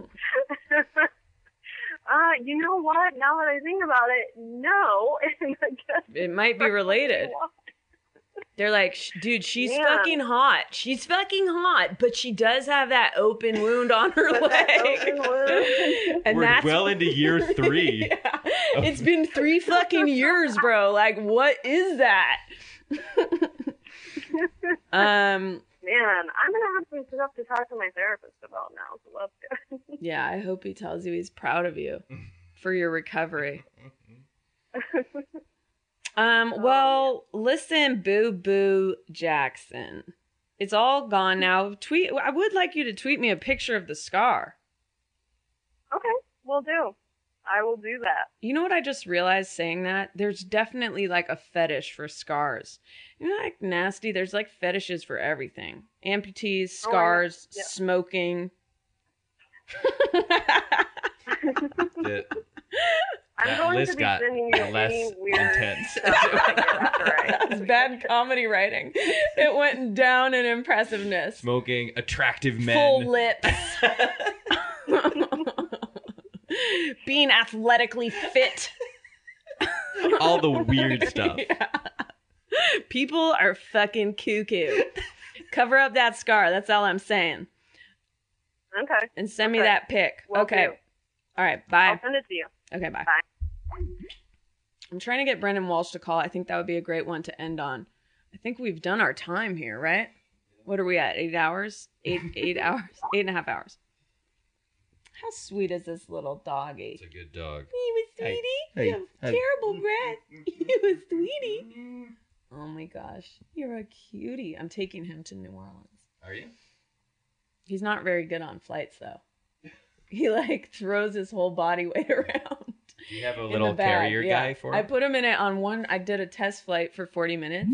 Speaker 11: Uh, you know what? Now that I think about it, no. And I guess
Speaker 3: It might be related. They're like, "Sh- dude, she's
Speaker 11: Yeah.
Speaker 3: fucking hot. She's fucking hot, but she does have that open wound on her
Speaker 11: But
Speaker 3: leg.
Speaker 11: that open wound.
Speaker 3: and
Speaker 4: We're
Speaker 3: that's
Speaker 4: well into year three.
Speaker 3: it's been three fucking years, bro. Like, what is that? um,
Speaker 11: Man, I'm gonna have some stuff to talk to my therapist about now. So that's good.
Speaker 3: yeah, I hope he tells you he's proud of you for your recovery.
Speaker 11: Oh,
Speaker 3: Um, well, listen, Boo Boo Jackson. It's all gone now. Tweet I would like you to tweet me a picture of the scar.
Speaker 11: Okay, will do. I will do that.
Speaker 3: You know what I just realized saying that? There's definitely like a fetish for scars. You know like nasty, there's like fetishes for everything. Amputees,
Speaker 11: Oh, I know.
Speaker 3: scars,
Speaker 11: Yeah.
Speaker 3: smoking.
Speaker 4: The-
Speaker 11: I'm
Speaker 4: that
Speaker 11: going
Speaker 4: list
Speaker 11: to be
Speaker 4: got
Speaker 11: sending you
Speaker 4: less
Speaker 11: any weird
Speaker 4: intense.
Speaker 3: It's bad comedy writing. It went down in impressiveness.
Speaker 4: Smoking, attractive men.
Speaker 3: Full lips. Being athletically fit.
Speaker 4: all the weird stuff.
Speaker 3: People are fucking cuckoo. Cover up that scar. That's all I'm saying.
Speaker 11: Okay.
Speaker 3: And send me that pic. okay.
Speaker 11: do.
Speaker 3: All right. Bye.
Speaker 11: I'll send it to you.
Speaker 3: Okay. Bye. I'm trying to get Brendan Walsh to call. I think that would be a great one to end on. I think we've done our time here, right? What are we at? Eight hours? Eight eight hours? Eight and a half hours. How sweet is this little doggy? It's
Speaker 4: a good dog.
Speaker 3: He was
Speaker 4: Hey,
Speaker 3: sweetie.
Speaker 4: hey,
Speaker 3: you have
Speaker 4: hey.
Speaker 3: terrible breath. You was sweetie. Oh my gosh, you're a cutie. I'm taking him to New Orleans.
Speaker 4: Are you?
Speaker 3: He's not very good on flights though. He like throws his whole body weight around.
Speaker 4: Do you have a
Speaker 3: in
Speaker 4: little
Speaker 3: the bag.
Speaker 4: carrier
Speaker 3: Yeah.
Speaker 4: guy for
Speaker 3: I
Speaker 4: him?
Speaker 3: put him in it on one. I did a test flight for 40 minutes.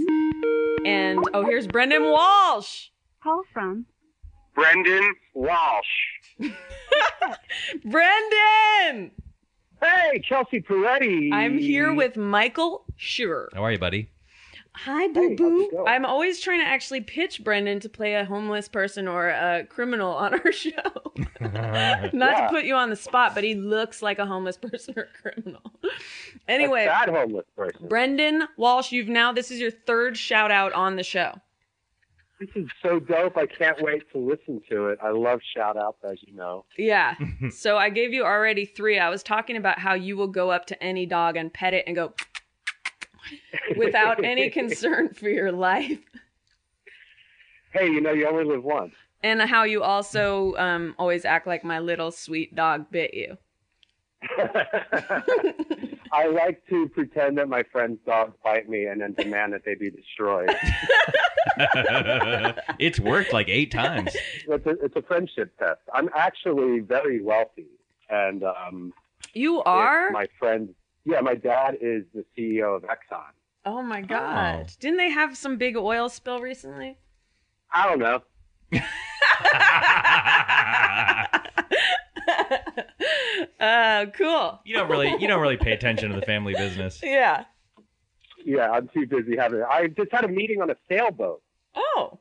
Speaker 3: And oh, here's Brendan Walsh. Call from
Speaker 15: Brendan Walsh.
Speaker 3: Brendan.
Speaker 15: Hey, Chelsea Peretti.
Speaker 3: I'm here with Michael Schur.
Speaker 4: How are you, buddy?
Speaker 3: Hi, Boo Boo. I'm always trying to actually pitch Brendan to play a homeless person or a criminal on our show. Not to put you on the spot, but he looks like a homeless person or criminal. anyway,
Speaker 15: a sad homeless person.
Speaker 3: Brendan Walsh, you've now this is your third shout out on the show.
Speaker 15: This is so dope. I can't wait to listen to it. I love shout outs, as you know.
Speaker 3: Yeah. so I gave you already three. I was talking about how you will go up to any dog and pet it and go without any concern for your life,
Speaker 15: Hey, you know you only live once.
Speaker 3: and how you also um, always act like my little sweet dog bit you.
Speaker 15: I like to pretend that my friend's dogs bite me and then demand that they be destroyed.
Speaker 4: it's worked like eight times.
Speaker 15: it's, a, it's a friendship test. I'm actually very wealthy, and um,
Speaker 3: You
Speaker 15: it-
Speaker 3: are?
Speaker 15: my friend. Yeah, my dad is the CEO of Exxon.
Speaker 3: Oh my god! Didn't they have some big oil spill recently?
Speaker 15: I don't know.
Speaker 3: Uh, cool.
Speaker 4: You don't really you don't really pay attention to the family business.
Speaker 3: Yeah.
Speaker 15: Yeah, I'm too busy having. I just had a meeting on a sailboat.
Speaker 3: Oh.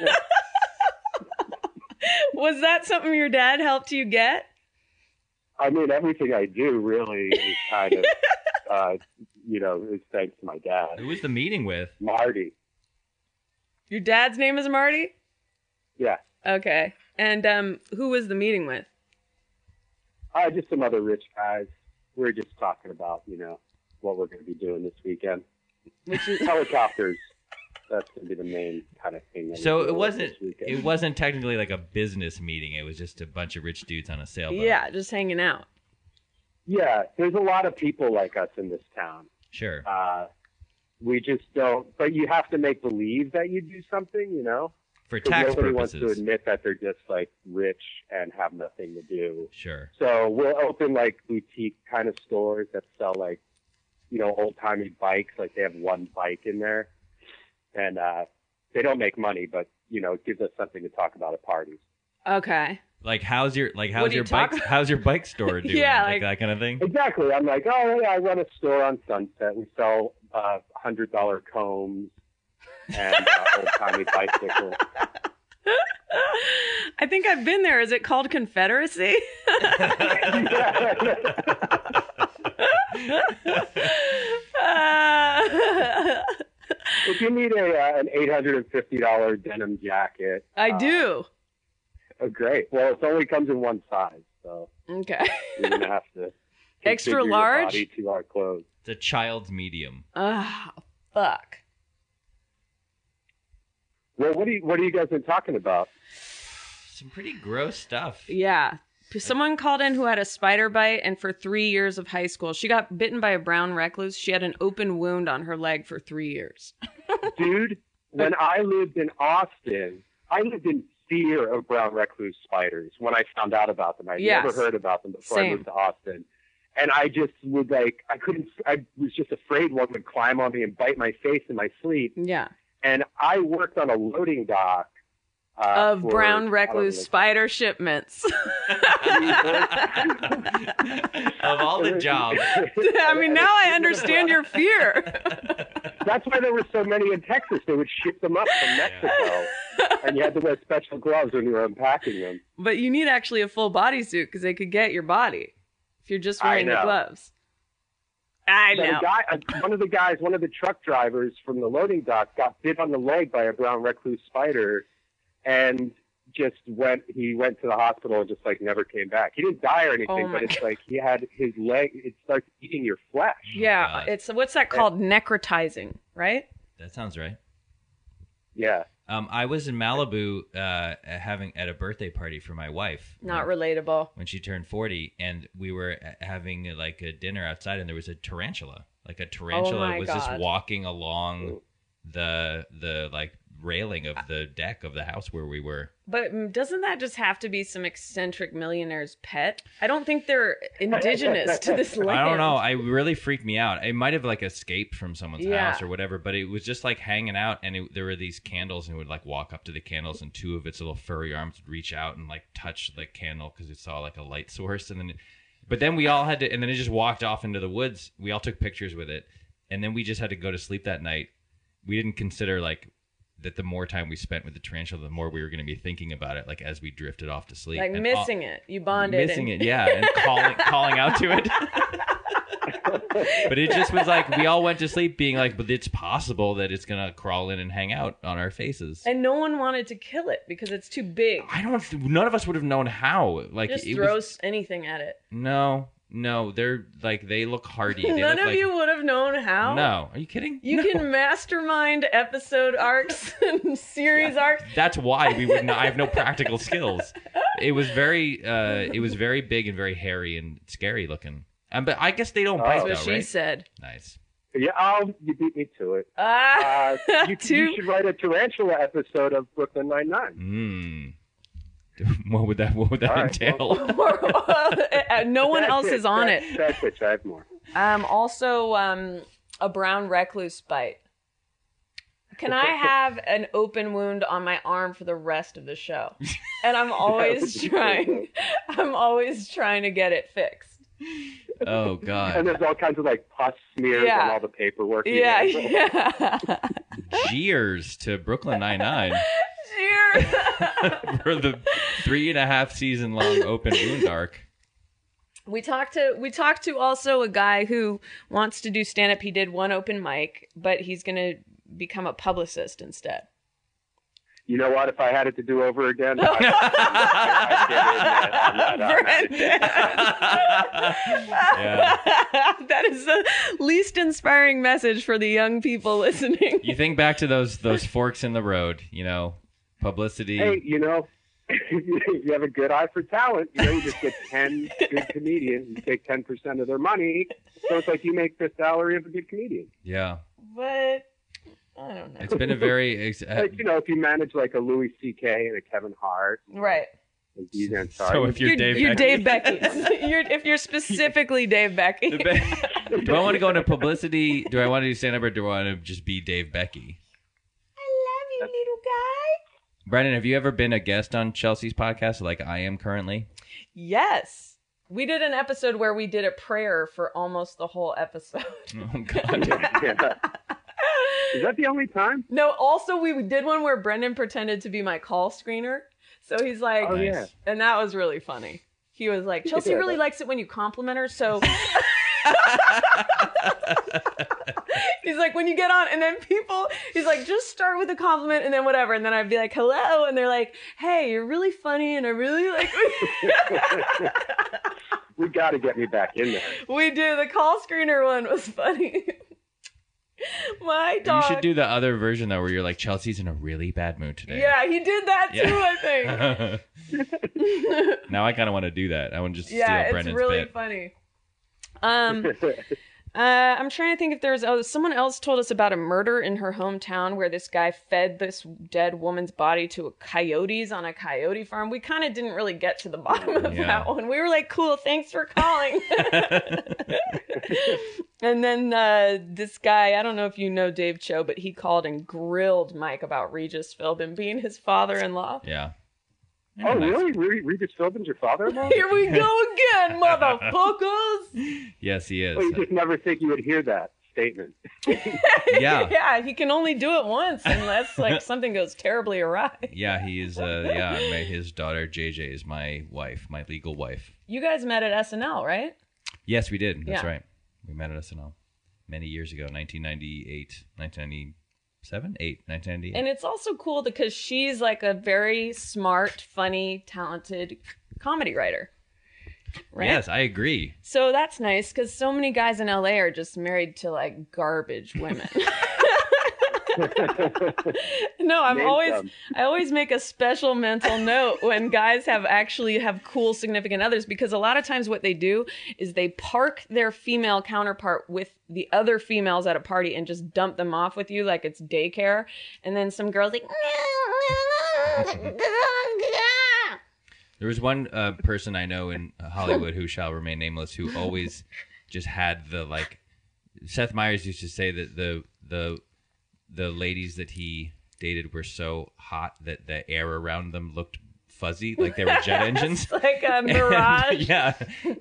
Speaker 3: Was that something your dad helped you get?
Speaker 15: I mean, everything I do really is kind of, uh, you know, is thanks to my dad,
Speaker 4: Who was the meeting with?
Speaker 15: Marty.
Speaker 3: Your dad's name is Marty?
Speaker 15: Yeah,
Speaker 3: Okay. And um who was the meeting with?
Speaker 15: uh, just some other rich guys. We are just talking about, you know, what we're going to be doing this weekend.
Speaker 3: Which
Speaker 15: helicopters. That's going to be the main kind of thing. that we
Speaker 4: So
Speaker 15: do
Speaker 4: it wasn't
Speaker 15: this weekend.
Speaker 4: it wasn't technically like a business meeting. It was just a bunch of rich dudes on a sailboat.
Speaker 3: Yeah, just hanging out.
Speaker 15: Yeah, there's a lot of people like us in this town.
Speaker 4: Sure.
Speaker 15: Uh, we just don't. But you have to make believe that you do something, you know.
Speaker 4: For
Speaker 15: 'Cause
Speaker 4: tax
Speaker 15: nobody wants
Speaker 4: purposes.
Speaker 15: to admit that they're just like rich and have nothing to do.
Speaker 4: Sure.
Speaker 15: So we'll open like boutique kind of stores that sell like, you know, old timey bikes. Like they have one bike in there, and uh, they don't make money, but you know, it gives us something to talk about at parties.
Speaker 3: Okay.
Speaker 4: Like how's your like how's
Speaker 3: do you
Speaker 4: your bike
Speaker 3: talk-
Speaker 4: how's your bike store doing?
Speaker 3: Yeah,
Speaker 4: like, that
Speaker 3: like-
Speaker 4: kind of thing.
Speaker 15: Exactly. I'm like, oh yeah, I run a store on Sunset. We sell uh, hundred dollar combs and uh, old timey bicycles.
Speaker 3: I think I've been there. Is it called Confederacy? Uh,
Speaker 15: If you need a uh, an eight hundred and fifty dollar denim jacket,
Speaker 3: I
Speaker 15: uh,
Speaker 3: do.
Speaker 15: oh, great. Well, it only comes in one size, so
Speaker 3: Okay.
Speaker 15: you're gonna have to
Speaker 3: Extra
Speaker 15: configure your
Speaker 3: large?
Speaker 15: body to our clothes.
Speaker 4: It's a child's medium.
Speaker 3: Ah, fuck.
Speaker 15: Well, what do you what have you guys been talking about?
Speaker 4: Some pretty gross stuff.
Speaker 3: Yeah. Someone called in who had a spider bite, and for three years of high school, she got bitten by a brown recluse. She had an open wound on her leg for three years.
Speaker 15: Dude, when I lived in Austin, I lived in fear of brown recluse spiders when I found out about them. I
Speaker 5: Yes.
Speaker 15: never heard about them before I
Speaker 5: Same.
Speaker 15: moved to Austin. And I just would like, I couldn't, I was just afraid one would climb on me and bite my face in my sleep.
Speaker 3: Yeah.
Speaker 15: And I worked on a loading dock. Uh,
Speaker 3: of
Speaker 15: for- I
Speaker 3: brown
Speaker 15: don't
Speaker 3: recluse
Speaker 15: know,
Speaker 3: spider shipments.
Speaker 4: Of all the jobs.
Speaker 3: I mean, now I understand your fear.
Speaker 15: That's why there were so many in Texas. They would ship them up from Mexico, and you had to wear special gloves when you were unpacking them.
Speaker 3: But you need actually a full bodysuit because they could get your body if you're just
Speaker 15: I
Speaker 3: wearing the
Speaker 15: know.
Speaker 3: gloves. I
Speaker 15: So the
Speaker 3: know.
Speaker 15: guy- uh, one of the guys, one of the truck drivers from the loading dock, got bit on the leg by a brown recluse spider, and just went. He went to the hospital and just like never came back. He didn't die or anything,
Speaker 3: Oh my
Speaker 15: but it's like he had his leg. It starts eating your flesh.
Speaker 4: Oh,
Speaker 3: yeah, it's what's that called? Necrotizing, right?
Speaker 4: That sounds right.
Speaker 15: Yeah.
Speaker 4: Um, I was in Malibu uh, having at a birthday party for my wife.
Speaker 3: Not relatable.
Speaker 4: when she turned 40 and we were uh, having uh, like a dinner outside and there was a tarantula like a tarantula
Speaker 3: my
Speaker 4: was just
Speaker 3: God.
Speaker 4: walking along the the like railing of the deck of the house where we were
Speaker 3: But mm, doesn't that just have to be some eccentric millionaire's pet? I don't think they're indigenous to this land.
Speaker 4: i don't know i really freaked me out it might have like escaped from someone's
Speaker 3: Yeah.
Speaker 4: house or whatever but it was just like hanging out and it, there were these candles and it would like walk up to the candles and two of its little furry arms would reach out and like touch the candle because it saw like a light source and then it, But then we all had to, and then it just walked off into the woods. We all took pictures with it, and then we just had to go to sleep that night. We didn't consider like that the more time we spent with the tarantula, the more we were going to be thinking about it, like as we drifted off to sleep,
Speaker 3: Like
Speaker 4: And all-
Speaker 3: missing it. You bonded.
Speaker 4: missing it, yeah, and calling calling out to it. but it just was like we all went to sleep being like, but it's possible that it's going to crawl in and hang out on our faces.
Speaker 3: And no one wanted to kill it because it's too big.
Speaker 4: I don't. None of us would have known how. Like
Speaker 3: just
Speaker 4: it
Speaker 3: throw
Speaker 4: was.
Speaker 3: s- anything at it.
Speaker 4: No, no, they're like they look hardy. They
Speaker 3: None
Speaker 4: look
Speaker 3: of
Speaker 4: like,
Speaker 3: you would have known how.
Speaker 4: No, are you kidding?
Speaker 3: You
Speaker 4: No.
Speaker 3: can mastermind episode arcs and series arcs.
Speaker 4: That's why we would. Not, I have no practical skills. It was very, uh, it was very big and very hairy and scary looking. Um, but I guess they don't bite
Speaker 3: That's what
Speaker 4: though,
Speaker 3: she
Speaker 4: right?
Speaker 3: said.
Speaker 4: Nice.
Speaker 15: Yeah, oh,
Speaker 9: Um,
Speaker 15: you beat me to it.
Speaker 3: Ah,
Speaker 15: Uh, you, you should write a tarantula episode of Brooklyn Nine Nine.
Speaker 4: Mm. What would that? What would that
Speaker 15: All right,
Speaker 4: entail?
Speaker 3: Uh, no one else is on it.
Speaker 15: That's it. I have more.
Speaker 3: Um, also, um, a brown recluse bite. Can I have an open wound on my arm for the rest of the show? And I'm always
Speaker 15: would be
Speaker 3: trying. I'm always trying to get it fixed.
Speaker 4: Oh God.
Speaker 15: And there's all kinds of like pus smears
Speaker 3: Yeah.
Speaker 15: on all the paperwork. you
Speaker 3: Yeah,
Speaker 15: know.
Speaker 3: yeah.
Speaker 4: Cheers to Brooklyn Nine Nine
Speaker 3: Cheers.
Speaker 4: for the three and a half season long open wound arc.
Speaker 3: We talked to we talked to also a guy who wants to do stand up. He did one open mic, but he's going to become a publicist instead.
Speaker 15: You know what? If I had it to do over again, I, I'd get in that- on that, uh,
Speaker 3: that is the least inspiring message for the young people listening.
Speaker 4: You think back to those those forks in the road, you know, publicity.
Speaker 15: hey, you know, you have a good eye for talent. You know, you just get 10 good comedians, you take 10% of their money. So it's like you make the salary of a good comedian.
Speaker 4: Yeah.
Speaker 3: but I don't know.
Speaker 4: It's been a very ex- uh,
Speaker 15: like, you know, if you manage like a Louis C.K. and a Kevin Hart,
Speaker 3: right.
Speaker 15: like these and
Speaker 4: So if you're Dave
Speaker 3: you're
Speaker 4: Becky-
Speaker 3: Dave Becky. you're, if you're specifically Dave Becky,
Speaker 4: do I want to go into publicity? Do I want to do stand up or do I want to just be Dave Becky?
Speaker 3: you little guy.
Speaker 4: Brendan, have you ever been a guest on Chelsea's podcast like I am currently?
Speaker 3: Yes, we did an episode where we did a prayer for almost the whole episode.
Speaker 4: Oh, God.
Speaker 15: Is that the only time?
Speaker 3: No, also we did one where Brendan pretended to be my call screener. So he's like,
Speaker 15: Oh, yeah. Nice.
Speaker 3: and that was really funny. He was like, Chelsea
Speaker 15: Yeah,
Speaker 3: really
Speaker 15: that-
Speaker 3: likes it when you compliment her. So he's like, when you get on, and then people, he's like, just start with a compliment and then whatever. And then I'd be like, hello. And they're like, hey, you're really funny. And I really like,
Speaker 15: We got to get me back in there.
Speaker 3: we do. The call screener one was funny. my
Speaker 4: You
Speaker 3: dog.
Speaker 4: should do the other version though, where you're like Chelsea's in a really bad mood today.
Speaker 3: yeah, he did that too,
Speaker 4: Yeah. Uh-huh.
Speaker 3: I think.
Speaker 4: now I kind of want to do that. I want to just
Speaker 3: yeah,
Speaker 4: steal
Speaker 3: it's
Speaker 4: Brendan's
Speaker 3: really
Speaker 4: bit.
Speaker 3: funny. Um, uh, I'm trying to think if there's oh, someone else told us about a murder in her hometown where this guy fed this dead woman's body to coyotes on a coyote farm. We kind of didn't really get to the bottom of
Speaker 5: Yeah.
Speaker 3: that one. We were like, "Cool, thanks for calling." and then uh, this guy, I don't know if you know Dave Cho, but he called and grilled Mike about Regis Philbin being his father-in-law.
Speaker 4: Yeah.
Speaker 15: Oh, really? Re- Regis Philbin's your father-in-law?
Speaker 3: Here we go again, motherfuckers.
Speaker 4: Yes, he is.
Speaker 15: Well, you just never think you would hear that statement.
Speaker 4: Yeah.
Speaker 3: yeah, he can only do it once unless like something goes terribly awry.
Speaker 4: Yeah, he is. Uh, yeah, my, his daughter JJ is my wife, my legal wife.
Speaker 3: You guys met at SNL, right?
Speaker 4: Yes, we did. That's
Speaker 3: Yeah.
Speaker 4: right. We met at SNL many years ago, 1998, 1997, 8, 1998.
Speaker 3: And it's also cool because she's like a very smart, funny, talented comedy writer. Right?
Speaker 4: Yes, I agree.
Speaker 3: So that's nice because so many guys in LA are just married to like garbage women. no, I'm
Speaker 5: Name
Speaker 3: always
Speaker 5: some.
Speaker 3: I always make a special mental note when guys have actually have cool significant others because a lot of times what they do is they park their female counterpart with the other females at a party and just dump them off with you like it's daycare and then some girls like
Speaker 4: There was one uh, person I know in Hollywood who shall remain nameless who always just had the like. Seth Meyers used to say that the the the ladies that he dated were so hot that the air around them looked fuzzy, like they were jet engines.
Speaker 3: It's like a
Speaker 4: And-
Speaker 3: mirage.
Speaker 4: yeah,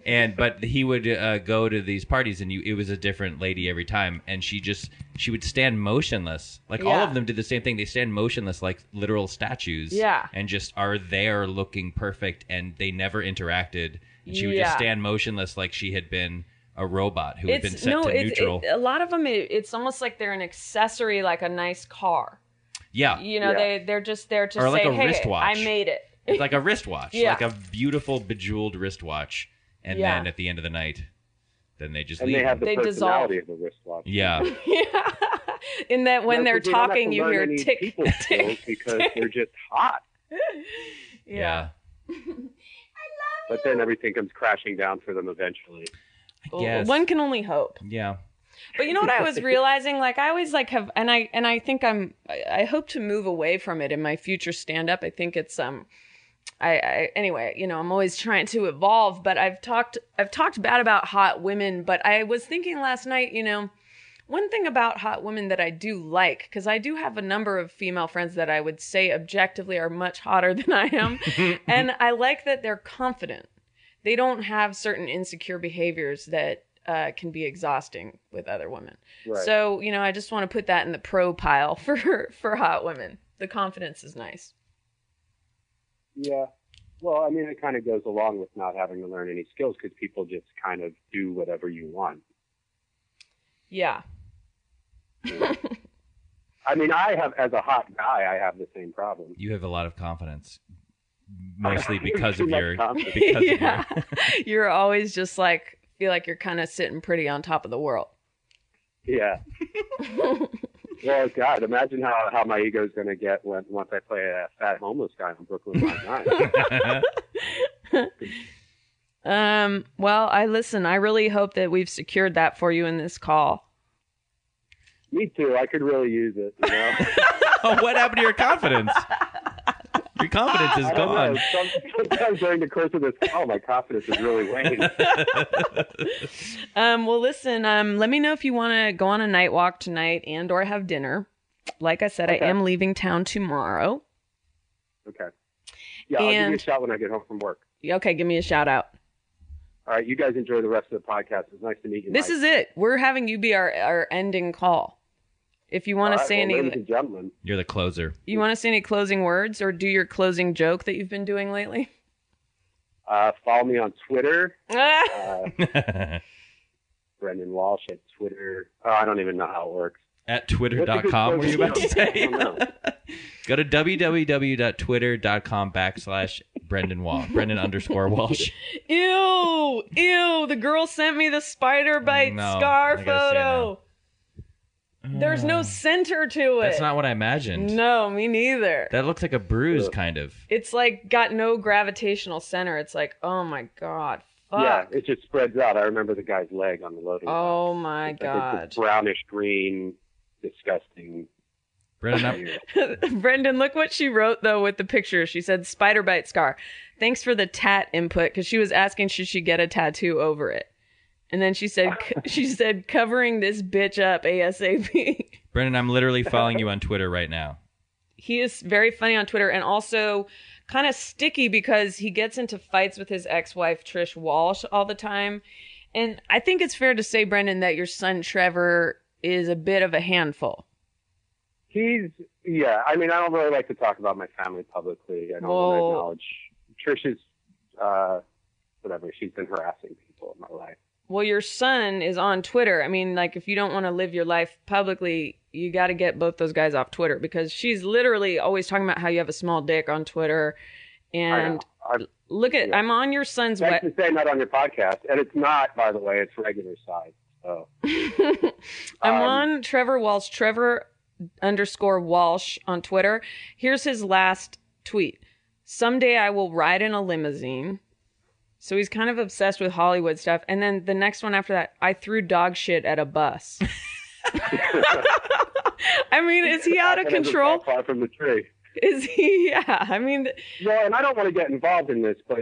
Speaker 4: and but he would uh, go to these parties, and you it was a different lady every time, and she just she would stand motionless. Like all
Speaker 3: Yeah.
Speaker 4: of them did the same thing; they stand motionless, like literal statues.
Speaker 3: Yeah.
Speaker 4: and just are there looking perfect, and they never interacted. And she would
Speaker 3: Yeah.
Speaker 4: just stand motionless, like she had been a robot who had been set to
Speaker 3: it's- uh,
Speaker 4: neutral.
Speaker 3: it- a lot of them it, it's almost like they're an accessory like a nice car.
Speaker 4: yeah,
Speaker 3: You know, they they're just there to
Speaker 4: Or like
Speaker 3: say,
Speaker 4: a
Speaker 3: "Hey,
Speaker 4: wristwatch.
Speaker 3: I made it."
Speaker 4: It's like a wristwatch,
Speaker 3: Yeah.
Speaker 4: like a beautiful bejeweled wristwatch, and
Speaker 3: Yeah.
Speaker 4: then at the end of the night, then they just
Speaker 15: And
Speaker 4: leave.
Speaker 15: they have the
Speaker 3: They dissolve.
Speaker 15: personality of the wristwatch.
Speaker 4: Yeah.
Speaker 3: In that when
Speaker 15: No,
Speaker 3: they're
Speaker 15: 'cause we don't have to
Speaker 3: talking, you
Speaker 15: learn
Speaker 3: hear
Speaker 15: any
Speaker 3: tick.
Speaker 15: people skills because they're just hot.
Speaker 4: Yeah.
Speaker 15: But then everything comes crashing down for them eventually.
Speaker 3: Well, One can only hope.
Speaker 4: Yeah.
Speaker 3: But you know what I was realizing? Like I always like have, and I and I think I'm. I I hope to move away from it in my future stand up. I think it's um. I, I anyway, you know, I'm always trying to evolve, but I've talked I've talked bad about hot women, but I was thinking last night, you know, one thing about hot women that I do like cuz I do have a number of female friends that I would say objectively are much hotter than I am, and I like that they're confident. They don't have certain insecure behaviors that uh, can be exhausting with other women.
Speaker 5: Right.
Speaker 3: So, you know, I just want to put that in the pro pile for for hot women. The confidence is nice.
Speaker 15: Yeah. Well, I mean, it kind of goes along with not having to learn any skills because people just kind of do whatever you want.
Speaker 3: Yeah.
Speaker 15: I mean, I have, as a hot guy, I have the same problem.
Speaker 4: You have a lot of confidence, mostly because of
Speaker 15: Too much
Speaker 4: your
Speaker 15: confidence.
Speaker 4: because of your
Speaker 3: yeah. you're always just like feel like you're kind of sitting pretty on top of the world.
Speaker 15: Yeah. well, God, imagine how, how my ego's going to get when once I play a fat homeless guy on Brooklyn Nine-Nine.
Speaker 3: Um, well, I listen, I really hope that we've secured that for you in this call.
Speaker 15: Me too. I could really use it. You know?
Speaker 4: oh, what happened to your confidence? Your confidence is
Speaker 15: I don't
Speaker 4: gone.
Speaker 15: know. Some, sometimes during the course of this call, my confidence is really waning.
Speaker 3: Um, well, listen. Um, let me know if you want to go on a night walk tonight and/or have dinner. Like I said, I am leaving town tomorrow.
Speaker 15: Okay. Yeah, I'll give you a
Speaker 3: And-
Speaker 15: shot when I get home from work.
Speaker 3: Okay, give me a shout out.
Speaker 15: All right, you guys enjoy the rest of the podcast. It's nice to meet you.
Speaker 3: This
Speaker 15: Mike.
Speaker 3: is it. We're having you be our, our ending call. If you want
Speaker 15: All
Speaker 3: to
Speaker 15: right,
Speaker 3: say
Speaker 15: well, ladies
Speaker 3: any,
Speaker 15: and gentlemen.
Speaker 4: You're the closer.
Speaker 3: you want to say any closing words or do your closing joke that you've been doing lately.
Speaker 15: Uh, follow me on Twitter.
Speaker 3: Ah.
Speaker 15: Uh, Brendan Walsh at Twitter. Oh, I don't even know how it works.
Speaker 4: At
Speaker 15: What's a good
Speaker 4: twitter.com, were you about to
Speaker 15: closing
Speaker 4: say?
Speaker 15: joke? I don't know.
Speaker 4: Go to www.twitter.com backslash Brendan Wall. Brendan underscore Walsh.
Speaker 3: Ew, ew. The girl sent me the spider bite
Speaker 4: No,
Speaker 3: scar
Speaker 4: I gotta see it
Speaker 3: photo. There's no center to it.
Speaker 4: That's not what I imagined.
Speaker 3: No, me neither.
Speaker 4: That looks like a bruise, kind of.
Speaker 3: It's like got no gravitational center. It's like, oh my god, fuck.
Speaker 15: Yeah, it just spreads out. I remember the guy's leg on the loading.
Speaker 3: Oh my
Speaker 15: dock. Like, it's
Speaker 3: god.
Speaker 15: this brownish green, disgusting.
Speaker 4: Brendan,
Speaker 3: Brendan, look what she wrote though with the picture. She said spider bite scar. Thanks for the tat input cuz she was asking should she get a tattoo over it. And then she said she said covering this bitch up ASAP.
Speaker 4: Brendan, I'm literally following you on Twitter right now.
Speaker 3: he is very funny on Twitter and also kind of sticky because he gets into fights with his ex-wife Trish Walsh all the time. And I think it's fair to say, Brendan, that your son Trevor is a bit of a handful.
Speaker 15: He's yeah. I mean, I don't really like to talk about my family publicly. I don't want to
Speaker 3: Well-
Speaker 15: acknowledge Trisha's uh, whatever. She's been harassing people in my life.
Speaker 3: Well, your son is on Twitter. I mean, like if you don't want to live your life publicly, you got to get both those guys off Twitter because she's literally always talking about how you have a small dick on Twitter. And
Speaker 15: I know. I-
Speaker 3: look at
Speaker 15: yeah.
Speaker 3: I'm on your son's
Speaker 15: Thanks
Speaker 3: web.
Speaker 15: for saying that on your podcast, and it's not, by the way, it's regular size. So
Speaker 3: I'm
Speaker 15: Um,
Speaker 3: on Trevor Walsh, Trevor underscore Walsh on Twitter. Here's his last tweet. Someday I will ride in a limousine. So he's kind of obsessed with Hollywood stuff. And then the next one after that, I threw dog shit at a bus. I mean, is he out of
Speaker 15: That doesn't fall
Speaker 3: control?
Speaker 15: Far from the tree.
Speaker 3: Is he? Yeah. I mean,
Speaker 15: Well, and I don't want to get involved in this, but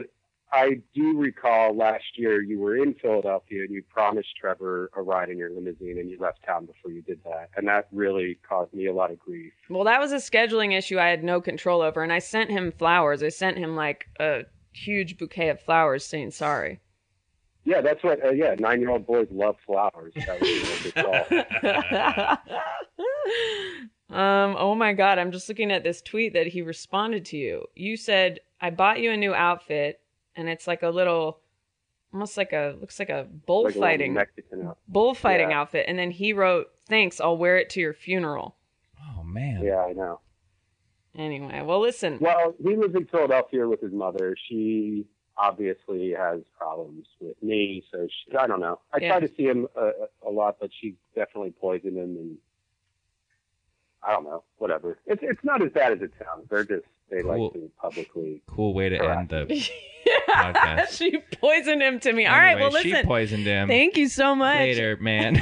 Speaker 15: I do recall last year you were in Philadelphia and you promised Trevor a ride in your limousine, and you left town before you did that, and that really caused me a lot of grief.
Speaker 3: Well, that was a scheduling issue I had no control over, and I sent him flowers. I sent him like a huge bouquet of flowers saying sorry.
Speaker 15: Yeah, that's what. Uh, yeah, nine-year-old boys love flowers. That was a good call.
Speaker 3: Um, oh my god, I'm just looking at this tweet that he responded to you. You said, I bought you a new outfit, and it's like a little almost like a looks like
Speaker 15: Like a
Speaker 3: a
Speaker 15: little
Speaker 3: bullfighting
Speaker 15: Mexican outfit.
Speaker 3: bullfighting
Speaker 15: Yeah.
Speaker 3: outfit. And then he wrote, Thanks, I'll wear it to your funeral.
Speaker 4: Oh man.
Speaker 15: Yeah, I know.
Speaker 3: Anyway, well listen.
Speaker 15: Well, he lives in Philadelphia with his mother. She obviously has problems with me, so she, I don't know. I
Speaker 3: Yeah.
Speaker 15: try to see him uh, a lot, but she definitely poisoned him, and I don't know. Whatever. It's it's not as bad as it sounds. They're just they like to publicly.
Speaker 4: Cool way to end the podcast.
Speaker 3: she poisoned him to me. All right, well
Speaker 4: Anyway,
Speaker 3: listen.
Speaker 4: She poisoned him.
Speaker 3: Thank you so much.
Speaker 4: Later, man.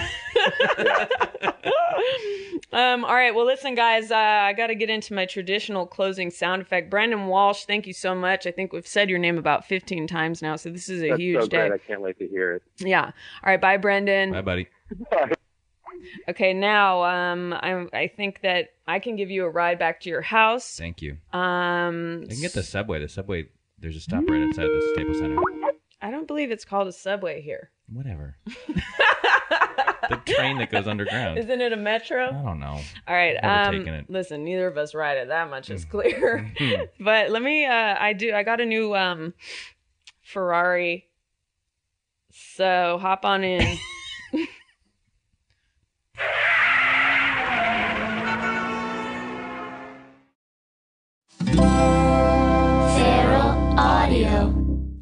Speaker 3: Um, all right. Well, listen, guys, uh, I got to get into my traditional closing sound effect. Brandon Walsh, thank you so much. I think we've said your name about 15 times now, so this is a
Speaker 15: That's
Speaker 3: huge
Speaker 15: so
Speaker 3: day.
Speaker 15: great. I can't wait to hear it.
Speaker 3: Yeah. All right. Bye, Brendan.
Speaker 4: Bye, buddy.
Speaker 3: Okay. Now, um, I, I think that I can give you a ride back to your house.
Speaker 4: Thank you.
Speaker 3: Um,
Speaker 4: I can get the subway. The subway. There's a stop right outside the Staples Center.
Speaker 3: I don't believe it's called a subway here.
Speaker 4: Whatever. the train that goes underground.
Speaker 3: Isn't it a metro?
Speaker 4: I don't know.
Speaker 3: All right.
Speaker 4: Never
Speaker 3: Um,
Speaker 4: taken it. Mm-hmm.
Speaker 3: Listen, neither of us ride it. That much is clear. but let me. Uh, I do. I got a new um, Ferrari. So hop on in.